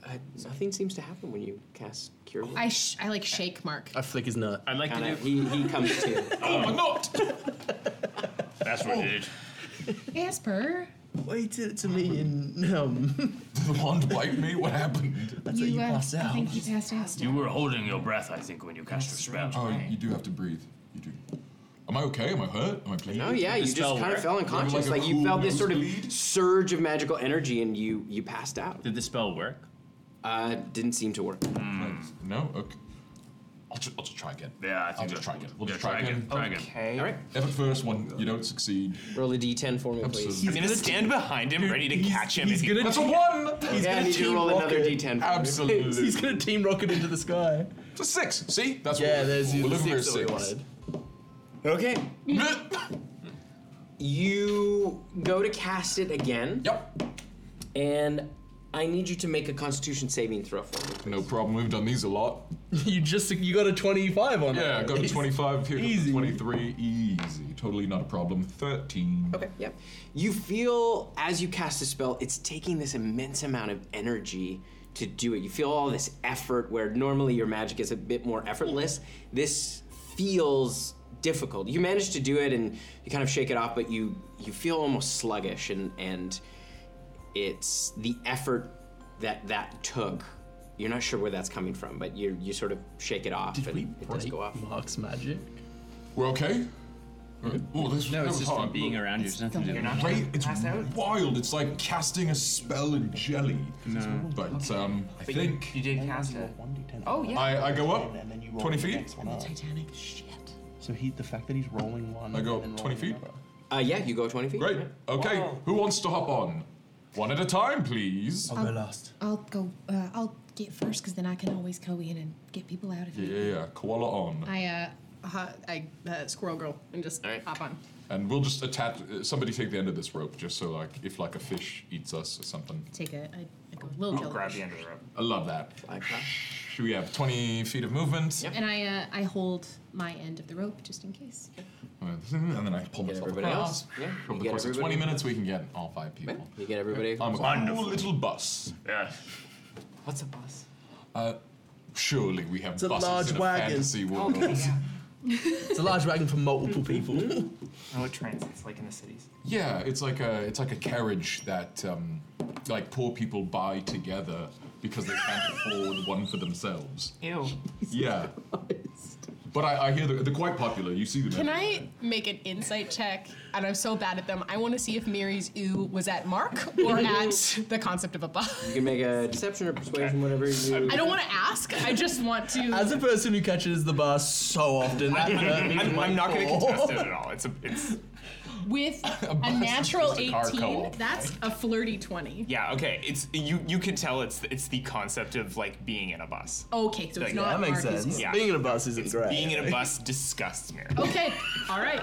Speaker 1: Uh, nothing seems to happen when you cast cure. Wounds.
Speaker 10: I, sh- I like shake Mark.
Speaker 5: I flick his nut.
Speaker 3: I'd like
Speaker 1: Kinda-
Speaker 3: to do.
Speaker 1: he he comes to.
Speaker 7: Oh, my god!
Speaker 6: That's what it is.
Speaker 10: Asper,
Speaker 5: Wait till it's me and um.
Speaker 7: Did the wand wipe me? What happened?
Speaker 5: That's you, you
Speaker 4: uh,
Speaker 5: pass
Speaker 4: I
Speaker 5: out.
Speaker 4: think you passed out.
Speaker 6: You were holding your breath, I think, when you cast your spell.
Speaker 7: Oh, you do have to breathe. You do. Am I okay? Am I hurt? Am I bleeding?
Speaker 1: No, Oh, yeah, you just
Speaker 3: spell
Speaker 1: kind of
Speaker 3: work?
Speaker 1: fell unconscious.
Speaker 7: a
Speaker 1: Like, you
Speaker 7: cool
Speaker 1: felt this sort of
Speaker 7: nosebleed?
Speaker 1: surge of magical energy, and you you passed out.
Speaker 3: Did the spell work?
Speaker 1: Uh, didn't seem to work.
Speaker 7: Hmm. No. Okay. I'll, ju- I'll just try again.
Speaker 6: Yeah, I think
Speaker 7: I'll just
Speaker 6: that's
Speaker 7: try
Speaker 6: good.
Speaker 7: again. We'll
Speaker 6: Yeah,
Speaker 7: just try, again.
Speaker 6: Try again.
Speaker 9: Okay.
Speaker 1: All right,
Speaker 7: If at first one you don't succeed,
Speaker 1: roll a d10 for me, please.
Speaker 7: absolutely.
Speaker 9: I'm gonna stand behind him, ready to catch him. if he
Speaker 7: That's a one.
Speaker 1: Yeah, I need you to roll another d10. For me.
Speaker 7: Absolutely.
Speaker 5: He's gonna team rocket into the sky.
Speaker 7: It's a six. See, that's what
Speaker 5: Yeah, there's
Speaker 7: we're
Speaker 5: the
Speaker 7: looking
Speaker 5: six
Speaker 7: for.
Speaker 5: that we
Speaker 7: a
Speaker 5: wanted.
Speaker 1: Okay.
Speaker 7: Six.
Speaker 1: You go to cast it again.
Speaker 7: yep.
Speaker 1: And I need you to make a Constitution saving throw for me.
Speaker 7: No problem. We've done these a lot.
Speaker 5: you just you got a 25 on it.
Speaker 7: Yeah, go to 25. Here goes
Speaker 5: Easy.
Speaker 7: 23. Easy. Totally not a problem. 13.
Speaker 1: Okay, yep. You feel as you cast the spell, it's taking this immense amount of energy to do it. You feel all this effort where normally your magic is a bit more effortless. This feels difficult. You manage to do it and you kind of shake it off, but you you feel almost sluggish and and it's the effort that that took. You're not sure where that's coming from, but you you sort of shake it off
Speaker 5: Did
Speaker 1: and
Speaker 5: we
Speaker 1: it does
Speaker 5: break
Speaker 1: go off.
Speaker 5: Mark's magic?
Speaker 7: We're okay. Oh, this
Speaker 3: No,
Speaker 7: that
Speaker 3: it's
Speaker 7: was
Speaker 3: just
Speaker 7: hard.
Speaker 3: from being around you. There's nothing to do.
Speaker 9: You're not
Speaker 7: Right, it's
Speaker 9: passed out.
Speaker 7: wild. It's like casting a spell in jelly. But um, I
Speaker 9: But you,
Speaker 7: think
Speaker 9: you did cast it.
Speaker 8: Oh
Speaker 9: yeah.
Speaker 7: I, I go up
Speaker 8: And then you roll
Speaker 7: 20
Speaker 8: the
Speaker 7: feet.
Speaker 8: next one up.
Speaker 10: Titanic, shit.
Speaker 8: So he, the fact that he's rolling one.
Speaker 7: I go
Speaker 8: and then
Speaker 7: up 20
Speaker 8: rolling
Speaker 7: feet.
Speaker 8: another.
Speaker 1: Uh, yeah, you go 20 feet.
Speaker 7: Great. Okay, who wants to hop on? One at a time, please.
Speaker 4: I'll go last. I'll go. Uh, I'll get first because then I can always go in and get people out of
Speaker 7: Yeah,
Speaker 4: here.
Speaker 7: yeah, yeah. Koala on.
Speaker 10: I uh, ho- I uh, squirrel girl and just hop on.
Speaker 7: And we'll just attach. uh, Somebody take the end of this rope, just so like if like a fish eats us or something.
Speaker 10: Take a, I, I go little jellyfish.
Speaker 7: end of the rope. I love that. Should We have 20 feet of movement.
Speaker 10: And I uh, I hold my end of the rope just in case.
Speaker 7: And then I pull myself
Speaker 1: everybody
Speaker 7: across.
Speaker 1: else. Yeah, you
Speaker 7: Over the
Speaker 1: get
Speaker 7: course of
Speaker 1: everybody.
Speaker 7: 20 minutes, we can get all five people.
Speaker 1: You get everybody.
Speaker 7: I'm a
Speaker 1: across.
Speaker 7: cool little bus. Yeah.
Speaker 1: What's a bus?
Speaker 7: Uh, surely we have
Speaker 5: It's a
Speaker 7: buses
Speaker 5: large
Speaker 7: in a
Speaker 5: wagon.
Speaker 7: fantasy
Speaker 5: Oh
Speaker 7: world.
Speaker 5: my it's a large wagon for multiple people.
Speaker 9: Oh, it transits like in the cities.
Speaker 7: Yeah, it's like a it's like a carriage that um, like poor people buy together because they can't afford one for themselves.
Speaker 9: Ew.
Speaker 7: Yeah. But I, I hear they're, they're quite popular. You see them.
Speaker 10: Can
Speaker 7: everywhere.
Speaker 10: I make an insight check? And I'm so bad at them. I want to see if Miri's ooh was at Mark or at the concept of a bus.
Speaker 1: You can make a deception or persuasion, whatever you.
Speaker 10: I don't want to ask. I just want to.
Speaker 5: As a person who catches the bus so often, that hurt me
Speaker 9: I'm,
Speaker 5: my
Speaker 9: I'm not going to
Speaker 5: core.
Speaker 9: contest it at all. It's a, it's
Speaker 10: With a,
Speaker 9: bus is
Speaker 10: natural
Speaker 9: just a car
Speaker 10: 18,
Speaker 9: co-op.
Speaker 10: that's a flirty 20.
Speaker 9: yeah, okay. It's you. You can tell it's it's the concept of like being in a bus.
Speaker 10: Okay, Oh, so it's
Speaker 9: Like,
Speaker 10: not
Speaker 9: That makes
Speaker 10: Mark's
Speaker 9: sense.
Speaker 10: ooh.
Speaker 9: Yeah.
Speaker 5: Being in a bus isn't great.
Speaker 9: Being in a bus disgusts me.
Speaker 10: Okay, all right.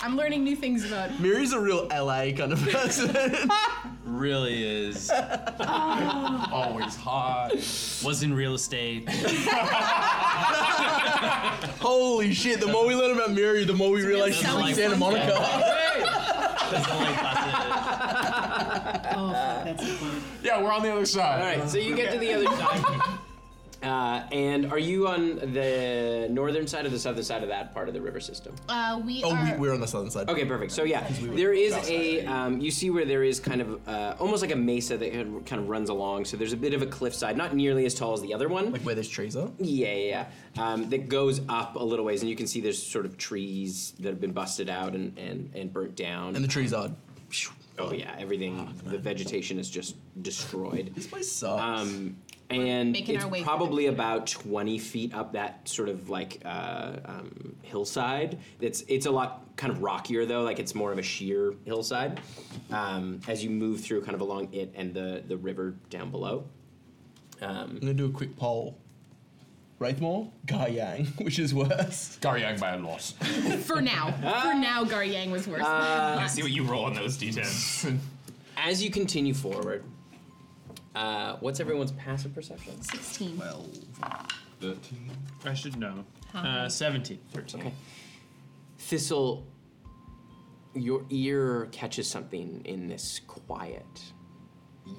Speaker 10: I'm learning new things about.
Speaker 5: Miri's a real LA kind of person.
Speaker 3: really is.
Speaker 10: Ah.
Speaker 7: Always hot.
Speaker 3: Was in real estate.
Speaker 5: Holy shit, the more we learn about Miri, the more we realize she's from
Speaker 3: selling
Speaker 5: Santa
Speaker 3: point.
Speaker 5: Monica.
Speaker 10: Oh, that's
Speaker 7: Yeah, we're on the other side.
Speaker 1: All right, so you get to the other side. Uh, and are you on the northern side or the southern side of that part of the river system?
Speaker 10: Uh, we
Speaker 5: oh,
Speaker 10: are.
Speaker 5: we, we're on the southern side.
Speaker 1: Okay, perfect. So yeah, there is a um, you see where there is kind of uh, almost like a mesa that kind of- kind of runs along. So there's a bit of a cliffside, not nearly as tall as the other one. Like
Speaker 5: where there's trees up.
Speaker 1: Yeah, yeah, yeah. Um, that goes up a little ways, and you can see there's sort of trees that have been busted out and and, and burnt down.
Speaker 5: And the trees are.
Speaker 1: Oh yeah, everything. the vegetation is just destroyed. This
Speaker 5: place sucks.
Speaker 1: Um, and
Speaker 10: making
Speaker 1: it's
Speaker 10: our way through
Speaker 1: probably about 20 feet up that sort of like uh, um, hillside. It's it's a lot kind of rockier though, like it's more of a sheer hillside. Um, as you move through, kind of along it and the the river down below. Um,
Speaker 5: I'm gonna do a quick poll. Wraithmore, Gaiyang, which is worse?
Speaker 7: Gaiyang by a lot.
Speaker 10: For now. For now, Gar Yang was worse.
Speaker 1: Uh,
Speaker 9: See what you roll on those details.
Speaker 1: as you continue forward, uh, what's everyone's passive perception?
Speaker 10: 16.
Speaker 7: Thirteen.
Speaker 3: I should know.
Speaker 10: How
Speaker 3: Uh,
Speaker 10: high?
Speaker 3: Seventeen. Thirteen.
Speaker 1: Okay. Thistle, your ear catches something in this quiet.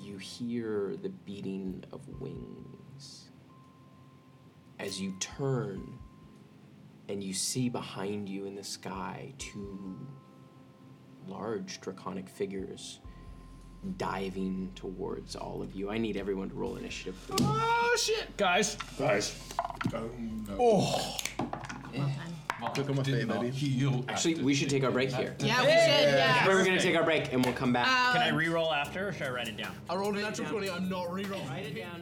Speaker 1: You hear the beating of wings. As you turn and you see behind you in the sky two large draconic figures diving towards all of you. I need everyone to roll initiative. please.
Speaker 3: Oh shit, guys.
Speaker 7: Guys. Oh no.
Speaker 5: Oh.
Speaker 7: Click on my feet, baby. Heal.
Speaker 1: Actually, we should take our break here.
Speaker 10: Yeah, we should, yeah. Um,
Speaker 1: That's where we're going to take our break and we'll come back.
Speaker 3: Can I re-roll after, or should I write it down?
Speaker 5: I rolled a natural 20, I'm not Um, rerolling. Write
Speaker 1: it down.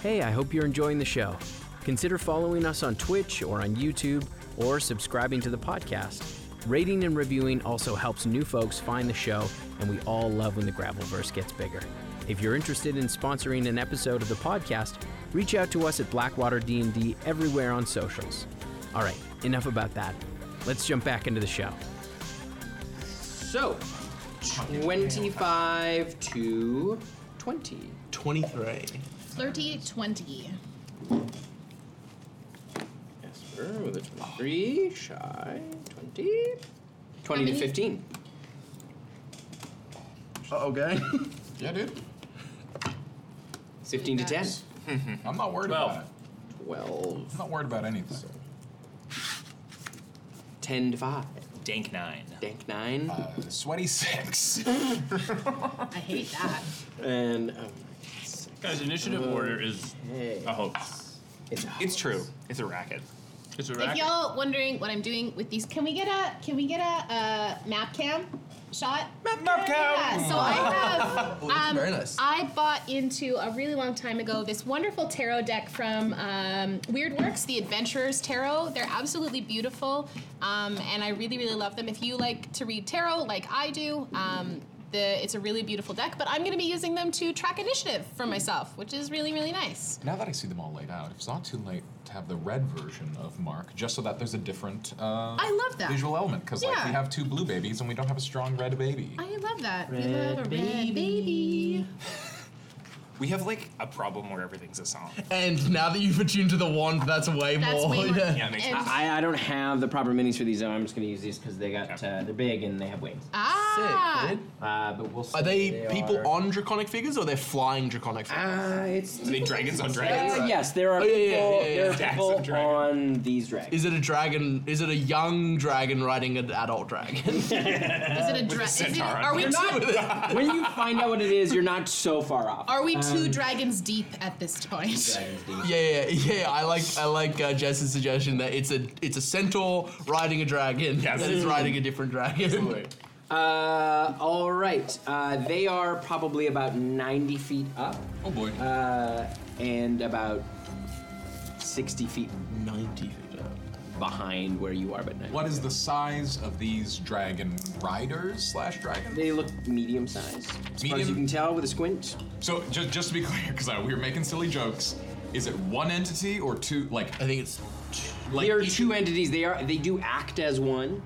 Speaker 14: Hey, I hope you're enjoying the show. Consider following us on Twitch or on YouTube or subscribing to the podcast. Rating and reviewing also helps new folks find the show, and we all love when the Gravelverse gets bigger. If you're interested in sponsoring an episode of the podcast, reach out to us at Blackwater D&D everywhere on socials. All right, enough about that. Let's jump back into the show.
Speaker 1: So, 25 to 20.
Speaker 5: 23.
Speaker 10: Flirty 20.
Speaker 1: Yes, sir, with a 23. Shy. 20. 20 to
Speaker 10: many?
Speaker 1: 15.
Speaker 5: Uh-oh, gang.
Speaker 7: yeah, dude.
Speaker 1: 15 to 10.
Speaker 7: Mm-hmm. I'm not worried about it.
Speaker 1: 12.
Speaker 7: I'm not worried about anything.
Speaker 1: 10 to 5.
Speaker 9: Dank nine.
Speaker 1: Dank 9.
Speaker 7: Uh, sweaty six.
Speaker 10: I hate that.
Speaker 1: and. oh, Um,
Speaker 3: Guys, initiative order is a hoax.
Speaker 1: It's,
Speaker 9: true. It's a racket.
Speaker 3: It's a
Speaker 10: If
Speaker 3: racket.
Speaker 10: y'all wondering what I'm doing with these, can we get a can we get a uh, map cam? shot.
Speaker 2: Map
Speaker 10: Yeah, so I have.
Speaker 2: Oh, that's
Speaker 10: um,
Speaker 2: very nice.
Speaker 10: I bought into a really long time ago this wonderful tarot deck from um, Weird Works, the Adventurers Tarot. They're absolutely beautiful, um, and I really, really love them. If you like to read tarot, like I do, um, the, it's a really beautiful deck. But I'm going to be using them to track initiative for myself, which is really, really nice.
Speaker 7: Now that I see them all laid out, it's not too late to have the red version of Mark, just so that there's a different uh,
Speaker 10: I love that.
Speaker 7: visual element. Because like we
Speaker 10: Yeah.
Speaker 7: have two blue babies and we don't have a strong red baby.
Speaker 10: I love that.
Speaker 7: Red
Speaker 10: we love a red baby.
Speaker 9: We have like a problem where everything's a song.
Speaker 5: And now that you've attuned to the wand, that's way
Speaker 9: That's
Speaker 5: more.
Speaker 9: way more- Yeah, it makes sense.
Speaker 1: I, I don't have the proper minis for these, so I'm just going to use these because they got uh, they're big and they have wings.
Speaker 10: Ah.
Speaker 1: Uh, but we'll see.
Speaker 5: Are they, people
Speaker 1: are-
Speaker 5: on draconic figures or they're flying draconic figures?
Speaker 1: Ah, it's.
Speaker 5: Are they dragons on
Speaker 1: Uh, yes, there are
Speaker 5: Oh, yeah, yeah,
Speaker 1: people,
Speaker 5: yeah, yeah, yeah.
Speaker 1: There are
Speaker 5: Stacks
Speaker 1: people
Speaker 5: of
Speaker 1: on these dragons.
Speaker 5: Is it a dragon? Is it a young dragon riding an adult dragon? is
Speaker 10: Is it a dress? Are we not?
Speaker 1: when you find out what it is, you're not so far off.
Speaker 10: Are we two
Speaker 5: Um,
Speaker 10: dragons deep at this point?
Speaker 5: Yeah, yeah, yeah, yeah. I like, I like uh, Jess's suggestion that it's a, it's a centaur riding a dragon
Speaker 1: Yes.
Speaker 5: that is riding a different dragon.
Speaker 1: Uh, all right. Uh, they are probably about 90 feet up.
Speaker 7: Oh boy.
Speaker 1: Uh, and about 60 feet. 90 feet up. Behind where you are, but 90.
Speaker 7: What is the size of these dragon riders slash dragons?
Speaker 1: They look medium sized. As far as you can tell with a squint.
Speaker 7: So just just to be clear, because we were making silly jokes, is it one entity or two? Like I
Speaker 5: think it's
Speaker 1: they are two entities. They are. They do act as one.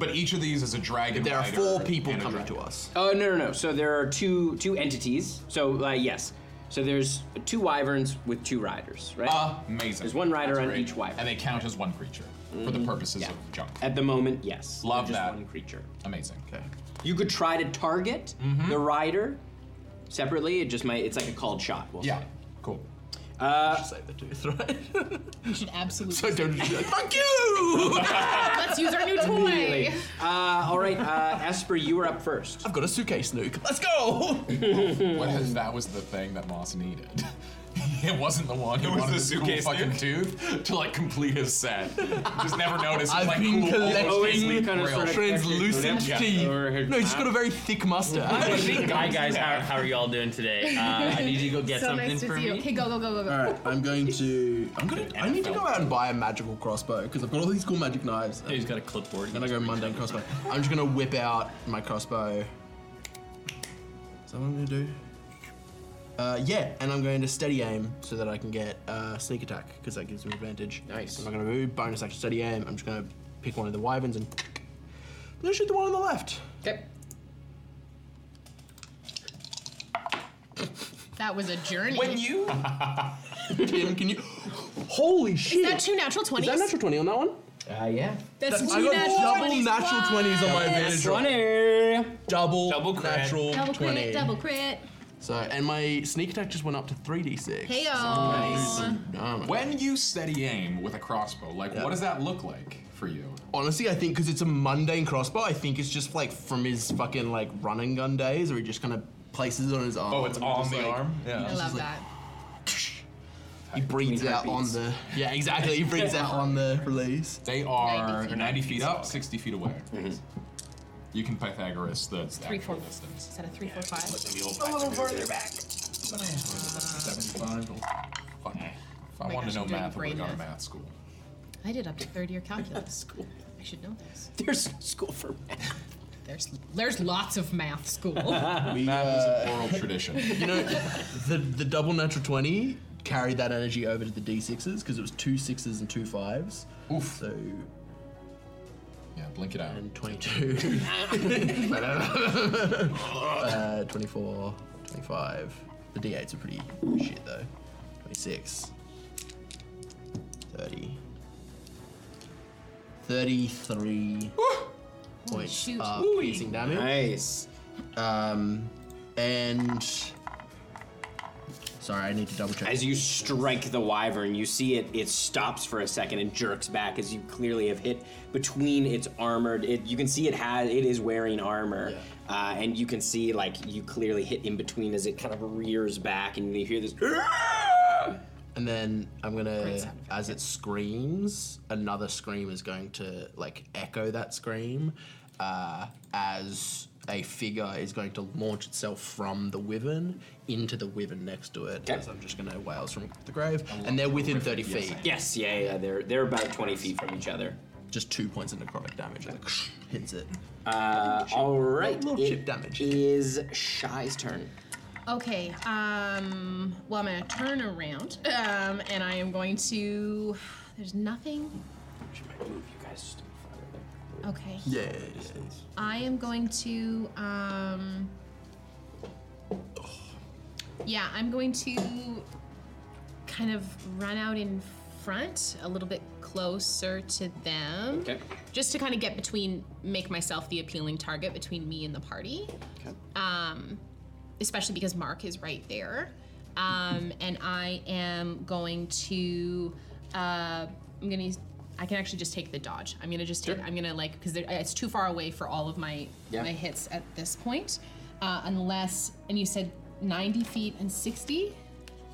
Speaker 7: But each of these is a dragon.
Speaker 1: There are
Speaker 7: rider
Speaker 1: four people
Speaker 7: and a
Speaker 1: coming
Speaker 7: dragon.
Speaker 5: to us.
Speaker 1: Oh no no no! So there are two two entities. So uh, yes, so there's two wyverns with two riders, right?
Speaker 7: Amazing.
Speaker 1: There's one rider
Speaker 7: That's
Speaker 1: on
Speaker 7: great.
Speaker 1: each wyvern.
Speaker 7: And they count as one creature for the
Speaker 1: Mhm.
Speaker 7: purposes
Speaker 1: Yeah.
Speaker 7: of junk.
Speaker 1: At the moment, yes. They're
Speaker 7: Love
Speaker 1: just
Speaker 7: that.
Speaker 1: One creature.
Speaker 7: Amazing. Mm-hmm. Okay.
Speaker 1: You could try to target the rider separately. It just might. It's like a called shot. We'll yeah.
Speaker 7: Cool.
Speaker 1: Uh,
Speaker 5: save the tooth, right?
Speaker 10: You should absolutely.
Speaker 5: So don't just be like, fuck you!
Speaker 10: Let's use our new toy.
Speaker 1: Immediately. Uh, all right, uh, Esper, you were up first.
Speaker 5: I've got a suitcase, Nuke. Let's go.
Speaker 7: what if that was the thing that Moss needed? it wasn't the one. He
Speaker 9: It was
Speaker 7: wanted
Speaker 9: the
Speaker 7: this cool
Speaker 9: suitcase
Speaker 7: fucking tooth to like complete his set. Just never noticed.
Speaker 5: I've
Speaker 7: like,
Speaker 5: been
Speaker 7: cool, almost
Speaker 5: collecting
Speaker 7: basically grail.
Speaker 5: translucent
Speaker 7: Yeah.
Speaker 5: teeth. No, he's got a very thick mustache.
Speaker 15: Hi guys, how, how are y'all doing today? Uh, I need you to go get
Speaker 10: so
Speaker 15: something
Speaker 10: nice to
Speaker 15: for
Speaker 10: see you.
Speaker 15: me.
Speaker 10: Okay, go go go go go.
Speaker 5: All right, I'm going to. I'm gonna. I need to go out and buy a magical crossbow because I've got all these cool magic knives. he's got a clipboard. I'm gonna go mundane crossbow. I'm just gonna whip out my crossbow. Is that what I'm gonna do? Uh, yeah, and I'm going to steady aim so that I can get uh, sneak attack because that gives me advantage. Nice. I'm not gonna move. Bonus action steady aim. I'm just gonna pick one of the wyverns and. I'm gonna shoot the one on the left.
Speaker 1: Okay.
Speaker 10: That was a journey.
Speaker 5: When you- Tim, can you? Holy shit!
Speaker 10: Is that two natural
Speaker 5: Is
Speaker 10: twenties?
Speaker 5: that natural twenty on that one? Uh,
Speaker 1: yeah.
Speaker 10: That's
Speaker 5: I
Speaker 10: two
Speaker 5: got
Speaker 10: natural
Speaker 5: double
Speaker 10: 20s.
Speaker 5: natural
Speaker 10: Wow.
Speaker 5: twenties on my
Speaker 10: Double
Speaker 5: advantage roll. Double, double natural
Speaker 10: Double crit,
Speaker 5: twenty.
Speaker 10: double crit.
Speaker 5: So, and my sneak attack just went up to three d six.
Speaker 10: Heyo.
Speaker 7: When you steady aim with a crossbow, like
Speaker 5: Yeah.
Speaker 7: what does that look like for you?
Speaker 5: Honestly, I think because it's a mundane crossbow, I think it's just like from his fucking like run and gun days, where he just kind of places it on his arm.
Speaker 7: Oh, it's
Speaker 5: and just,
Speaker 7: on the
Speaker 5: like-
Speaker 7: arm? Yeah.
Speaker 5: he
Speaker 10: I
Speaker 5: just
Speaker 10: love
Speaker 5: is, like,
Speaker 10: that.
Speaker 5: He breathes out on the. Yeah, exactly. He breathes out on the release.
Speaker 7: They are 90 feet, up, 60 feet away. You can Pythagoras the
Speaker 10: Three four.
Speaker 7: actual distance.
Speaker 10: Is that a three four five?
Speaker 7: A little further back. Seventy-five. Fuck. If I
Speaker 10: my gosh,
Speaker 7: wanted to know
Speaker 10: I'm doing
Speaker 7: math, I would
Speaker 10: brain
Speaker 7: have gone to
Speaker 10: math.
Speaker 7: math school.
Speaker 10: I did up to third year calculus. school. I should know this.
Speaker 1: There's school for math.
Speaker 10: There's there's lots of math school.
Speaker 5: We, uh,
Speaker 7: is a oral tradition.
Speaker 5: You know, the the double natural twenty carried that energy over to the d sixes because it was two sixes and two fives. Oof. So.
Speaker 7: Yeah, blink it out.
Speaker 5: And twenty two. uh, 24, 25. The d8s are pretty shit though. 26, 30, 33 points
Speaker 10: Shoot.
Speaker 5: of
Speaker 10: Ooh-wee.
Speaker 5: piercing damage.
Speaker 1: Nice.
Speaker 5: Um, and sorry, I need to double check.
Speaker 1: As you strike the wyvern, you see it. It stops for a second and jerks back as you clearly have hit between its armored. It, you can see it has. It is wearing armor, uh, and you can see like you clearly hit in between as it kind of rears back, and you hear this.
Speaker 5: And then I'm gonna, as it screams, another scream is going to like echo that scream, uh, as a figure is going to launch itself from the wyvern into the wyvern next to it. As I'm just going to wails from the grave, and they're within 30 feet.
Speaker 1: Yes, yeah, yeah. They're they're about twenty feet from each other.
Speaker 5: Just two points of necrotic damage. Like hits it.
Speaker 1: Uh, all right.
Speaker 5: Little chip
Speaker 1: it is Shy's turn.
Speaker 10: Okay. Um, well, I'm gonna turn around, um, and I am going to. There's nothing.
Speaker 1: Move you guys just to move farther there.
Speaker 10: Okay.
Speaker 5: yeah.
Speaker 10: I am going to. Um, yeah, I'm going to kind of run out in front, a little bit closer to them,
Speaker 1: Okay.
Speaker 10: just to kind of get between, make myself the appealing target between me and the party.
Speaker 1: Okay.
Speaker 10: Um, especially because Mark is right there, um, and I am going to. Uh, I'm gonna. use- I can actually just take the dodge. I'm gonna just take. I'm gonna like because it's too far away for all of my
Speaker 16: Yeah.
Speaker 10: my hits at this point, uh, unless. And you said 90 feet and 60.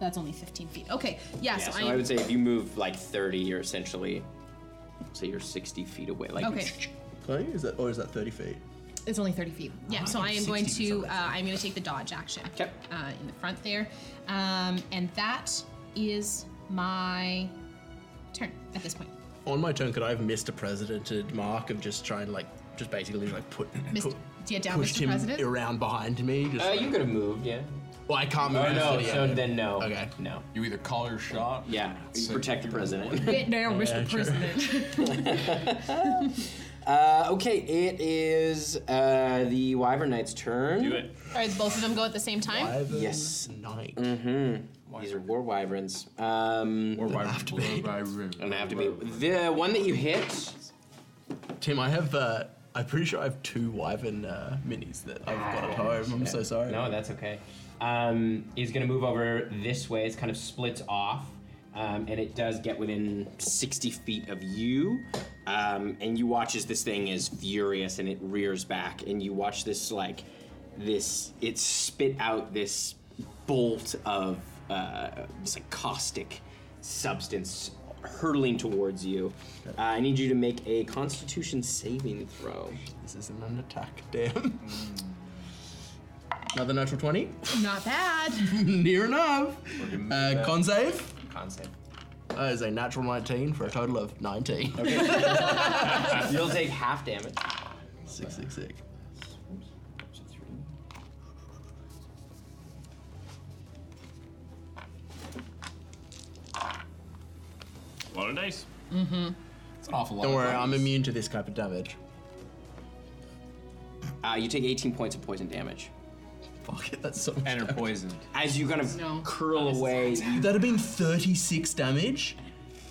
Speaker 10: That's only 15 feet. Okay. Yeah.
Speaker 1: yeah,
Speaker 10: so,
Speaker 1: so
Speaker 10: I'm,
Speaker 1: I would say if you move like 30, you're essentially, say you're 60 feet away. Like,
Speaker 10: okay.
Speaker 5: Can I use that, or is that 30 feet?
Speaker 10: It's only 30 feet. Yeah, so
Speaker 5: Oh,
Speaker 10: I am going
Speaker 5: 60
Speaker 10: to uh, I'm going to take the dodge action uh, in the front there, um, and that is my turn at this point.
Speaker 5: On my turn, could I have missed a presidented mark of just trying to like, just basically like put,
Speaker 10: Mist-
Speaker 5: put
Speaker 10: yeah, down,
Speaker 5: pushed
Speaker 10: Mr.
Speaker 5: him
Speaker 10: President.
Speaker 5: around behind me? Just
Speaker 1: Uh,
Speaker 5: like-
Speaker 1: you could have moved, yeah.
Speaker 5: Well, I can't move.
Speaker 1: Oh, no,
Speaker 5: yeah.
Speaker 1: so then no.
Speaker 5: Okay.
Speaker 1: No.
Speaker 7: You either call your shot.
Speaker 1: Yeah. protect the president.
Speaker 10: Get down,
Speaker 1: Yeah,
Speaker 10: Mr.
Speaker 1: sure.
Speaker 10: President.
Speaker 1: Uh, okay, it is uh, the Wyvern Knight's turn. Do it.
Speaker 10: All right, both of them go at the same time.
Speaker 1: Yes. Knight. Mm-hmm. These are war wyverns. Um, war wyverns. Have to be. Don't have to be. The one that you hit.
Speaker 5: Tim, I have. Uh, I'm pretty sure I have two Wyvern uh, minis that I've got
Speaker 1: Oh,
Speaker 5: at home. I'm so sorry.
Speaker 1: No, that's okay. Um, he's going to move over this way. It's kind of splits off, um, and it does get within 60 feet of you. Um, and you watch as this thing is furious and it rears back, and you watch this, like, this, it spit out this bolt of uh, this like, caustic substance hurtling towards you. Uh, I need you to make a constitution saving throw.
Speaker 5: This isn't an attack, damn. Another natural 20.
Speaker 10: Not bad.
Speaker 5: Near enough. Uh, con save.
Speaker 1: Con save.
Speaker 5: Uh, is a natural 19 for a total of 19.
Speaker 1: You'll take half damage.
Speaker 5: Six, six, six.
Speaker 3: A lot of dice.
Speaker 10: Mm-hmm.
Speaker 3: It's an awful
Speaker 5: Don't worry, I'm immune to this type of damage.
Speaker 1: Uh, you take 18 points of poison damage.
Speaker 5: Fuck it, that's so
Speaker 1: And
Speaker 5: are
Speaker 3: poisoned.
Speaker 1: As you kind of curl away.
Speaker 5: That'd have been 36 damage.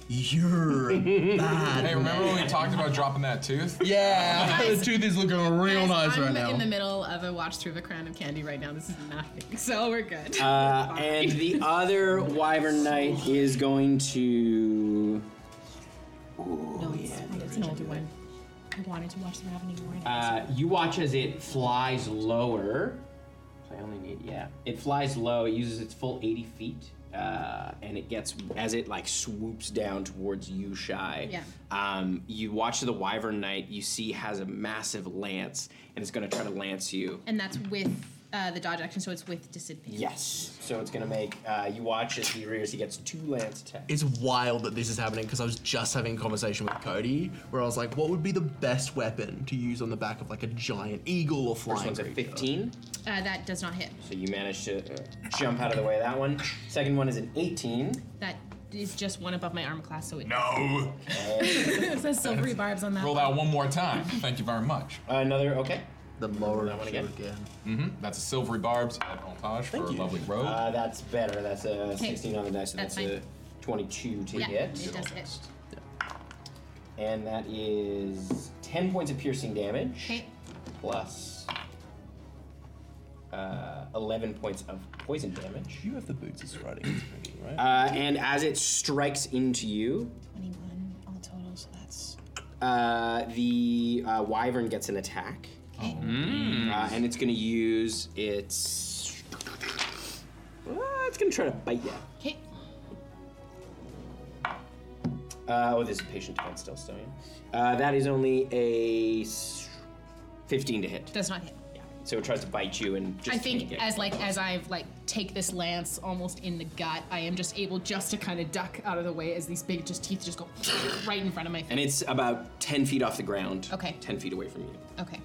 Speaker 5: You're bad.
Speaker 7: Hey, remember when we talked about dropping that tooth?
Speaker 5: Yeah,
Speaker 10: Guys,
Speaker 5: the tooth is looking real nice
Speaker 10: I'm
Speaker 5: right
Speaker 10: in the
Speaker 5: now.
Speaker 10: middle of a watch through the crown of candy right now. This is nothing, so we're good.
Speaker 1: Uh, and the other Wyvern Knight is going to.
Speaker 10: no, it's, it's an older one. I wanted to watch the Ravening Warren.
Speaker 1: Uh, you watch as it flies lower. So I only need, yeah. It flies low, it uses its full 80 feet. Uh, and it gets as it like swoops down towards you, shy.
Speaker 10: Yeah.
Speaker 1: Um, you watch the Wyvern Knight. You see has a massive lance, and it's going to try to lance you.
Speaker 10: And that's with uh, the dodge action, so it's with disadvantage.
Speaker 1: Yes. So it's gonna make uh, you watch as he rears. He gets two lance attacks.
Speaker 5: It's wild that this is happening because I was just having a conversation with Cody where I was like, what would be the best weapon to use on the back of like a giant eagle or flying
Speaker 1: one's a
Speaker 5: creature?
Speaker 1: 15.
Speaker 10: Uh, that does not hit.
Speaker 1: So you manage to uh, jump out of the way of that one. Second one is an 18.
Speaker 10: That is just one above my armor class, so it.
Speaker 7: No.
Speaker 10: it says silvery barbs on that.
Speaker 7: Roll that one more time. Thank you very much.
Speaker 1: Another, okay.
Speaker 5: The lower
Speaker 1: that one again.
Speaker 7: Mm-hmm. That's a silvery barbs at montage for a lovely robe.
Speaker 1: Uh, that's better. That's a
Speaker 10: Okay.
Speaker 1: 16 on the dice, so
Speaker 10: That's
Speaker 1: that's,
Speaker 10: fine.
Speaker 1: a 22 to
Speaker 10: yeah,
Speaker 1: hit.
Speaker 10: it does hit.
Speaker 1: And that is 10 points of piercing damage.
Speaker 10: Okay.
Speaker 1: Plus uh, 11 points of poison damage.
Speaker 5: You have the boots it's riding, right?
Speaker 1: Uh, and as it strikes into you,
Speaker 4: 21 all total, so that's.
Speaker 1: Uh, the uh, wyvern gets an attack.
Speaker 10: Oh.
Speaker 1: Uh, and it's going to use its. Uh, it's going to try to bite you.
Speaker 10: Okay.
Speaker 1: Uh, oh, there's a patient defense still, so yeah. Uh, that is only a s- 15 to hit.
Speaker 10: Does not hit.
Speaker 1: So it tries to bite you and just
Speaker 10: I think
Speaker 1: can't get
Speaker 10: as like as I've like take this lance almost in the gut, I am just able just to kind of duck out of the way as these big just teeth just go right in front of my face.
Speaker 1: And it's about 10 feet off the ground.
Speaker 10: Okay.
Speaker 1: 10 feet away from you.
Speaker 10: okay.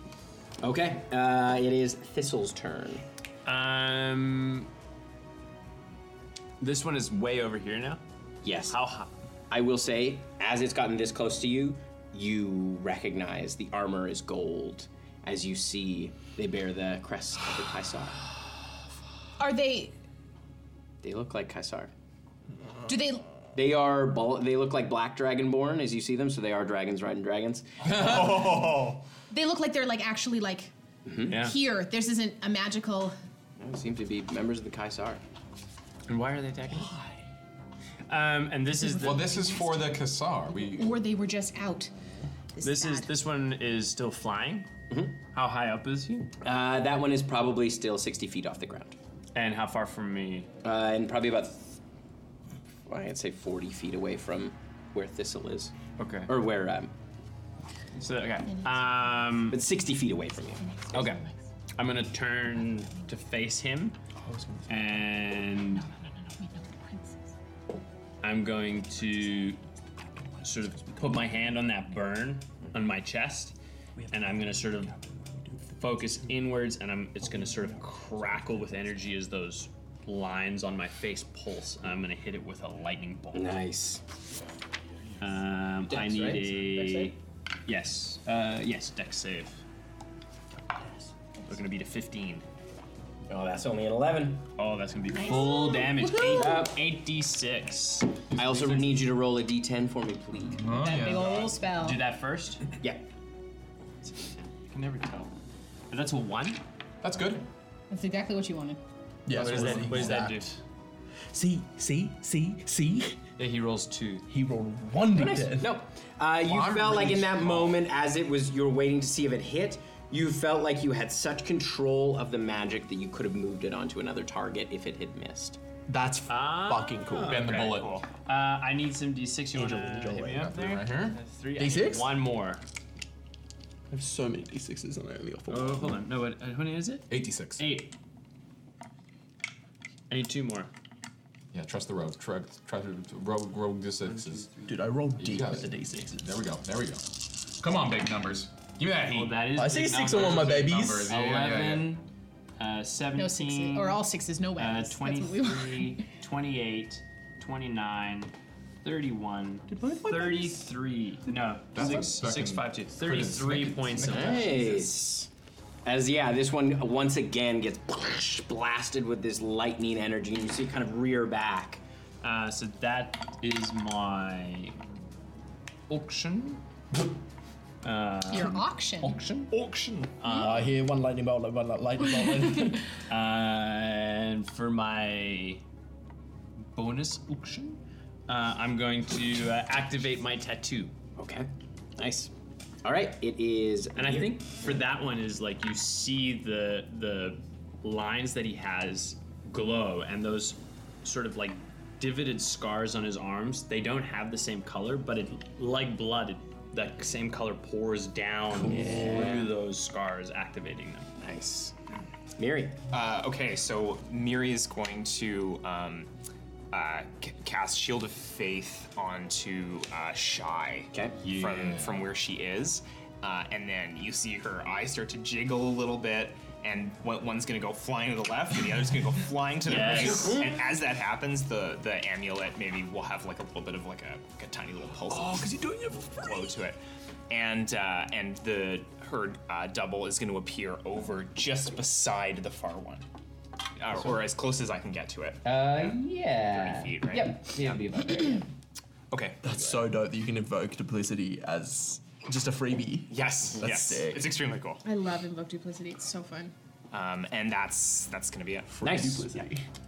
Speaker 1: Okay. Uh, it is Thistle's turn.
Speaker 3: Um, this one is way over here now.
Speaker 1: Yes. How high? I will say, as it's gotten this close to you, you recognize the armor is gold. As you see, they bear the crest of the Kaisar.
Speaker 10: Are they?
Speaker 1: They look like Kaisar.
Speaker 10: Do they?
Speaker 1: They are. Ball- they look like black dragonborn as you see them, so they are dragons riding dragons.
Speaker 3: Oh.
Speaker 10: They look like they're like actually like
Speaker 1: Mhm.
Speaker 10: here. This isn't a magical.
Speaker 1: No, they seem to be members of the Kaisar.
Speaker 3: And why are they attacking? Why? Um, and this is the, well.
Speaker 7: This is for the Kassar. We
Speaker 10: Or they were just out.
Speaker 3: this is this one is still flying.
Speaker 7: Mm-hmm.
Speaker 3: How high up is he?
Speaker 1: Uh, that one is probably still 60 feet off the ground.
Speaker 3: And how far from me?
Speaker 1: Uh, and probably about, th- I'd say 40 feet away from where Thistle is.
Speaker 3: Okay.
Speaker 1: Or where, um.
Speaker 3: So, okay. Um,
Speaker 1: but 60 feet away from you.
Speaker 3: Okay. I'm gonna turn to face him, and I'm going to sort of put my hand on that burn on my chest, and I'm gonna sort of focus inwards, and I'm it's gonna sort of crackle with energy as those lines on my face pulse, and I'm gonna hit it with a lightning bolt.
Speaker 1: Nice.
Speaker 3: Um, I
Speaker 1: Dex,
Speaker 3: need
Speaker 1: right? Dex
Speaker 3: a
Speaker 1: save?
Speaker 3: yes, uh, yes, dex save. We're gonna beat a 15.
Speaker 1: Oh, that's only an 11.
Speaker 3: Oh, that's gonna be full damage. Eight,
Speaker 1: Woohoo!
Speaker 3: 86.
Speaker 1: I also need you to roll a d10 for me, please.
Speaker 10: That big old spell.
Speaker 3: Do that first?
Speaker 1: Yeah.
Speaker 3: I can never tell. But that's a one?
Speaker 7: That's good.
Speaker 10: That's exactly what you wanted.
Speaker 3: Yeah, what,
Speaker 8: so
Speaker 3: does
Speaker 8: we're
Speaker 3: that, what does that do?
Speaker 8: See, see, see, see.
Speaker 3: Yeah, he rolls two.
Speaker 8: He rolled one
Speaker 1: Oh, nice.
Speaker 8: d10.
Speaker 1: No. Uh, you
Speaker 8: Well, I'm
Speaker 1: felt like
Speaker 8: really
Speaker 1: in that
Speaker 8: small.
Speaker 1: moment, as it was, you were waiting to see if it hit. You felt like you had such control of the magic that you could have moved it onto another target if it had missed.
Speaker 5: That's fucking cool.
Speaker 3: Bend the Ah, okay, bullet. cool. Uh, I need some d6. You want to hit me up there? Three. I need
Speaker 5: D6?
Speaker 3: One more.
Speaker 5: I have so many d6s and I only offer
Speaker 3: Oh, hold on. No, what, uh, how many is it?
Speaker 7: 86.
Speaker 3: Eight. I need two more.
Speaker 7: Yeah, trust the rogue. Try, try to rogue, rogue the sixes.
Speaker 5: Dude, I rolled
Speaker 7: D with the
Speaker 5: D6s.
Speaker 7: There we go. There we go. Come on, big numbers. Give me that heat.
Speaker 3: that is
Speaker 5: I see big six on numbers. one of my
Speaker 7: Big
Speaker 5: babies.
Speaker 7: numbers, yeah, yeah, yeah, yeah.
Speaker 3: Eleven, uh,
Speaker 10: No sixes
Speaker 3: 17,
Speaker 10: or all sixes. No way.
Speaker 3: uh,
Speaker 10: That's what we want.
Speaker 3: 23, 28, 29, 31, 33. No,
Speaker 1: That's
Speaker 3: six,
Speaker 1: a
Speaker 3: six,
Speaker 1: second
Speaker 3: five, two.
Speaker 1: crit is
Speaker 3: 33
Speaker 1: second.
Speaker 3: points of
Speaker 1: Nice. As yeah, this one once again gets blasted with this lightning energy, and you see it kind of rear back.
Speaker 3: Uh, so that is my auction. Uh,
Speaker 7: Um,
Speaker 10: Your auction.
Speaker 3: Auction. Auction.
Speaker 5: I hear one lightning bolt, like one lightning bolt. lightning-
Speaker 3: Uh, and for my bonus auction, uh, I'm going to uh, activate my tattoo.
Speaker 1: Okay. Nice. All right. It is.
Speaker 3: And I think for that one is like you see the the lines that he has glow, and those sort of like divoted scars on his arms. They don't have the same color, but it like blood. It, that same color pours down through those scars, activating them.
Speaker 1: Nice. Miri.
Speaker 9: Uh, okay, so Miri is going to um, uh, c- cast Shield of Faith onto uh, Shy from from where she is, uh, and then you see her eyes start to jiggle a little bit. And one- one's gonna go flying to the left, and the other's gonna go flying to the
Speaker 3: Yes.
Speaker 9: right. And as that happens, the the amulet maybe will have like a little bit of like a, like a tiny little pulse.
Speaker 5: Oh, 'cause you're doing it
Speaker 9: glow to it, and uh, and the her uh, double is going to appear over just beside the far one, uh, or as close as I can get to it.
Speaker 15: Uh, yeah.
Speaker 9: Thirty feet, right?
Speaker 15: Yep. Yeah, it'll be about there. yeah.
Speaker 9: Okay.
Speaker 5: That's so dope that you can invoke duplicity as just a freebie.
Speaker 9: Yes.
Speaker 5: That's
Speaker 9: yes.
Speaker 5: sick.
Speaker 9: It's extremely cool.
Speaker 10: I love invoke duplicity. It's so fun.
Speaker 9: Um, and that's that's going to be it.
Speaker 1: Nice.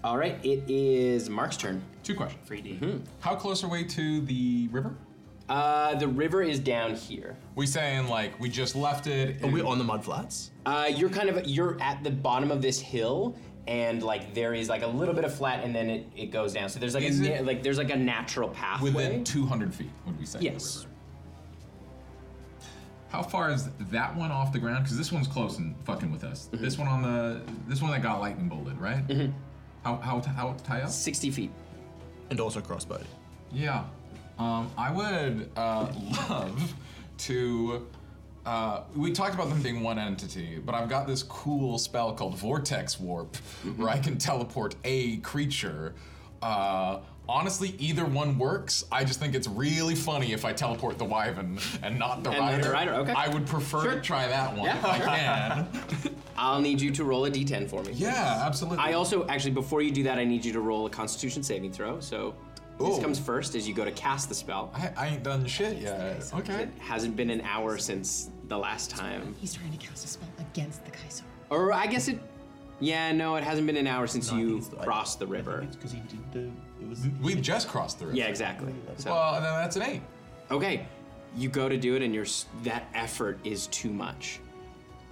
Speaker 1: All right. It is Mark's turn.
Speaker 7: Two questions.
Speaker 9: 3D.
Speaker 5: Mm-hmm.
Speaker 7: How close are we to the river?
Speaker 1: Mm-hmm. Uh, the river is down here.
Speaker 7: We saying like we just left it. Are we
Speaker 5: on the mud flats?
Speaker 1: Uh, you're kind of you're at the bottom of this hill, and like there is like a little bit of flat, and then it, it goes down. So there's like
Speaker 7: Is
Speaker 1: a
Speaker 7: it-
Speaker 1: na- like there's like a natural pathway.
Speaker 7: Within 200 feet, would we say?
Speaker 1: Yes.
Speaker 7: How far is that one off the ground? Because this one's close and fucking with us. This one on the this one that got lightning bolted, right? Mm-hmm. How how how tie up?
Speaker 1: Sixty feet.
Speaker 7: And also crossbow. Yeah. Um, I would uh, love to. Uh, we talked about them being one entity, but I've got this cool spell called Vortex Warp,
Speaker 1: Mm-hmm.
Speaker 7: where I can teleport a creature. Uh, honestly, either one works. I just think it's really funny if I teleport the Wyvern and not the
Speaker 1: And not
Speaker 7: Rider.
Speaker 1: the Rider, okay.
Speaker 7: I would prefer to
Speaker 1: Sure.
Speaker 7: try that one if
Speaker 1: Yeah,
Speaker 7: I
Speaker 1: sure.
Speaker 7: can.
Speaker 1: I'll need you to roll a d10 for me.
Speaker 7: Yeah, absolutely.
Speaker 1: I also, actually, before you do that, I need you to roll a Constitution saving throw. So this
Speaker 7: Ooh.
Speaker 1: comes first as you go to cast the spell.
Speaker 7: I, I ain't done shit yet. Okay.
Speaker 1: It hasn't been an hour since the last time.
Speaker 10: He's trying to cast a spell against the Kaisar.
Speaker 1: Or I guess it. Yeah, no, it hasn't been an hour since you crossed the river.
Speaker 17: because he did the. It was.
Speaker 7: We just crossed the river.
Speaker 1: Yeah, exactly. So,
Speaker 7: Well, and then that's an eight.
Speaker 1: Okay, you go to do it, and your s- that effort is too much,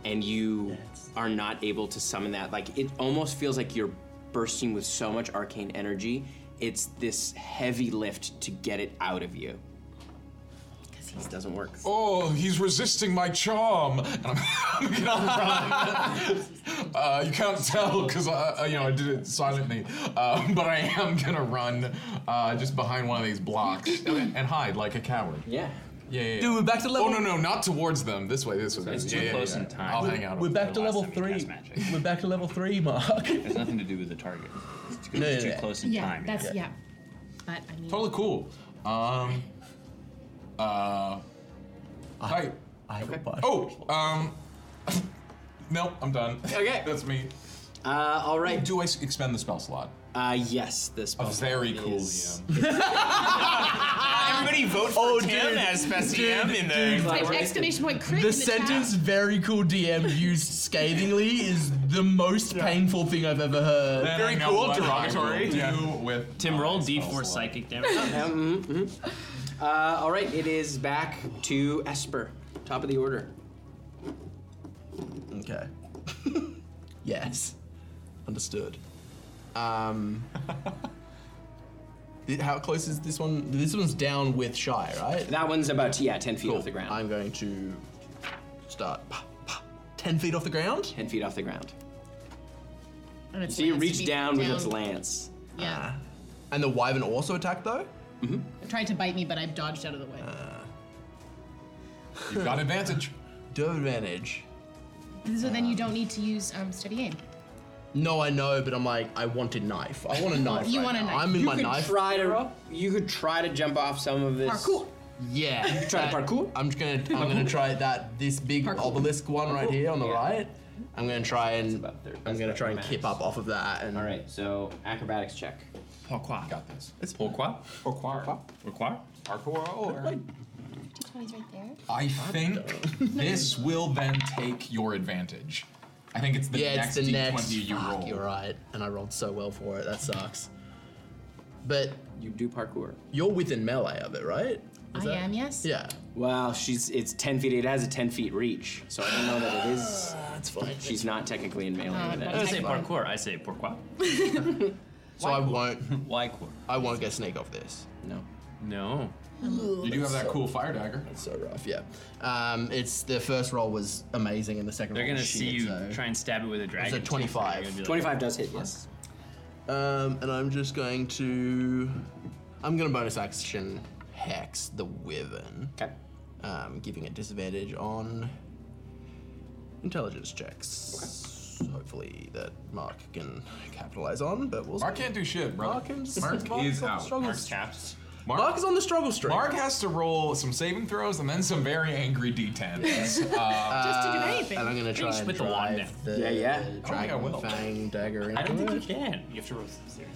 Speaker 1: and you are not able to summon that. Like it almost feels like you're bursting with so much arcane energy. It's this heavy lift to get it out of you. This doesn't work.
Speaker 7: Oh, he's resisting my charm. And I'm, I'm gonna run. uh, you can't tell because uh, you know I did it silently, uh, but I am gonna run uh, just behind one of these blocks and hide like a coward.
Speaker 1: Yeah.
Speaker 7: Yeah, yeah, yeah.
Speaker 5: Dude, we're back to level-
Speaker 7: Oh no, no, not towards them. This way, this way.
Speaker 5: It's
Speaker 7: Yeah,
Speaker 5: too
Speaker 7: yeah,
Speaker 5: close
Speaker 7: yeah.
Speaker 5: in time.
Speaker 7: I'll
Speaker 5: We're-
Speaker 7: hang out.
Speaker 5: we're back to level
Speaker 17: three. We're back to level three, Mark.
Speaker 18: It has nothing to do with the target. It's too,
Speaker 17: No,
Speaker 18: it's
Speaker 17: no,
Speaker 18: too
Speaker 17: no.
Speaker 18: close in
Speaker 10: Yeah,
Speaker 18: time.
Speaker 10: that's yeah. But I mean,
Speaker 7: Totally cool. Um. Uh. hi.
Speaker 17: okay.
Speaker 7: Oh. Um. no, I'm done.
Speaker 1: Okay.
Speaker 7: That's me.
Speaker 1: Uh, all right.
Speaker 7: Do I s- expend the spell slot?
Speaker 1: Uh, yes, this.
Speaker 7: A very cool DM.
Speaker 9: Ah, Everybody vote for
Speaker 5: Oh,
Speaker 9: Tim
Speaker 5: dude.
Speaker 9: as best
Speaker 5: Dude,
Speaker 9: DM in
Speaker 5: dude.
Speaker 9: the.
Speaker 10: Type exclamation point crit
Speaker 5: The
Speaker 10: in the
Speaker 5: sentence "very cool DM" used scathingly is the most painful thing I've ever
Speaker 1: Uh,
Speaker 5: heard.
Speaker 7: Then I know what I will Do with
Speaker 3: Tim, roll d4 psychic damage.
Speaker 1: Um, mhm. Uh, all right, it is back to Esper, top of the order.
Speaker 5: Okay. yes. Understood. Um. th- How close is this one? This one's down with Shy, right?
Speaker 1: That one's about, yeah, 10 feet off the ground.
Speaker 5: I'm going to start. pa, pa, 10 feet off the ground?
Speaker 1: 10 feet off the ground.
Speaker 10: And it's
Speaker 1: So you
Speaker 10: lance
Speaker 1: reach
Speaker 10: beat
Speaker 1: down with its lance.
Speaker 10: Yeah.
Speaker 5: Ah. And the Wyvern also attacked, though?
Speaker 10: It tried to bite me, but I've dodged out of the way.
Speaker 7: You've got advantage.
Speaker 5: Do have advantage.
Speaker 10: so then you don't need to use um, steady aim.
Speaker 5: No, I know, but I'm like, I want a knife. I want a knife.
Speaker 10: You
Speaker 5: right
Speaker 10: want a
Speaker 5: now.
Speaker 10: knife.
Speaker 5: I'm in
Speaker 10: You
Speaker 5: my
Speaker 10: could
Speaker 5: knife.
Speaker 1: Try to, you could try to jump off some of this.
Speaker 10: Parkour.
Speaker 5: Yeah.
Speaker 1: You could try to
Speaker 5: that-
Speaker 1: parkour.
Speaker 5: I'm just gonna I'm gonna try that this big obelisk one right here on the right. I'm gonna try and I'm gonna try and kip up off of that. And all
Speaker 1: right, so acrobatics check.
Speaker 3: Pourquoi?
Speaker 7: Got this.
Speaker 5: It's
Speaker 3: pourquoi.
Speaker 7: Pourquoi?
Speaker 3: Pourquoi?
Speaker 7: Parkour.
Speaker 10: Tony's right there.
Speaker 7: I think this will then take your advantage. I think it's the
Speaker 5: yeah,
Speaker 7: next
Speaker 5: it's the
Speaker 7: d20
Speaker 5: next.
Speaker 7: you
Speaker 5: fuck,
Speaker 7: roll.
Speaker 5: You're right, and I rolled so well for it. That sucks. But
Speaker 1: you do parkour.
Speaker 5: You're within melee of it, right?
Speaker 10: I am, yes.
Speaker 5: Yeah.
Speaker 1: Well, she's it's 10 feet. It has a 10 feet reach, so I don't know that it is.
Speaker 3: Ah,
Speaker 5: That's fine.
Speaker 1: She's not technically in melee.
Speaker 10: Uh,
Speaker 1: with it.
Speaker 10: but
Speaker 3: I don't say parkour, I say pourquoi.
Speaker 5: So I won't.
Speaker 3: Why court?
Speaker 5: I won't get sneak off this.
Speaker 1: No.
Speaker 3: No.
Speaker 5: You
Speaker 7: do have that cool fire dagger.
Speaker 5: That's so rough. Yeah. Um, it's the first roll was amazing, and the 2nd
Speaker 3: They're
Speaker 5: roll
Speaker 3: gonna
Speaker 5: was
Speaker 3: see
Speaker 5: shit,
Speaker 3: you
Speaker 5: so-
Speaker 3: try and stab it with a dragon.
Speaker 5: It's a 25.
Speaker 1: 25 does hit, yes.
Speaker 5: Um, and I'm just going to. I'm going to bonus action hex the wyvern.
Speaker 1: Okay.
Speaker 5: Um, giving it disadvantage on intelligence checks. Hopefully that Mark can capitalize on, but we'll.
Speaker 7: Mark can't do shit, bro.
Speaker 5: Mark, can just,
Speaker 7: Mark is
Speaker 5: on the
Speaker 7: out.
Speaker 5: struggle
Speaker 7: Mark's
Speaker 5: s-
Speaker 3: caps.
Speaker 5: Mark, is on the struggle streak.
Speaker 7: Mark has to roll some saving throws and then some very angry d10s. Uh,
Speaker 5: Just to do anything. and I'm gonna try
Speaker 3: Finish
Speaker 5: and
Speaker 3: with the wand
Speaker 5: drive
Speaker 3: now.
Speaker 5: the
Speaker 3: Yeah, yeah. I don't
Speaker 7: think I
Speaker 5: dragon
Speaker 7: will.
Speaker 5: fang dagger.
Speaker 3: I don't
Speaker 5: into
Speaker 3: think you
Speaker 5: it.
Speaker 3: can. You have to roll some zero.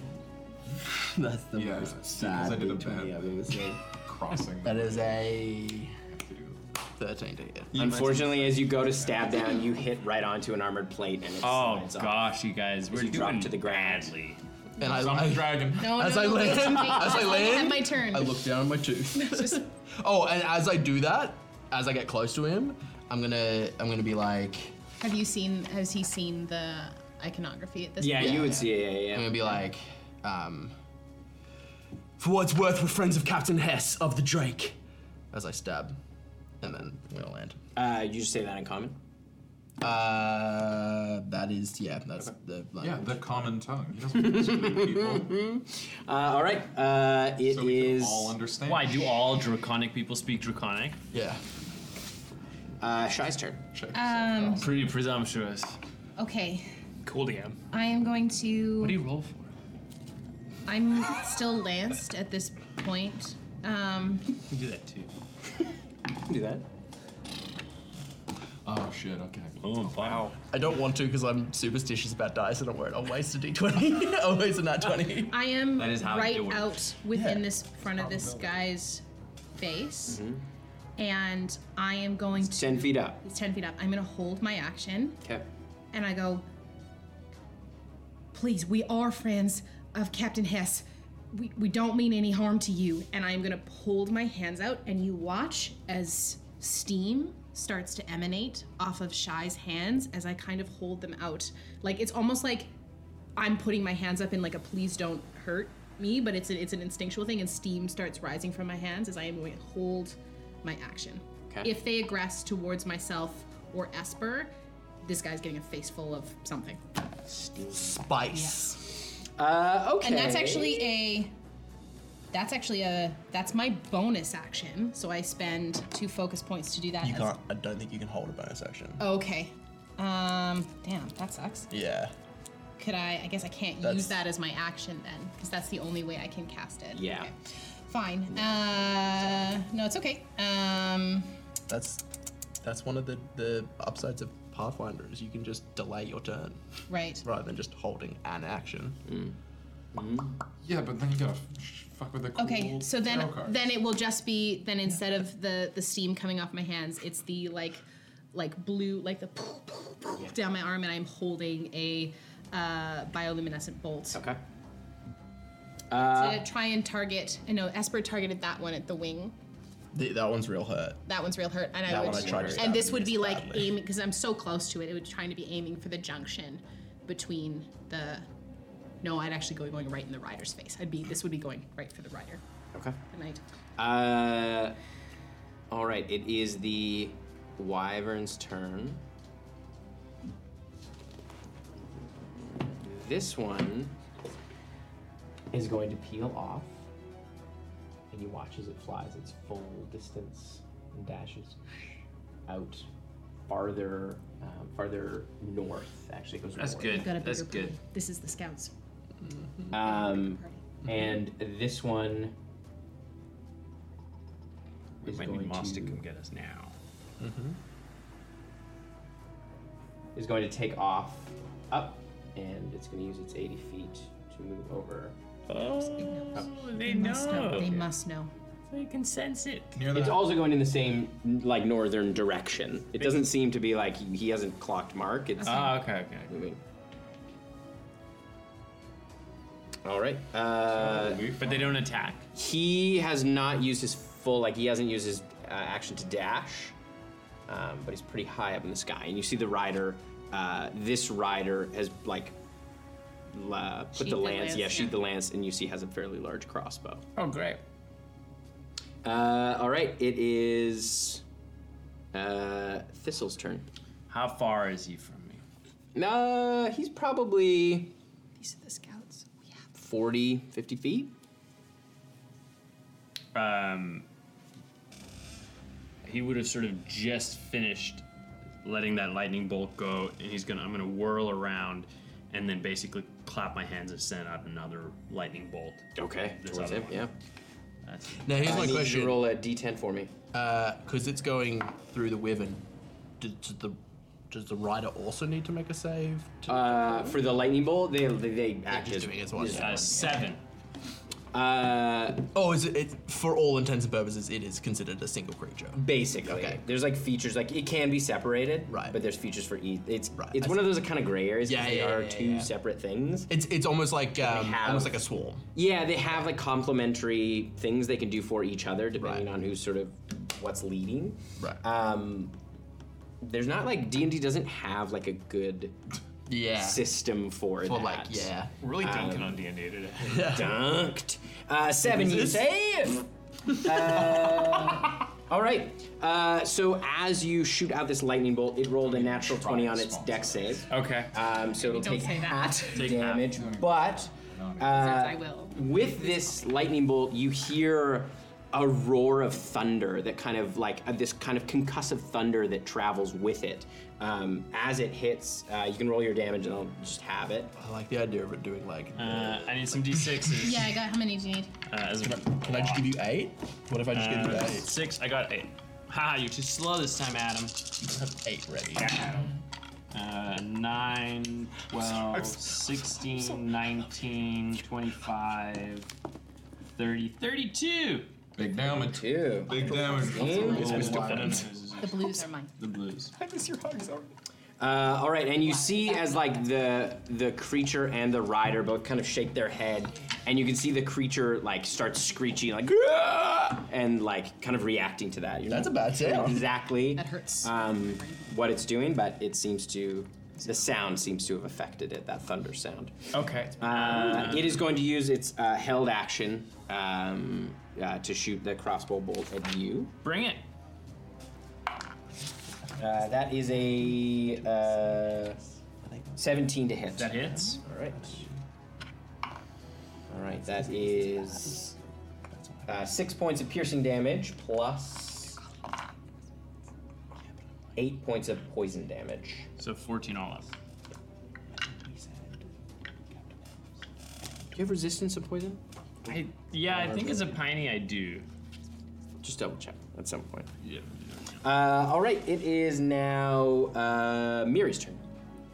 Speaker 5: That's the most sad thing to me I've ever seen.
Speaker 7: Crossing.
Speaker 5: That is a 13 to hit.
Speaker 1: Unfortunately, as you go to stab down, you hit right onto an armored plate and it
Speaker 3: Oh
Speaker 1: slides off.
Speaker 3: gosh, you guys,
Speaker 1: As
Speaker 3: we're
Speaker 1: you
Speaker 3: doing
Speaker 1: drop to the ground.
Speaker 5: And I like
Speaker 7: dragon.
Speaker 10: No,
Speaker 5: as
Speaker 10: no,
Speaker 5: I
Speaker 10: no,
Speaker 5: land,
Speaker 10: it's okay.
Speaker 5: as I
Speaker 10: Let me
Speaker 5: land,
Speaker 10: have my turn.
Speaker 5: I look down at my tooth. oh, and as I do that, as I get close to him, I'm gonna, I'm gonna be like,
Speaker 10: Have you seen? Has he seen the iconography at this point?
Speaker 1: see it. Yeah, yeah.
Speaker 5: I'm gonna be like, um, for what's worth, we're friends of Captain Hess of the Drake. As I stab and then I'm gonna land.
Speaker 1: Uh, you just say that in common.
Speaker 5: Uh, that is yeah. That's the
Speaker 1: Yeah,
Speaker 5: the
Speaker 16: common tongue.
Speaker 1: uh, all right. Uh, it is.
Speaker 3: Why do all draconic people speak draconic?
Speaker 5: Yeah.
Speaker 1: Uh, Shy's turn.
Speaker 10: Um,
Speaker 3: Pretty presumptuous.
Speaker 10: okay,
Speaker 3: Cool DM.
Speaker 10: I am going to.
Speaker 3: What do you roll for?
Speaker 10: I'm still lanced at this point. Um,
Speaker 3: You do that too.
Speaker 1: do that.
Speaker 5: Oh shit! Okay.
Speaker 3: Oh wow!
Speaker 5: I don't want to because I'm superstitious about dice, and I'm worried I'll waste a d20. I'll waste a nat 20.
Speaker 10: I am
Speaker 5: That is how
Speaker 10: right
Speaker 5: it works.
Speaker 10: out within this front of this guy's face,
Speaker 5: Mm-hmm.
Speaker 10: and I am going to.
Speaker 1: Mm-hmm. Ten feet up.
Speaker 10: It's ten feet up. I'm going to hold my action,
Speaker 1: Okay.
Speaker 10: and I go. Please, we are friends of Captain Hess. We, we don't mean any harm to you. And I'm going to hold my hands out, and you watch as steam starts to emanate off of Shy's hands as I kind of hold them out. Like, it's almost like I'm putting my hands up in like a please don't hurt me, but it's an, it's an instinctual thing, and steam starts rising from my hands as I am going to hold my action.
Speaker 1: Okay.
Speaker 10: If they aggress towards myself or Esper, this guy's getting a face full of something.
Speaker 5: Spice.
Speaker 1: Uh, okay.
Speaker 10: And that's actually a. That's actually a. That's my bonus action. So I spend two focus points to do that.
Speaker 8: You
Speaker 10: as-
Speaker 8: can't. I don't think you can hold a bonus action.
Speaker 10: Okay. Um. Damn. That sucks.
Speaker 8: Yeah.
Speaker 10: Could I? I guess I can't
Speaker 8: That's-
Speaker 10: use that as my action then, because that's the only way I can cast it.
Speaker 1: Yeah.
Speaker 10: Fine. Uh. No, it's okay. Um.
Speaker 5: That's that's one of the the upsides of Pathfinder is you can just delay your turn
Speaker 10: Right.
Speaker 5: rather than just holding an action.
Speaker 1: Mm.
Speaker 16: Mm. Yeah, but then you gotta f- fuck with the cool
Speaker 10: Okay. So then,
Speaker 16: tarot cards.
Speaker 10: then it will just be then instead of the the steam coming off my hands, it's the like, like blue, like the down my arm, and I'm holding a uh, bioluminescent bolt.
Speaker 1: Okay.
Speaker 5: Uh,
Speaker 10: to try and target. I know Esper targeted that one at the wing.
Speaker 5: The, that one's real hurt.
Speaker 10: That one's real hurt, and I
Speaker 5: That
Speaker 10: would.
Speaker 5: one I tried to
Speaker 10: and
Speaker 5: stab
Speaker 10: this
Speaker 5: and
Speaker 10: would be
Speaker 5: missed
Speaker 10: like
Speaker 5: badly.
Speaker 10: aiming because I'm so close to it. It would trying to be aiming for the junction between the. No, I'd actually go going right in the rider's face. I'd be. This would be going right for the rider.
Speaker 1: Okay.
Speaker 10: Good night.
Speaker 1: Uh, all right. It is the wyvern's turn. This one is going to peel off,
Speaker 15: and you watch as it flies its full distance and dashes
Speaker 1: out farther, um, farther north. Actually, it goes.
Speaker 15: That's
Speaker 1: north.
Speaker 15: good.
Speaker 10: Bigger party. This is the scouts.
Speaker 1: Um,
Speaker 3: Mm-hmm.
Speaker 1: and this one is
Speaker 3: might need
Speaker 1: going
Speaker 3: Moss to
Speaker 1: to
Speaker 3: come get us now.
Speaker 1: is going to take off up, and it's going to use its 80 feet to move over.
Speaker 10: Uh, They, must know. They must know.
Speaker 3: Oh, So you can sense it.
Speaker 1: It's also going in the same like northern direction. It doesn't seem to be like he, he hasn't clocked mark. It's
Speaker 3: Ah, okay, okay.
Speaker 1: moving. All right. Uh,
Speaker 3: but they don't attack.
Speaker 1: He has not used his full like he hasn't used his uh, action to dash, um, but he's pretty high up in the sky, and you see the rider. Uh, this rider has like la, put
Speaker 15: Sheathed
Speaker 1: the
Speaker 15: the
Speaker 1: lance,
Speaker 15: lance,
Speaker 1: yeah, sheathed
Speaker 15: yeah.
Speaker 1: the lance, and you see has a fairly large crossbow.
Speaker 15: Oh, great.
Speaker 1: Uh, all right, it is uh, Thistle's turn.
Speaker 3: How far is he from me?
Speaker 1: Uh, he's probably
Speaker 10: These are the scouts.
Speaker 1: 40, 50 feet.
Speaker 3: Um, he would have sort of just finished letting that lightning bolt go, and he's gonna. I'm gonna whirl around, and then basically clap my hands and send out another lightning bolt.
Speaker 1: Okay,
Speaker 3: This
Speaker 1: towards
Speaker 3: other
Speaker 1: him,
Speaker 3: one.
Speaker 1: yeah.
Speaker 3: That's
Speaker 5: Now here's
Speaker 1: I
Speaker 5: my
Speaker 1: need you to
Speaker 5: question.
Speaker 1: roll a d10 for me.
Speaker 5: Because Uh, it's going through the wyvern. Does, does the does the rider also need to make a save?
Speaker 1: Uh, for the lightning bolt, they they, they act as doing
Speaker 5: as one.
Speaker 3: Uh, seven.
Speaker 1: Uh,
Speaker 5: oh, is it, it for all intents and purposes? It is considered a single creature.
Speaker 1: Basically, there's like features like it can be separated, right? But there's features for each. It's it's one of those kind of gray areas. 'cause
Speaker 5: Yeah,
Speaker 1: they
Speaker 5: yeah,
Speaker 1: are
Speaker 5: yeah,
Speaker 1: two
Speaker 5: yeah.
Speaker 1: separate things.
Speaker 5: It's it's almost like um,
Speaker 1: have-
Speaker 5: almost like a swarm.
Speaker 1: Yeah, they have like complementary things they can do for each other depending on who's sort of what's leading.
Speaker 5: Right.
Speaker 1: Um, there's not like D and D doesn't have like a good
Speaker 5: Yeah.
Speaker 1: system for,
Speaker 5: For,
Speaker 1: that. Um,
Speaker 5: like, yeah.
Speaker 9: We're really dunking on
Speaker 1: D and
Speaker 9: D&D today.
Speaker 1: Dunked. Uh, seven, you
Speaker 9: Is this-
Speaker 1: save. Uh, All right. Uh, so as you shoot out this lightning bolt, it rolled a natural twenty on its deck save.
Speaker 3: Okay.
Speaker 1: Um, so it'll
Speaker 10: Don't
Speaker 1: take
Speaker 10: say that.
Speaker 1: half
Speaker 10: Take half.
Speaker 1: damage, but uh,
Speaker 10: I will.
Speaker 1: with this lightning bolt, you hear a roar of thunder that kind of like uh, this kind of concussive thunder that travels with it. Um, as it hits, uh, you can roll your damage, and I'll just have it. I
Speaker 5: like the idea of it doing like.
Speaker 3: Uh, I need some d6s.
Speaker 10: Yeah, I got. How many do you need?
Speaker 3: Uh, as can,
Speaker 5: I, can I just give you eight? What if I just give you eight?
Speaker 3: Six. I got eight. Haha, you're too slow this time, Adam. You
Speaker 5: have eight ready.
Speaker 3: Uh, 9, 12, 16, 19, 25, 30, 32.
Speaker 7: Big damage.
Speaker 1: Two.
Speaker 7: Big damage.
Speaker 10: The blues are mine.
Speaker 3: The blues.
Speaker 9: I miss your hugs.
Speaker 1: Uh, all right, and you see as like the the creature and the rider both kind of shake their head, and you can see the creature like starts screeching like "Grrrr!" and like kind of reacting to that. You're
Speaker 5: That's
Speaker 1: not
Speaker 5: a bad
Speaker 1: sure
Speaker 5: sound.
Speaker 1: Exactly.
Speaker 10: That hurts.
Speaker 1: Um, what it's doing, but it seems to the sound seems to have affected it. That thunder sound.
Speaker 3: Okay.
Speaker 5: Mm-hmm.
Speaker 1: Uh, it is going to use its uh, held action um, uh, to shoot the crossbow bolt at you.
Speaker 3: Bring it.
Speaker 1: Uh, that is a uh, 17 to hit. That
Speaker 3: hits.
Speaker 1: All right. All right. That is uh, six points of piercing damage plus eight points of poison damage.
Speaker 3: So 14 all up.
Speaker 1: Do you have resistance to poison?
Speaker 3: I, yeah, I think as a piney I do.
Speaker 1: Just double check at some point. Yeah. Uh, all right. It is now uh, Miri's turn.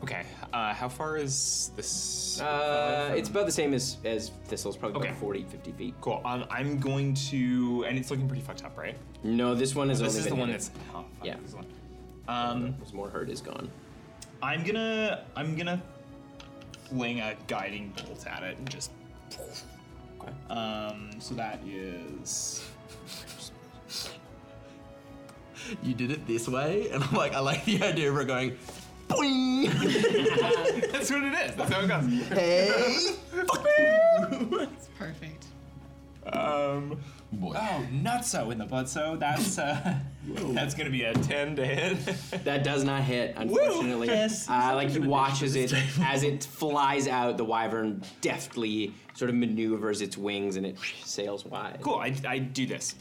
Speaker 9: Okay. Uh, how far is this?
Speaker 1: Uh, it's about the same as as thistles, probably about 40, 50 feet.
Speaker 9: Cool. Um, I'm going to, and it's looking pretty fucked up, right?
Speaker 1: No, this one is
Speaker 9: Oh, this
Speaker 1: only
Speaker 9: is
Speaker 1: been
Speaker 9: the one
Speaker 1: hit.
Speaker 9: that's. Oh, fuck,
Speaker 1: Yeah.
Speaker 9: this is the one. Um,
Speaker 1: There's more hurt is gone.
Speaker 9: I'm gonna, I'm gonna fling a guiding bolt at it and just. Um, so that is.
Speaker 5: You did it this way, and I'm like, I like the idea of it going.
Speaker 9: That's what it is. That's how it goes.
Speaker 5: Hey.
Speaker 10: It's perfect.
Speaker 9: Um, Oh, nutso in the butso. That's uh, that's gonna be a ten to hit.
Speaker 1: that does not hit, unfortunately. uh, like you watch as it as it flies out, the wyvern deftly sort of maneuvers its wings and it sails wide.
Speaker 9: Cool. I, I do this.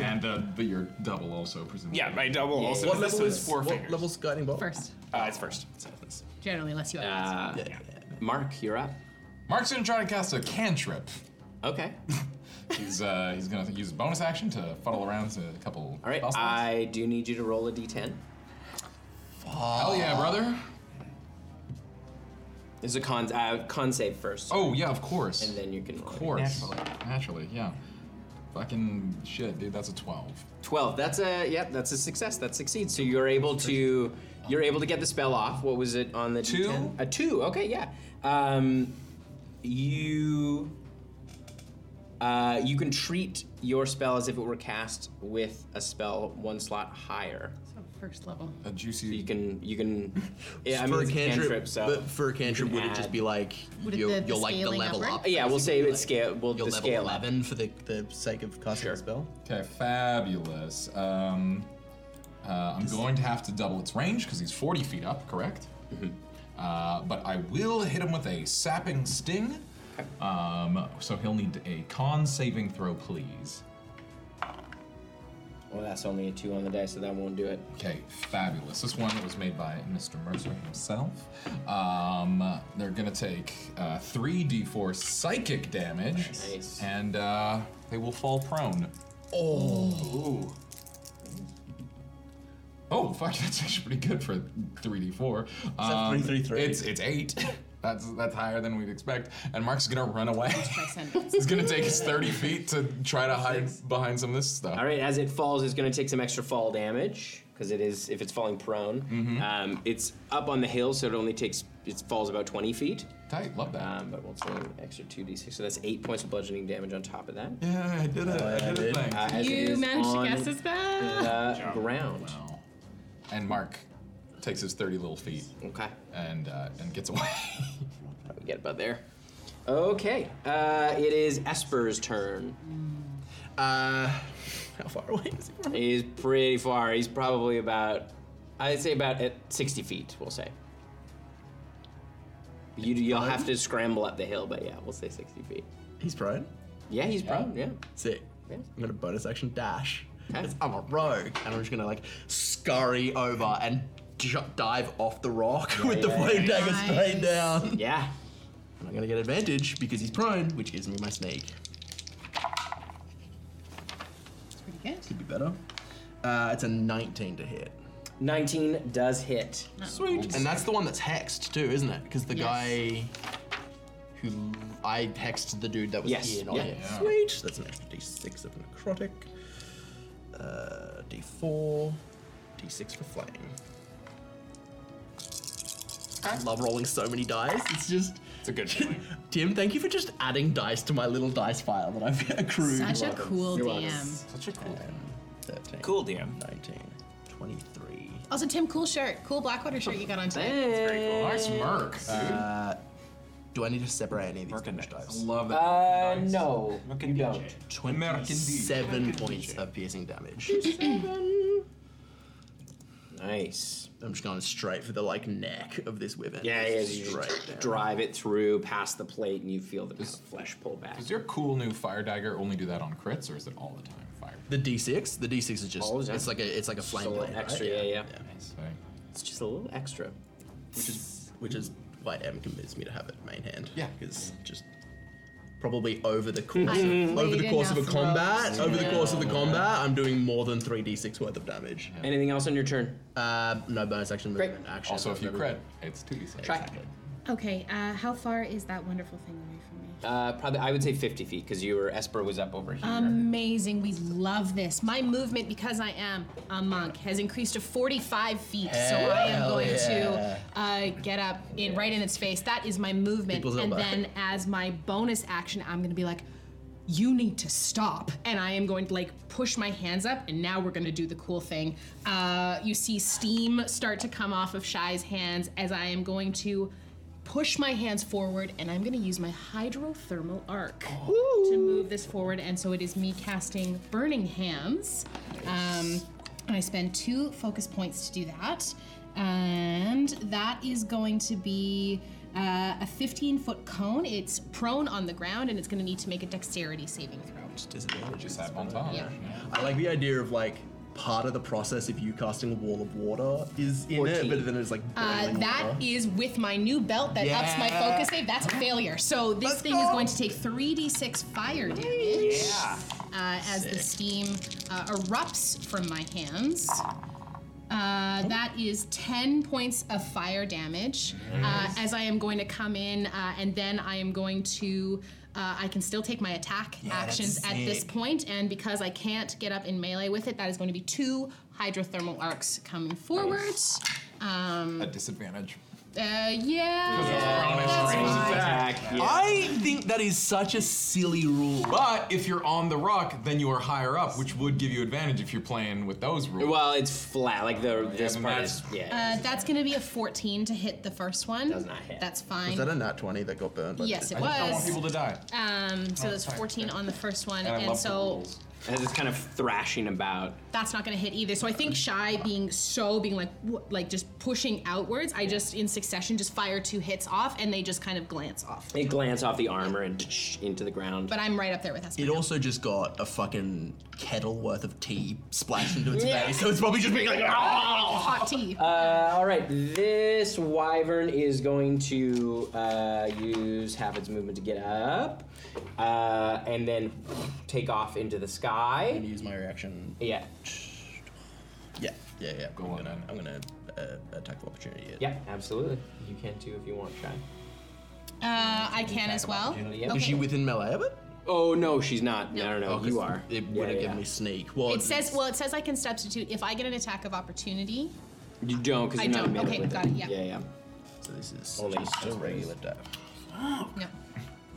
Speaker 7: And uh, but you're double also presumably.
Speaker 9: Yeah, my double
Speaker 7: Yeah,
Speaker 9: also.
Speaker 7: yeah. What
Speaker 9: this
Speaker 7: level
Speaker 9: was
Speaker 7: is-
Speaker 9: four
Speaker 7: what
Speaker 9: fingers.
Speaker 5: level's guiding bolt?
Speaker 10: First.
Speaker 9: Uh, it's first. So it's-
Speaker 10: Generally, unless you.
Speaker 1: Uh, Mark, you're up.
Speaker 7: Mark's gonna try to cast a cantrip.
Speaker 1: Okay.
Speaker 7: he's uh, he's gonna use a bonus action to funnel around to a couple.
Speaker 1: All right, I do need you to roll a d10.
Speaker 7: Hell yeah, brother.
Speaker 1: This is a con uh, con save first.
Speaker 7: Oh yeah, of course.
Speaker 1: And then you can. Of
Speaker 7: course. Naturally, yeah. Fucking shit, dude. That's a twelve.
Speaker 1: 12 that's a yep that's a success that succeeds so you're able to you're able to get the spell off what was it on the
Speaker 7: Two.
Speaker 1: D10? a two okay yeah um, you uh, you can treat your spell as if it were cast with a spell one slot higher
Speaker 10: First level.
Speaker 7: a juicy
Speaker 1: you can you can yeah i mean
Speaker 5: for
Speaker 1: it's
Speaker 5: a cantrip,
Speaker 1: so
Speaker 5: but for a
Speaker 1: you
Speaker 5: cantrip,
Speaker 1: can
Speaker 5: would it
Speaker 1: add-
Speaker 5: just be like
Speaker 1: Would it
Speaker 5: you'll,
Speaker 1: the- the
Speaker 5: you'll like the
Speaker 1: scaling
Speaker 5: level
Speaker 1: upward?
Speaker 5: up?
Speaker 1: Yeah, we'll say it's scale. Well,
Speaker 5: you'll
Speaker 1: the
Speaker 5: level
Speaker 1: scale up.
Speaker 5: eleven for the, the sake of casting the spell.
Speaker 7: Okay, fabulous. Um, uh, I'm going to have to double its range because he's 40 feet up, correct?
Speaker 1: Mm-hmm.
Speaker 7: Uh, but I will hit him with a sapping sting. Um, so he'll need a con saving throw, please.
Speaker 1: well that's only a two on the die so that won't do it
Speaker 7: Okay, fabulous. This one was made by Mr. Mercer himself. Um, they're gonna take uh, 3d4 psychic damage, and uh, they will fall prone. Oh. Oh, fuck! That's actually pretty good for 3d4. Um,
Speaker 5: three, three, three?
Speaker 7: It's it's eight. That's that's higher than we'd expect. And Mark's gonna run away.
Speaker 10: Transcendence.
Speaker 7: He's gonna take his 30 feet to try to hide behind some of this stuff.
Speaker 1: All right, as it falls, it's going to take some extra fall damage because it is if it's falling prone.
Speaker 7: Mm-hmm.
Speaker 1: Um, it's up on the hill, so it only takes it falls about twenty feet.
Speaker 7: Tight, love that.
Speaker 1: Um, but we'll take an extra two d6, so that's eight points of bludgeoning damage on top of that.
Speaker 7: Yeah, I did it. I did it.
Speaker 1: Uh, as it
Speaker 10: You
Speaker 1: is
Speaker 10: managed to
Speaker 1: on
Speaker 10: guess his
Speaker 1: The
Speaker 10: bad.
Speaker 1: ground.
Speaker 7: And Mark takes his 30 little feet.
Speaker 1: Okay.
Speaker 7: And uh, and gets away.
Speaker 1: Probably get about there. Okay, uh, it is Esper's turn.
Speaker 5: Uh, how far away is he? From?
Speaker 1: He's pretty far. He's probably about, I'd say about at 60 feet, we'll say. You, you'll have to scramble up the hill, but yeah, we'll say 60 feet.
Speaker 5: He's prone.
Speaker 1: Yeah, he's prone, yeah.
Speaker 5: Sick. I'm gonna bonus action dash. 'cause I'm a rogue, and I'm just gonna like scurry over and ju- dive off the rock with the
Speaker 1: yeah,
Speaker 5: flame
Speaker 1: yeah.
Speaker 5: dagger straight
Speaker 1: Nice.
Speaker 5: down.
Speaker 1: Yeah.
Speaker 5: And I'm gonna get advantage because he's prone, which gives me my sneak.
Speaker 10: It's pretty good.
Speaker 5: Could be better. Uh, it's a 19 to hit.
Speaker 1: 19 does hit.
Speaker 5: Sweet. And that's the one that's hexed too, isn't it? Because the
Speaker 1: Yes.
Speaker 5: guy who I hexed the dude that was
Speaker 1: Yes,
Speaker 5: here, not
Speaker 1: yeah.
Speaker 5: here.
Speaker 1: Yeah.
Speaker 5: Sweet. That's an extra d6 of necrotic. Uh, d4, d6 for flame. I love rolling so many dice. It's just. It's a good feeling. Tim, thank you for just adding dice to my little dice file that I've accrued.
Speaker 10: Such a cool DM.
Speaker 5: Such a cool DM. 13,
Speaker 9: cool DM.
Speaker 5: 19, 23.
Speaker 10: Also, Tim, cool shirt, cool Blackwater shirt you got on today.
Speaker 5: Uh, do I need to separate any of these damage dice?
Speaker 16: Love
Speaker 1: that. Uh, no, you don't.
Speaker 5: 27 points of piercing damage.
Speaker 1: Nice.
Speaker 5: I'm just going straight for the like neck of this weapon.
Speaker 1: Yeah, yeah, you
Speaker 5: Straight
Speaker 1: just
Speaker 5: down.
Speaker 1: drive it through past the plate and you feel the flesh pull back.
Speaker 16: Does your cool new fire dagger only do that on crits, or is it all the time fire?
Speaker 5: The D6. The D6 is just.
Speaker 1: Oh, is that-
Speaker 5: it's like a. It's like a
Speaker 1: Just
Speaker 5: flame.
Speaker 1: a little
Speaker 5: blade,
Speaker 1: extra,
Speaker 5: right?
Speaker 1: yeah, yeah.
Speaker 5: It's
Speaker 1: just a little extra,
Speaker 5: which is which is why Em convinced me to have it main hand. Yeah, because just probably over the course
Speaker 1: I
Speaker 5: of, over the
Speaker 1: played
Speaker 5: course of a
Speaker 1: enough
Speaker 5: combat.
Speaker 1: rogues.
Speaker 5: Over the course of the
Speaker 1: Yeah.
Speaker 5: combat, I'm doing more than three D6 worth of damage.
Speaker 1: Anything else on your turn?
Speaker 5: Uh, no bonus action.
Speaker 1: Great.
Speaker 5: Movement action.
Speaker 1: Also, if you
Speaker 5: Everything.
Speaker 16: It's two D6.
Speaker 5: Exactly.
Speaker 10: Okay, uh, how far is that wonderful thing away from me?
Speaker 1: Uh, probably, I would say 50 feet because you were, Esper was up over
Speaker 10: Um,
Speaker 1: here.
Speaker 10: Amazing. We love this. My movement, because I am a monk, has increased to 45 feet. so I am
Speaker 5: Hell
Speaker 10: going
Speaker 5: yeah.
Speaker 10: to uh, get up in right in its face. That is my movement.
Speaker 5: People's
Speaker 10: and
Speaker 5: elbow.
Speaker 10: then as my bonus action, I'm going to be like, you need to stop. And I am going to like push my hands up, and now we're going to do the cool thing. Uh, you see steam start to come off of Shai's hands as I am going to push my hands forward, and I'm going to use my hydrothermal arc to move this forward. And so it is me casting Burning Hands. Um, and I spend two focus points to do that. And that is going to be uh, a 15 foot cone. It's prone on the ground, and it's going to need to make a dexterity saving throw.
Speaker 5: Just disadvantage. Just have on
Speaker 10: top. Yeah.
Speaker 5: I like the idea of like part of the process of you casting a wall of water is in it, but then it's like
Speaker 10: Uh,
Speaker 5: boiling
Speaker 10: that
Speaker 5: water.
Speaker 10: is with my new belt that ups my
Speaker 5: Yeah.
Speaker 10: focus save. That's a failure. So this thing is going to take 3d6 fire damage
Speaker 5: Yeah.
Speaker 10: uh, as the
Speaker 5: Sick.
Speaker 10: steam uh, erupts from my hands. Uh, that is 10 points of fire damage
Speaker 19: Nice.
Speaker 10: uh, as I am going to come in, uh, and then I am going to. Uh, I can still take my attack
Speaker 19: Yeah, that's
Speaker 10: actions at this
Speaker 19: sick.
Speaker 10: point, and because I can't get up in melee with it, that is going to be two hydrothermal arcs coming forward. Um,
Speaker 16: At disadvantage.
Speaker 10: uh, yeah.
Speaker 16: I think that is such a silly rule. But if you're on the rock, then you are higher up, which would give you advantage if you're playing with those rules.
Speaker 1: Well, it's flat. Like the this part is yeah.
Speaker 10: Uh, that's going to be a 14 to hit the first one.
Speaker 5: Does not hit.
Speaker 10: That's fine.
Speaker 5: Was that a nat 20 that got burned? by the
Speaker 10: Yes, it
Speaker 5: disadvantage?
Speaker 10: was.
Speaker 16: die.
Speaker 10: Um, so
Speaker 1: Oh,
Speaker 10: there's
Speaker 1: sorry.
Speaker 10: 14 on the first one,
Speaker 1: And I
Speaker 10: and,
Speaker 1: love the
Speaker 10: so
Speaker 1: As it's kind of thrashing about.
Speaker 10: that's not going to hit either. So I think shy being so being like wh- like just pushing outwards. I just in succession just fire two hits off, and they just kind of glance off.
Speaker 1: It glance off the armor and into the ground.
Speaker 10: But I'm right up there with us.
Speaker 5: It also just got a fucking kettle worth of tea splashed into its
Speaker 10: Yeah.
Speaker 5: face, so it's probably just being like, "Ah!"
Speaker 10: Oh, hot tea.
Speaker 1: Uh, all right, this wyvern is going to uh, use half its movement to get up, uh, and then take off into the sky. I'm
Speaker 5: gonna use my reaction.
Speaker 1: Yeah.
Speaker 5: Yeah, yeah, yeah. Go I'm gonna, I'm gonna uh, attack the opportunity. Yet.
Speaker 1: Yeah, absolutely. You can too if you want, Shy.
Speaker 10: Uh, I can as well. Okay.
Speaker 5: Is she within melee of it?
Speaker 1: Oh no, she's not. No, no, no. you are.
Speaker 5: It would have given me sneak. Well,
Speaker 10: It says well. It says I can substitute if I get an attack of opportunity.
Speaker 1: you don't because
Speaker 10: I
Speaker 1: you're not
Speaker 10: don't.
Speaker 1: melee
Speaker 10: Okay,
Speaker 1: with
Speaker 10: got it, yeah.
Speaker 1: Yeah, yeah.
Speaker 5: So this is
Speaker 1: Only
Speaker 5: just a regular death.
Speaker 10: No.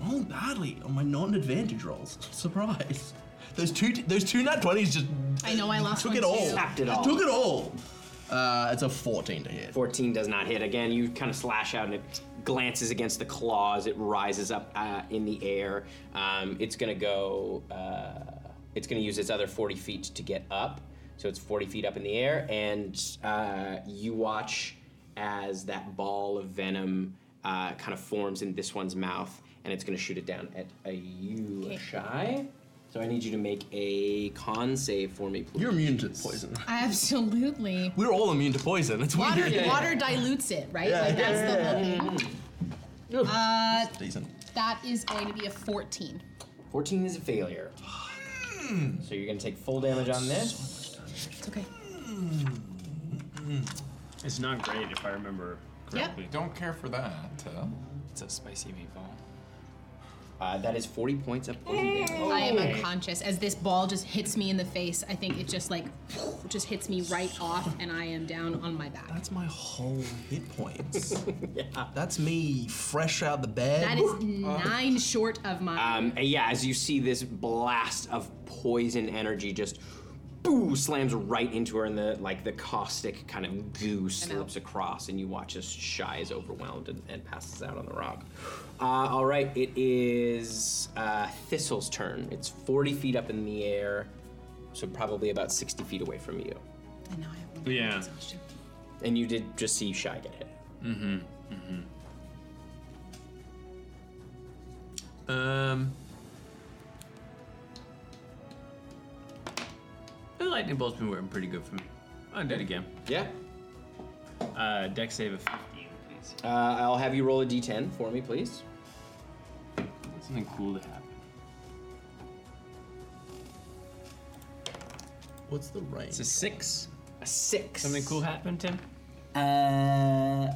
Speaker 5: Rolling badly on my non-advantage rolls. Surprise. Those two, those two nat twenties just
Speaker 10: I know I lost
Speaker 5: took
Speaker 10: one
Speaker 5: it all.
Speaker 10: too.
Speaker 1: Slapped it all.
Speaker 5: Took it all. Uh, it's a 14 to hit.
Speaker 1: 14 does not hit. Again, you kind of slash out and it glances against the claws. It rises up uh, in the air. Um, it's going to go. Uh, It's going to use its other 40 feet to get up. So it's 40 feet up in the air, and uh, you watch as that ball of venom uh, kind of forms in this one's mouth, and it's going to shoot it down at a you, Shy. So I need you to make a con save for me, please. You're immune to poison.
Speaker 10: Absolutely.
Speaker 5: We're all immune to poison. It's
Speaker 10: Water,
Speaker 5: weird.
Speaker 10: water dilutes it, right?
Speaker 5: Yeah,
Speaker 10: like
Speaker 5: yeah,
Speaker 10: that's the whole thing. Uh,
Speaker 5: Decent.
Speaker 10: that is going to be a 14.
Speaker 1: 14 is a failure.
Speaker 5: Hmm.
Speaker 1: So you're going to take full damage on this.
Speaker 10: It's okay.
Speaker 3: It's not great if I remember correctly.
Speaker 7: Don't care for that. uh,
Speaker 1: It's a spicy meatball. Uh, that is 40 points of poison damage.
Speaker 10: I am unconscious as this ball just hits me in the face. I think it just like just hits me right off, and I am down on my back.
Speaker 5: That's my whole hit points. yeah. That's me fresh out the bed.
Speaker 10: That is
Speaker 5: Uh.
Speaker 10: nine short of my.
Speaker 1: Um, and yeah, as you see this blast of poison energy just boo slams right into her, and the like the caustic kind of goo slips across, and you watch as Shy is overwhelmed and, and passes out on the rock. Uh, all right, it is uh, Thistle's turn. It's 40 feet up in the air, so probably about 60 feet away from you.
Speaker 3: Yeah.
Speaker 1: And you did just see Shy get hit.
Speaker 3: Mm-hmm. Mm-hmm. Um. The lightning bolt's been working pretty good for me. I'll do it again.
Speaker 1: Yeah.
Speaker 3: Uh, deck save of 15, please.
Speaker 1: Uh, I'll have you roll a d10 for me, please.
Speaker 3: Something cool to happen.
Speaker 5: What's the range? It's
Speaker 3: a six.
Speaker 1: A six.
Speaker 3: Something cool happened, Tim?
Speaker 1: Uh.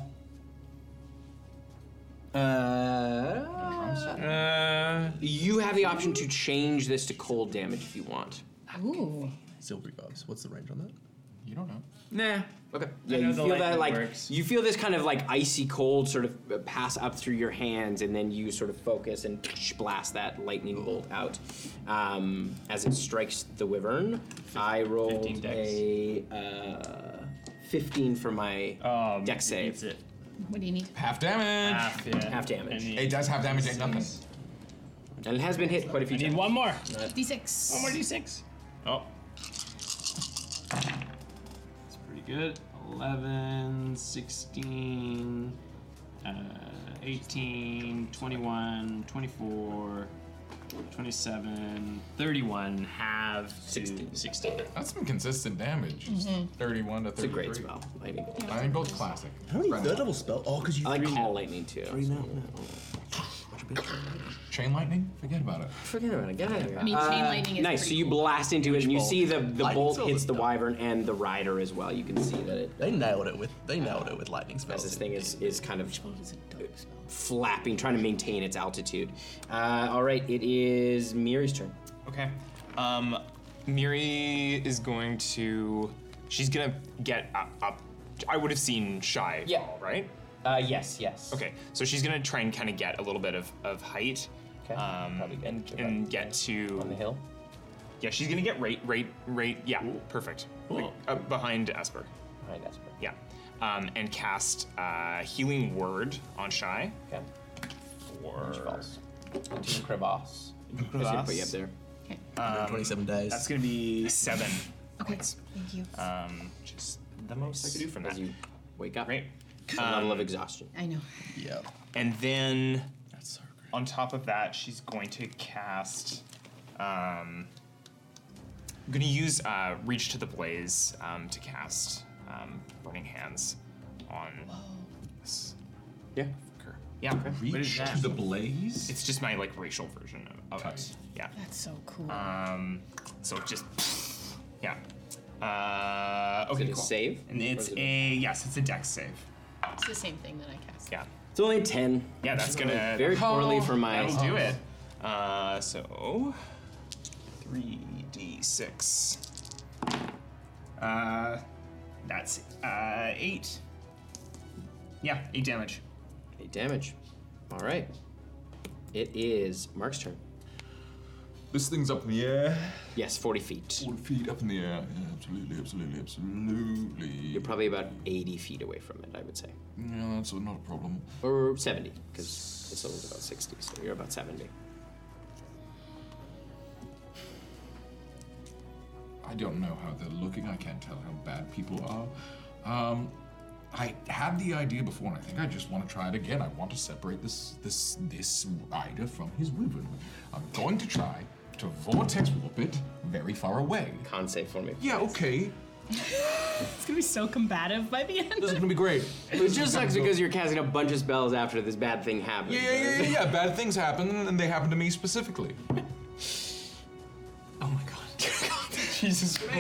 Speaker 1: Uh, you have the option to change this to cold damage if you want.
Speaker 10: Ooh.
Speaker 5: Silvery Bobs. What's the range on that?
Speaker 7: You don't know.
Speaker 3: Nah.
Speaker 1: Okay.
Speaker 3: I
Speaker 1: Yeah,
Speaker 3: know
Speaker 1: you
Speaker 3: the
Speaker 1: feel that
Speaker 3: lightning
Speaker 1: like
Speaker 3: works.
Speaker 1: you feel this kind of like icy cold sort of uh, pass up through your hands, and then you sort of focus and blast that lightning bolt out um, as it strikes the wyvern. I rolled a uh, fifteen for my
Speaker 3: Um,
Speaker 1: deck save.
Speaker 10: What do you need?
Speaker 7: Half damage.
Speaker 1: Half, yeah. Half damage.
Speaker 7: It does half damage, ain't nothing.
Speaker 1: And it has been hit quite a few times. Need
Speaker 3: one more.
Speaker 10: D6.
Speaker 3: One more d6. Oh. It's pretty good. 11, 16, uh, 18, 21, 24, 27, 31, half 16. 16.
Speaker 7: That's some consistent damage.
Speaker 3: Mhm.
Speaker 4: Mm-hmm.
Speaker 7: 31 to 33.
Speaker 3: It's a great spell,
Speaker 1: lightning.
Speaker 7: Lightning bolt's classic.
Speaker 5: How many third level spell? Oh, because you.
Speaker 1: I like call lightning too. Three
Speaker 5: now.
Speaker 7: Chain lightning? Forget about it.
Speaker 1: Forget about it. Get out of here.
Speaker 7: I mean, chain
Speaker 1: Uh,
Speaker 7: lightning is
Speaker 1: nice. So
Speaker 7: pretty
Speaker 1: you blast into it, and you
Speaker 5: bolt.
Speaker 1: see the the
Speaker 5: Lightning
Speaker 1: bolt
Speaker 5: spells
Speaker 1: hits
Speaker 5: are
Speaker 1: the wyvern and the rider as well. You can see that it.
Speaker 5: They nailed it with they nailed it with lightning
Speaker 1: spells. This thing is is kind of flapping, trying to maintain its altitude. Uh, all right, it is Miri's turn.
Speaker 9: Okay. Um, Miri is going to. She's gonna get up. up I would have seen Shy
Speaker 1: Yeah.
Speaker 9: fall, right?
Speaker 1: Uh, yes, yes.
Speaker 9: Okay, so she's gonna try and kind of get a little bit of, of height. Okay. Um, and, and get to. On the
Speaker 1: hill?
Speaker 9: Yeah, she's gonna get right, right, right. Yeah, perfect. Like, uh, behind Esper.
Speaker 1: Behind Esper.
Speaker 9: Yeah. Um, and cast uh, Healing Word on Shy.
Speaker 1: Okay.
Speaker 9: For.
Speaker 1: To crevasse.
Speaker 9: Crevasse.
Speaker 1: put you up there.
Speaker 9: Um,
Speaker 5: 127 days.
Speaker 9: That's gonna be seven.
Speaker 4: Okay. Thank you.
Speaker 9: Um, just the most I could do from that. You
Speaker 1: wake up.
Speaker 9: Right.
Speaker 1: A level of exhaustion.
Speaker 4: I know.
Speaker 5: Yeah.
Speaker 9: And then, on top of that, she's going to cast. Um, I'm going to use uh, Reach to the Blaze um, to cast um, Burning Hands on this.
Speaker 1: Yeah.
Speaker 9: Yeah.
Speaker 7: Reach What is that? to the
Speaker 9: Blaze? It's just my like racial version of, of it. Yeah.
Speaker 4: That's so cool.
Speaker 9: Um, so it just yeah. Uh,
Speaker 1: Is
Speaker 9: okay.
Speaker 1: it a
Speaker 9: cool.
Speaker 1: save?
Speaker 9: And
Speaker 1: Or is
Speaker 9: it's
Speaker 1: it
Speaker 9: a yes, it's a dex save.
Speaker 10: It's the same thing that I cast.
Speaker 9: Yeah.
Speaker 1: It's only a ten.
Speaker 9: Yeah, that's gonna Oh,
Speaker 1: very poorly for my.
Speaker 9: That'll do it. Uh, so three d six. Uh, that's uh eight. Yeah, eight damage.
Speaker 1: Eight damage. All right. It is Mark's turn.
Speaker 7: This thing's up in the air.
Speaker 1: Yes, 40 feet.
Speaker 7: 40 feet up in the air. Yeah, absolutely, absolutely, absolutely. You're
Speaker 1: probably about 80 feet away from it, I would say.
Speaker 7: Yeah, that's not a problem.
Speaker 1: Or 70, because this level's about 60, so you're about 70.
Speaker 7: I don't know how they're looking. I can't tell how bad people are. Um, I had the idea before, and I think I just want to try it again. I want to separate this this this rider from his wyvern. I'm going to try to vortex warp it very far away.
Speaker 1: Can't save for me.
Speaker 7: Yeah, okay.
Speaker 10: it's gonna be so combative by the end.
Speaker 7: This is gonna be great.
Speaker 1: It just sucks because you're casting a bunch of spells after this bad thing happens.
Speaker 7: Yeah, yeah, yeah, yeah. Bad things happen, and they happen to me specifically.
Speaker 1: Jesus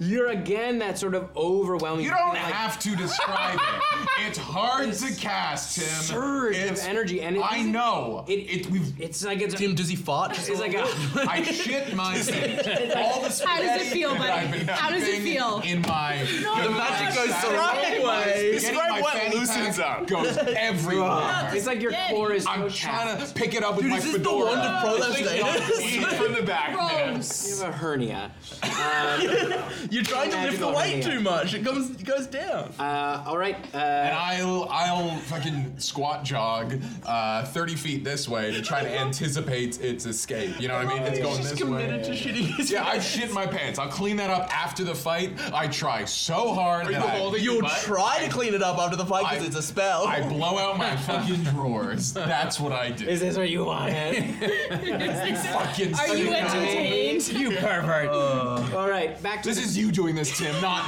Speaker 1: You're again that sort of overwhelming.
Speaker 7: You don't
Speaker 1: like,
Speaker 7: have to describe it. It's hard to cast him.
Speaker 1: surge of
Speaker 7: It's-
Speaker 1: energy, and it
Speaker 7: I
Speaker 1: doesn't-
Speaker 7: know.
Speaker 1: It,
Speaker 7: we've,
Speaker 1: it's like it's
Speaker 5: Tim, does he fart?
Speaker 1: It's like a.
Speaker 7: I shit my pants.
Speaker 1: It's like-
Speaker 7: All
Speaker 10: How
Speaker 7: the
Speaker 10: does it
Speaker 7: spaghetti
Speaker 10: feel,
Speaker 7: that
Speaker 10: buddy?
Speaker 7: I've been
Speaker 10: How does it
Speaker 7: keeping
Speaker 10: feel?
Speaker 7: In my
Speaker 10: No, the magic goes the wrong way. Describe
Speaker 7: my
Speaker 10: what
Speaker 7: fanny
Speaker 10: loosens
Speaker 7: pack
Speaker 10: up.
Speaker 7: Goes everywhere.
Speaker 1: It's like your core is.
Speaker 7: I'm trying to pick it up with
Speaker 1: Dude,
Speaker 7: my
Speaker 1: is this the
Speaker 7: fedora.
Speaker 1: one to prolapse
Speaker 7: It's like
Speaker 1: later?
Speaker 7: not easy from the back. man.
Speaker 1: You have a hernia. Um,
Speaker 5: You're trying to lift the weight too much. It comes it goes down.
Speaker 1: Uh, all right. Uh,
Speaker 7: and I'll I'll fucking squat jog uh, 30 feet this way to try to anticipate its escape. You know what I mean? It's going
Speaker 5: He's just
Speaker 7: this way.
Speaker 5: committed to shitting his
Speaker 7: yeah, I
Speaker 5: pants.
Speaker 7: shit my pants. I'll clean that up after the fight. I try so hard.
Speaker 5: Are you
Speaker 7: that I-
Speaker 5: holding your You'll butt? try to clean it up after the fight 'cause
Speaker 7: I-
Speaker 5: it's a spell.
Speaker 7: I blow out my fucking drawers. That's what I do.
Speaker 1: Is this what you wanted?
Speaker 7: fucking
Speaker 1: Are you
Speaker 7: sicko.
Speaker 1: entertained? You
Speaker 5: pervert.
Speaker 1: All right, back to
Speaker 7: this is you doing this, Tim, not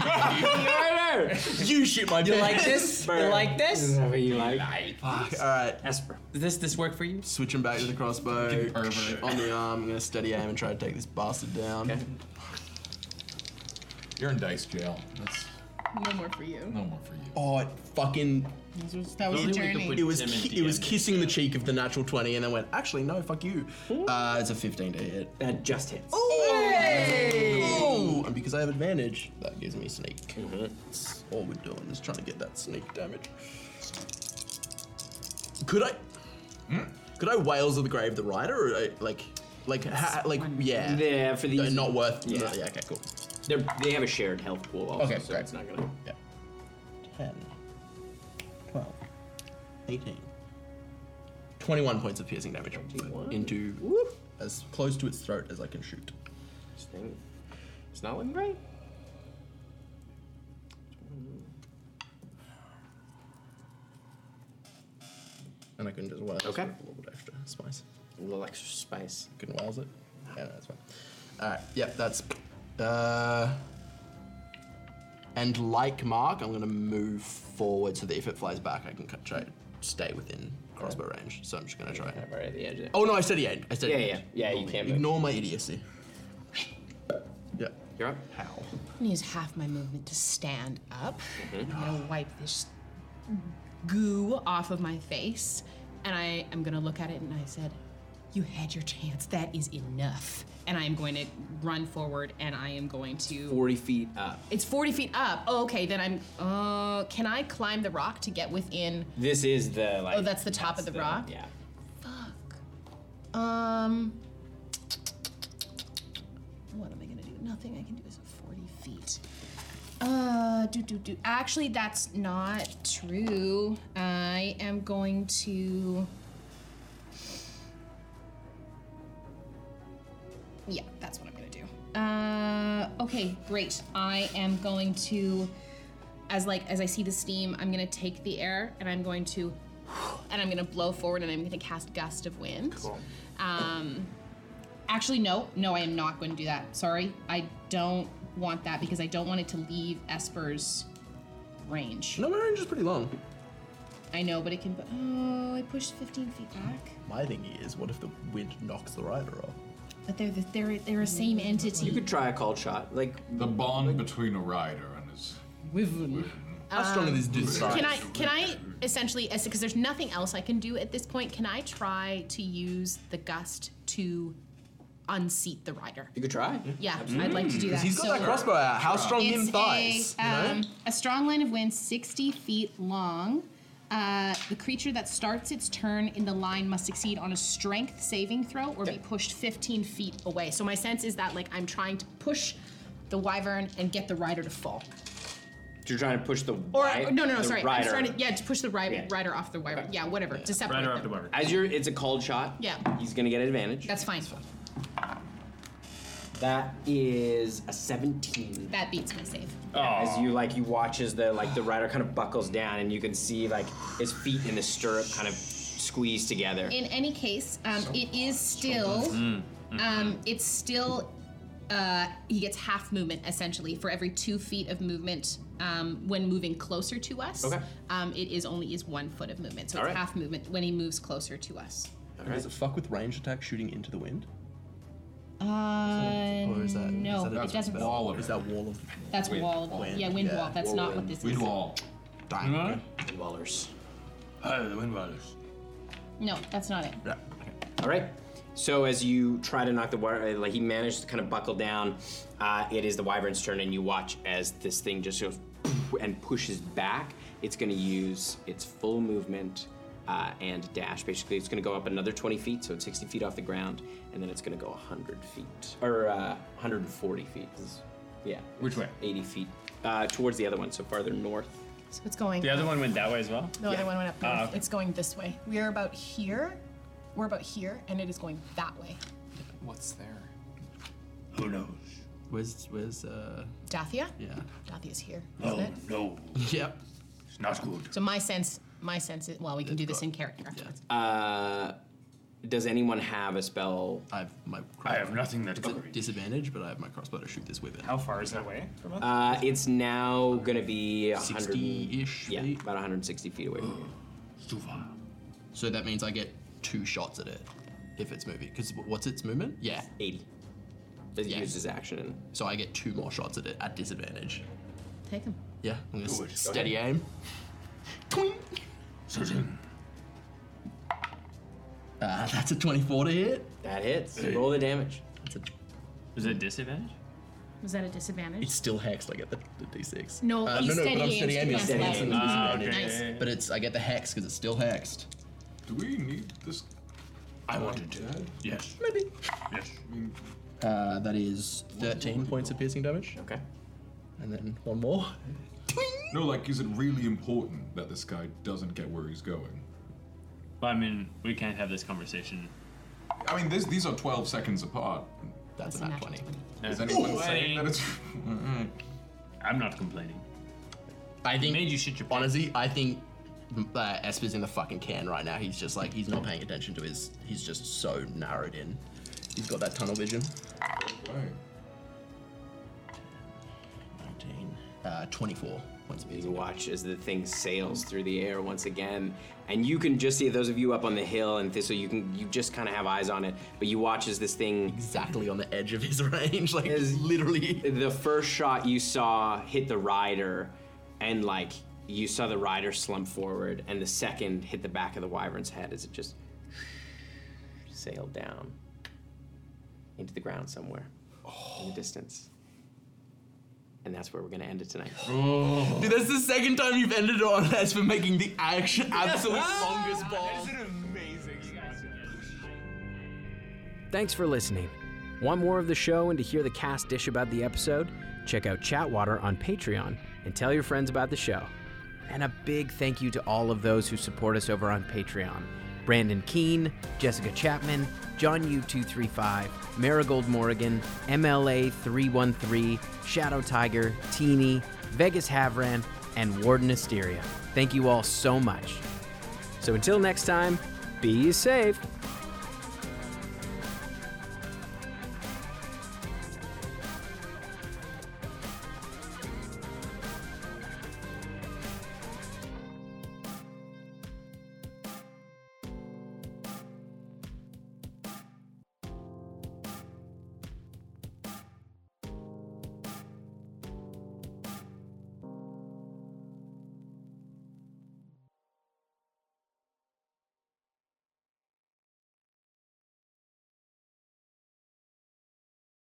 Speaker 1: me.
Speaker 5: you shit my
Speaker 1: You
Speaker 5: pants.
Speaker 1: like this? You like this? This is how you like.
Speaker 5: Fuck, All right,
Speaker 1: Esper.
Speaker 5: Does this this work for you? Switch him back to the crossbow. On the arm, I'm gonna steady aim and try to take this bastard down.
Speaker 7: You're in dice jail. That's
Speaker 10: No more for you.
Speaker 7: no more for you.
Speaker 5: Oh, it fucking.
Speaker 10: That was a journey.
Speaker 5: It was ki- it was kissing the cheek of the natural twenty, and then went. Actually, no, fuck you. Uh, it's a fifteen to hit.
Speaker 1: That just hits.
Speaker 5: Oh, and because I have advantage, that gives me sneak. That's all we're doing is trying to get that sneak damage. Could I?
Speaker 1: Hmm?
Speaker 5: Could I whales of the grave the rider or uh, like, like, ha, like, yeah,
Speaker 1: Yeah, for these.
Speaker 5: not worth.
Speaker 1: Yeah.
Speaker 5: no, yeah, okay, cool.
Speaker 1: They're, they have a shared health pool also,
Speaker 5: Okay,
Speaker 1: so
Speaker 5: great.
Speaker 1: it's not gonna.
Speaker 5: Yeah. 10, 12, 18, 21 points of piercing damage into as close to its throat as I can shoot.
Speaker 1: This thing, it's not looking great.
Speaker 5: Mm-hmm. And I can just wild.
Speaker 1: Okay.
Speaker 5: A little bit extra spice.
Speaker 1: A little extra spice.
Speaker 5: Can wild it. Yeah, no, that's fine. All right. Yep, that's. Uh, and like Mark, I'm gonna move forward so that if it flies back, I can cut- try to stay within crossbow range. So I'm just gonna try.
Speaker 1: Right at the edge. There.
Speaker 5: Oh no, I steady aimed. I steady
Speaker 1: Yeah,
Speaker 5: aimed.
Speaker 1: yeah, yeah, you
Speaker 5: Ignore
Speaker 1: can't
Speaker 5: me.
Speaker 1: move.
Speaker 5: Ignore my idiocy. Yeah.
Speaker 1: You're up.
Speaker 5: How?
Speaker 10: I'm gonna use half my movement to stand up. I'm gonna wipe this goo off of my face, and I am gonna look at it and I said, "You had your chance. That is enough." And I am going to run forward, and I am going to.
Speaker 1: Forty feet up.
Speaker 10: It's 40 feet up. Oh, okay. Then I'm. Uh, can I climb the rock to get within?
Speaker 1: This is the like.
Speaker 10: oh, that's the top of the, rock.
Speaker 1: Yeah.
Speaker 10: Um. What am I gonna do? Nothing I can do is 40 feet. Uh, do do do. Actually, that's not true. I am going to. Yeah, that's what I'm gonna do. Uh, okay, great. I am going to, as like as I see the steam, I'm gonna take the air and I'm going to, and I'm gonna blow forward and I'm gonna cast gust of wind. Cool. Um, actually, no, no, I am not going to do that. Sorry, I don't want that because I don't want it to leave Esper's range.
Speaker 5: No, my range is pretty long.
Speaker 10: I know, but it can. Oh, I pushed 15 feet back.
Speaker 5: My thingy is, what if the wind knocks the rider off?
Speaker 10: But they're the, they're they're a same entity.
Speaker 1: You could try a cold shot. Like
Speaker 7: the bond between a rider and his
Speaker 10: Wyvern.
Speaker 5: How strong are these dudes?
Speaker 10: Can I um, can I essentially because there's nothing else I can do at this point? Can I try to use the gust to unseat the rider?
Speaker 1: you could try.
Speaker 10: Yeah, I'd like to do that.
Speaker 5: Mm-hmm. Mm. He's got
Speaker 10: So-
Speaker 5: that crossbow out. How strong
Speaker 10: it's
Speaker 5: him thighs?
Speaker 10: A, um, a strong line of wind, 60 feet long. Uh, the creature that starts its turn in the line must succeed on a strength saving throw or be pushed 15 feet away. So my sense is that like I'm trying to push the wyvern and get the rider to fall.
Speaker 1: You're trying to push the.
Speaker 10: Or
Speaker 1: wi-
Speaker 10: no, no, no,
Speaker 1: the
Speaker 10: sorry. I'm
Speaker 1: rider.
Speaker 10: trying to yeah to push the ri-
Speaker 1: Yeah.
Speaker 10: rider off the wyvern. Yeah, whatever. To separate them.
Speaker 1: As you're, it's a cold shot.
Speaker 10: Yeah.
Speaker 1: He's gonna get advantage.
Speaker 10: That's fine.
Speaker 1: That is a 17.
Speaker 10: That beats my save.
Speaker 1: As you like, you watch as the like the rider kind of buckles down, and you can see like his feet in the stirrup kind of squeeze together.
Speaker 10: In any case, um, it is still. Um, it's still. Uh, he gets half movement essentially for every two feet of movement um, when moving closer to us.
Speaker 1: Okay.
Speaker 10: Um, it is only is one foot of movement, so
Speaker 5: All
Speaker 10: it's
Speaker 5: right.
Speaker 10: half movement when he moves closer to us.
Speaker 5: And Does it fuck with range attack shooting into the wind?
Speaker 10: Uh,
Speaker 5: Or is that
Speaker 10: no,
Speaker 5: is that a
Speaker 10: it doesn't.
Speaker 5: Wall of is that wall of
Speaker 10: That's wall of- yeah, wind wall. That's not what this is.
Speaker 5: wall.
Speaker 6: Dying. Windwallers.
Speaker 1: Wallers.
Speaker 6: Oh, the windwallers.
Speaker 10: No, that's not it.
Speaker 1: All right. So as you try to knock the wire, uh, like he managed to kind of buckle down. Uh, it is the wyvern's turn, and you watch as this thing just goes and pushes back. It's going to use its full movement uh, and dash. Basically, it's going to go up another 20 feet, so it's 60 feet off the ground, and then it's going to go 100 feet or uh, 140 feet. Yeah. Which way? 80 feet uh, towards the other one, so farther north.
Speaker 10: So it's going.
Speaker 1: one went that way as well.
Speaker 10: The other one went up
Speaker 1: Ah,
Speaker 10: north.
Speaker 1: okay.
Speaker 10: It's going this way. We are about here. We're about here, and it is going that way.
Speaker 15: What's there?
Speaker 6: Who knows?
Speaker 5: Where's where's uh
Speaker 10: Dathia?
Speaker 5: yeah.
Speaker 10: Dathia's here,
Speaker 5: Oh,
Speaker 10: isn't
Speaker 6: No,
Speaker 10: it?
Speaker 6: no.
Speaker 5: Yep.
Speaker 6: It's not good.
Speaker 10: So my sense, my sense is, well, we can do this in character afterwards.
Speaker 1: Uh, does anyone have a spell?
Speaker 5: I have my.
Speaker 1: I have nothing that
Speaker 5: It's a disadvantage, but I have my crossbow to shoot this with it.
Speaker 1: How far is that
Speaker 9: away
Speaker 5: from us?
Speaker 1: Uh, it's now gonna be
Speaker 5: 60-ish
Speaker 1: Yeah, about 160 feet away from you.
Speaker 5: Too far. So that means I get two shots at it if it's moving. Because what's its movement? Yeah.
Speaker 1: 80. It used its action.
Speaker 5: So I get two more shots at it at disadvantage.
Speaker 10: Take him.
Speaker 5: Yeah, I'm gonna
Speaker 10: Do it.
Speaker 5: s-
Speaker 10: Go
Speaker 5: steady
Speaker 10: ahead.
Speaker 5: aim. Uh, that's a 24 to hit.
Speaker 1: That hits. Roll the damage.
Speaker 3: Is it disadvantage?
Speaker 10: Was that a disadvantage?
Speaker 5: It's still hexed. I get the, the d6.
Speaker 10: No,
Speaker 5: uh,
Speaker 10: you
Speaker 5: no, no,
Speaker 10: steady
Speaker 5: but I'm
Speaker 10: aimed,
Speaker 5: steady
Speaker 10: you
Speaker 5: aiming.
Speaker 10: cast
Speaker 5: steady
Speaker 10: light.
Speaker 5: aiming.
Speaker 10: Ah,
Speaker 5: disadvantage.
Speaker 10: okay. Nice.
Speaker 5: But it's I get the hex because it's still hexed.
Speaker 7: Do we need this?
Speaker 5: I want
Speaker 7: to do it.
Speaker 5: Yes.
Speaker 7: Maybe. Yes.
Speaker 5: Uh, that is 13 points of piercing damage.
Speaker 1: Okay.
Speaker 5: And then one more.
Speaker 7: No, like, is it really important that this guy doesn't get where he's going?
Speaker 3: Well, I mean, we can't have this conversation.
Speaker 7: I mean, this, these are 12 seconds apart.
Speaker 5: That's
Speaker 7: about
Speaker 3: about
Speaker 7: 20. Is anyone saying that it's.
Speaker 3: I'm not complaining.
Speaker 5: I think. Made you shit your honestly, I think uh, Esper's in the fucking can right now. He's just like he's not paying attention to his. He's just so narrowed in. He's got that tunnel vision. Nineteen. Uh, 24 points of
Speaker 1: You watch as the thing sails through the air once again, and you can just see those of you up on the hill, and this, so you can you just kind of have eyes on it. But you watch as this thing
Speaker 5: exactly on the edge of his range, like literally.
Speaker 1: The first shot you saw hit the rider, and like you saw the rider slump forward, and the second hit the back of the wyvern's head as it just sailed down into the ground somewhere
Speaker 5: Oh.
Speaker 1: in the distance. And that's where we're gonna end it tonight.
Speaker 5: Dude, that's the second time you've ended on us for making the action absolute longest ball.
Speaker 14: Thanks for listening. Want more of the show and to hear the cast dish about the episode? Check out Chatwater on Patreon and tell your friends about the show. And a big thank you to all of those who support us over on Patreon Brandon Keene, Jessica Chapman, John U235, Marigold Morrigan, MLA313, Shadow Tiger, Teeny, Vegas Havran, and Warden Asteria. Thank you all so much. So until next time, be safe.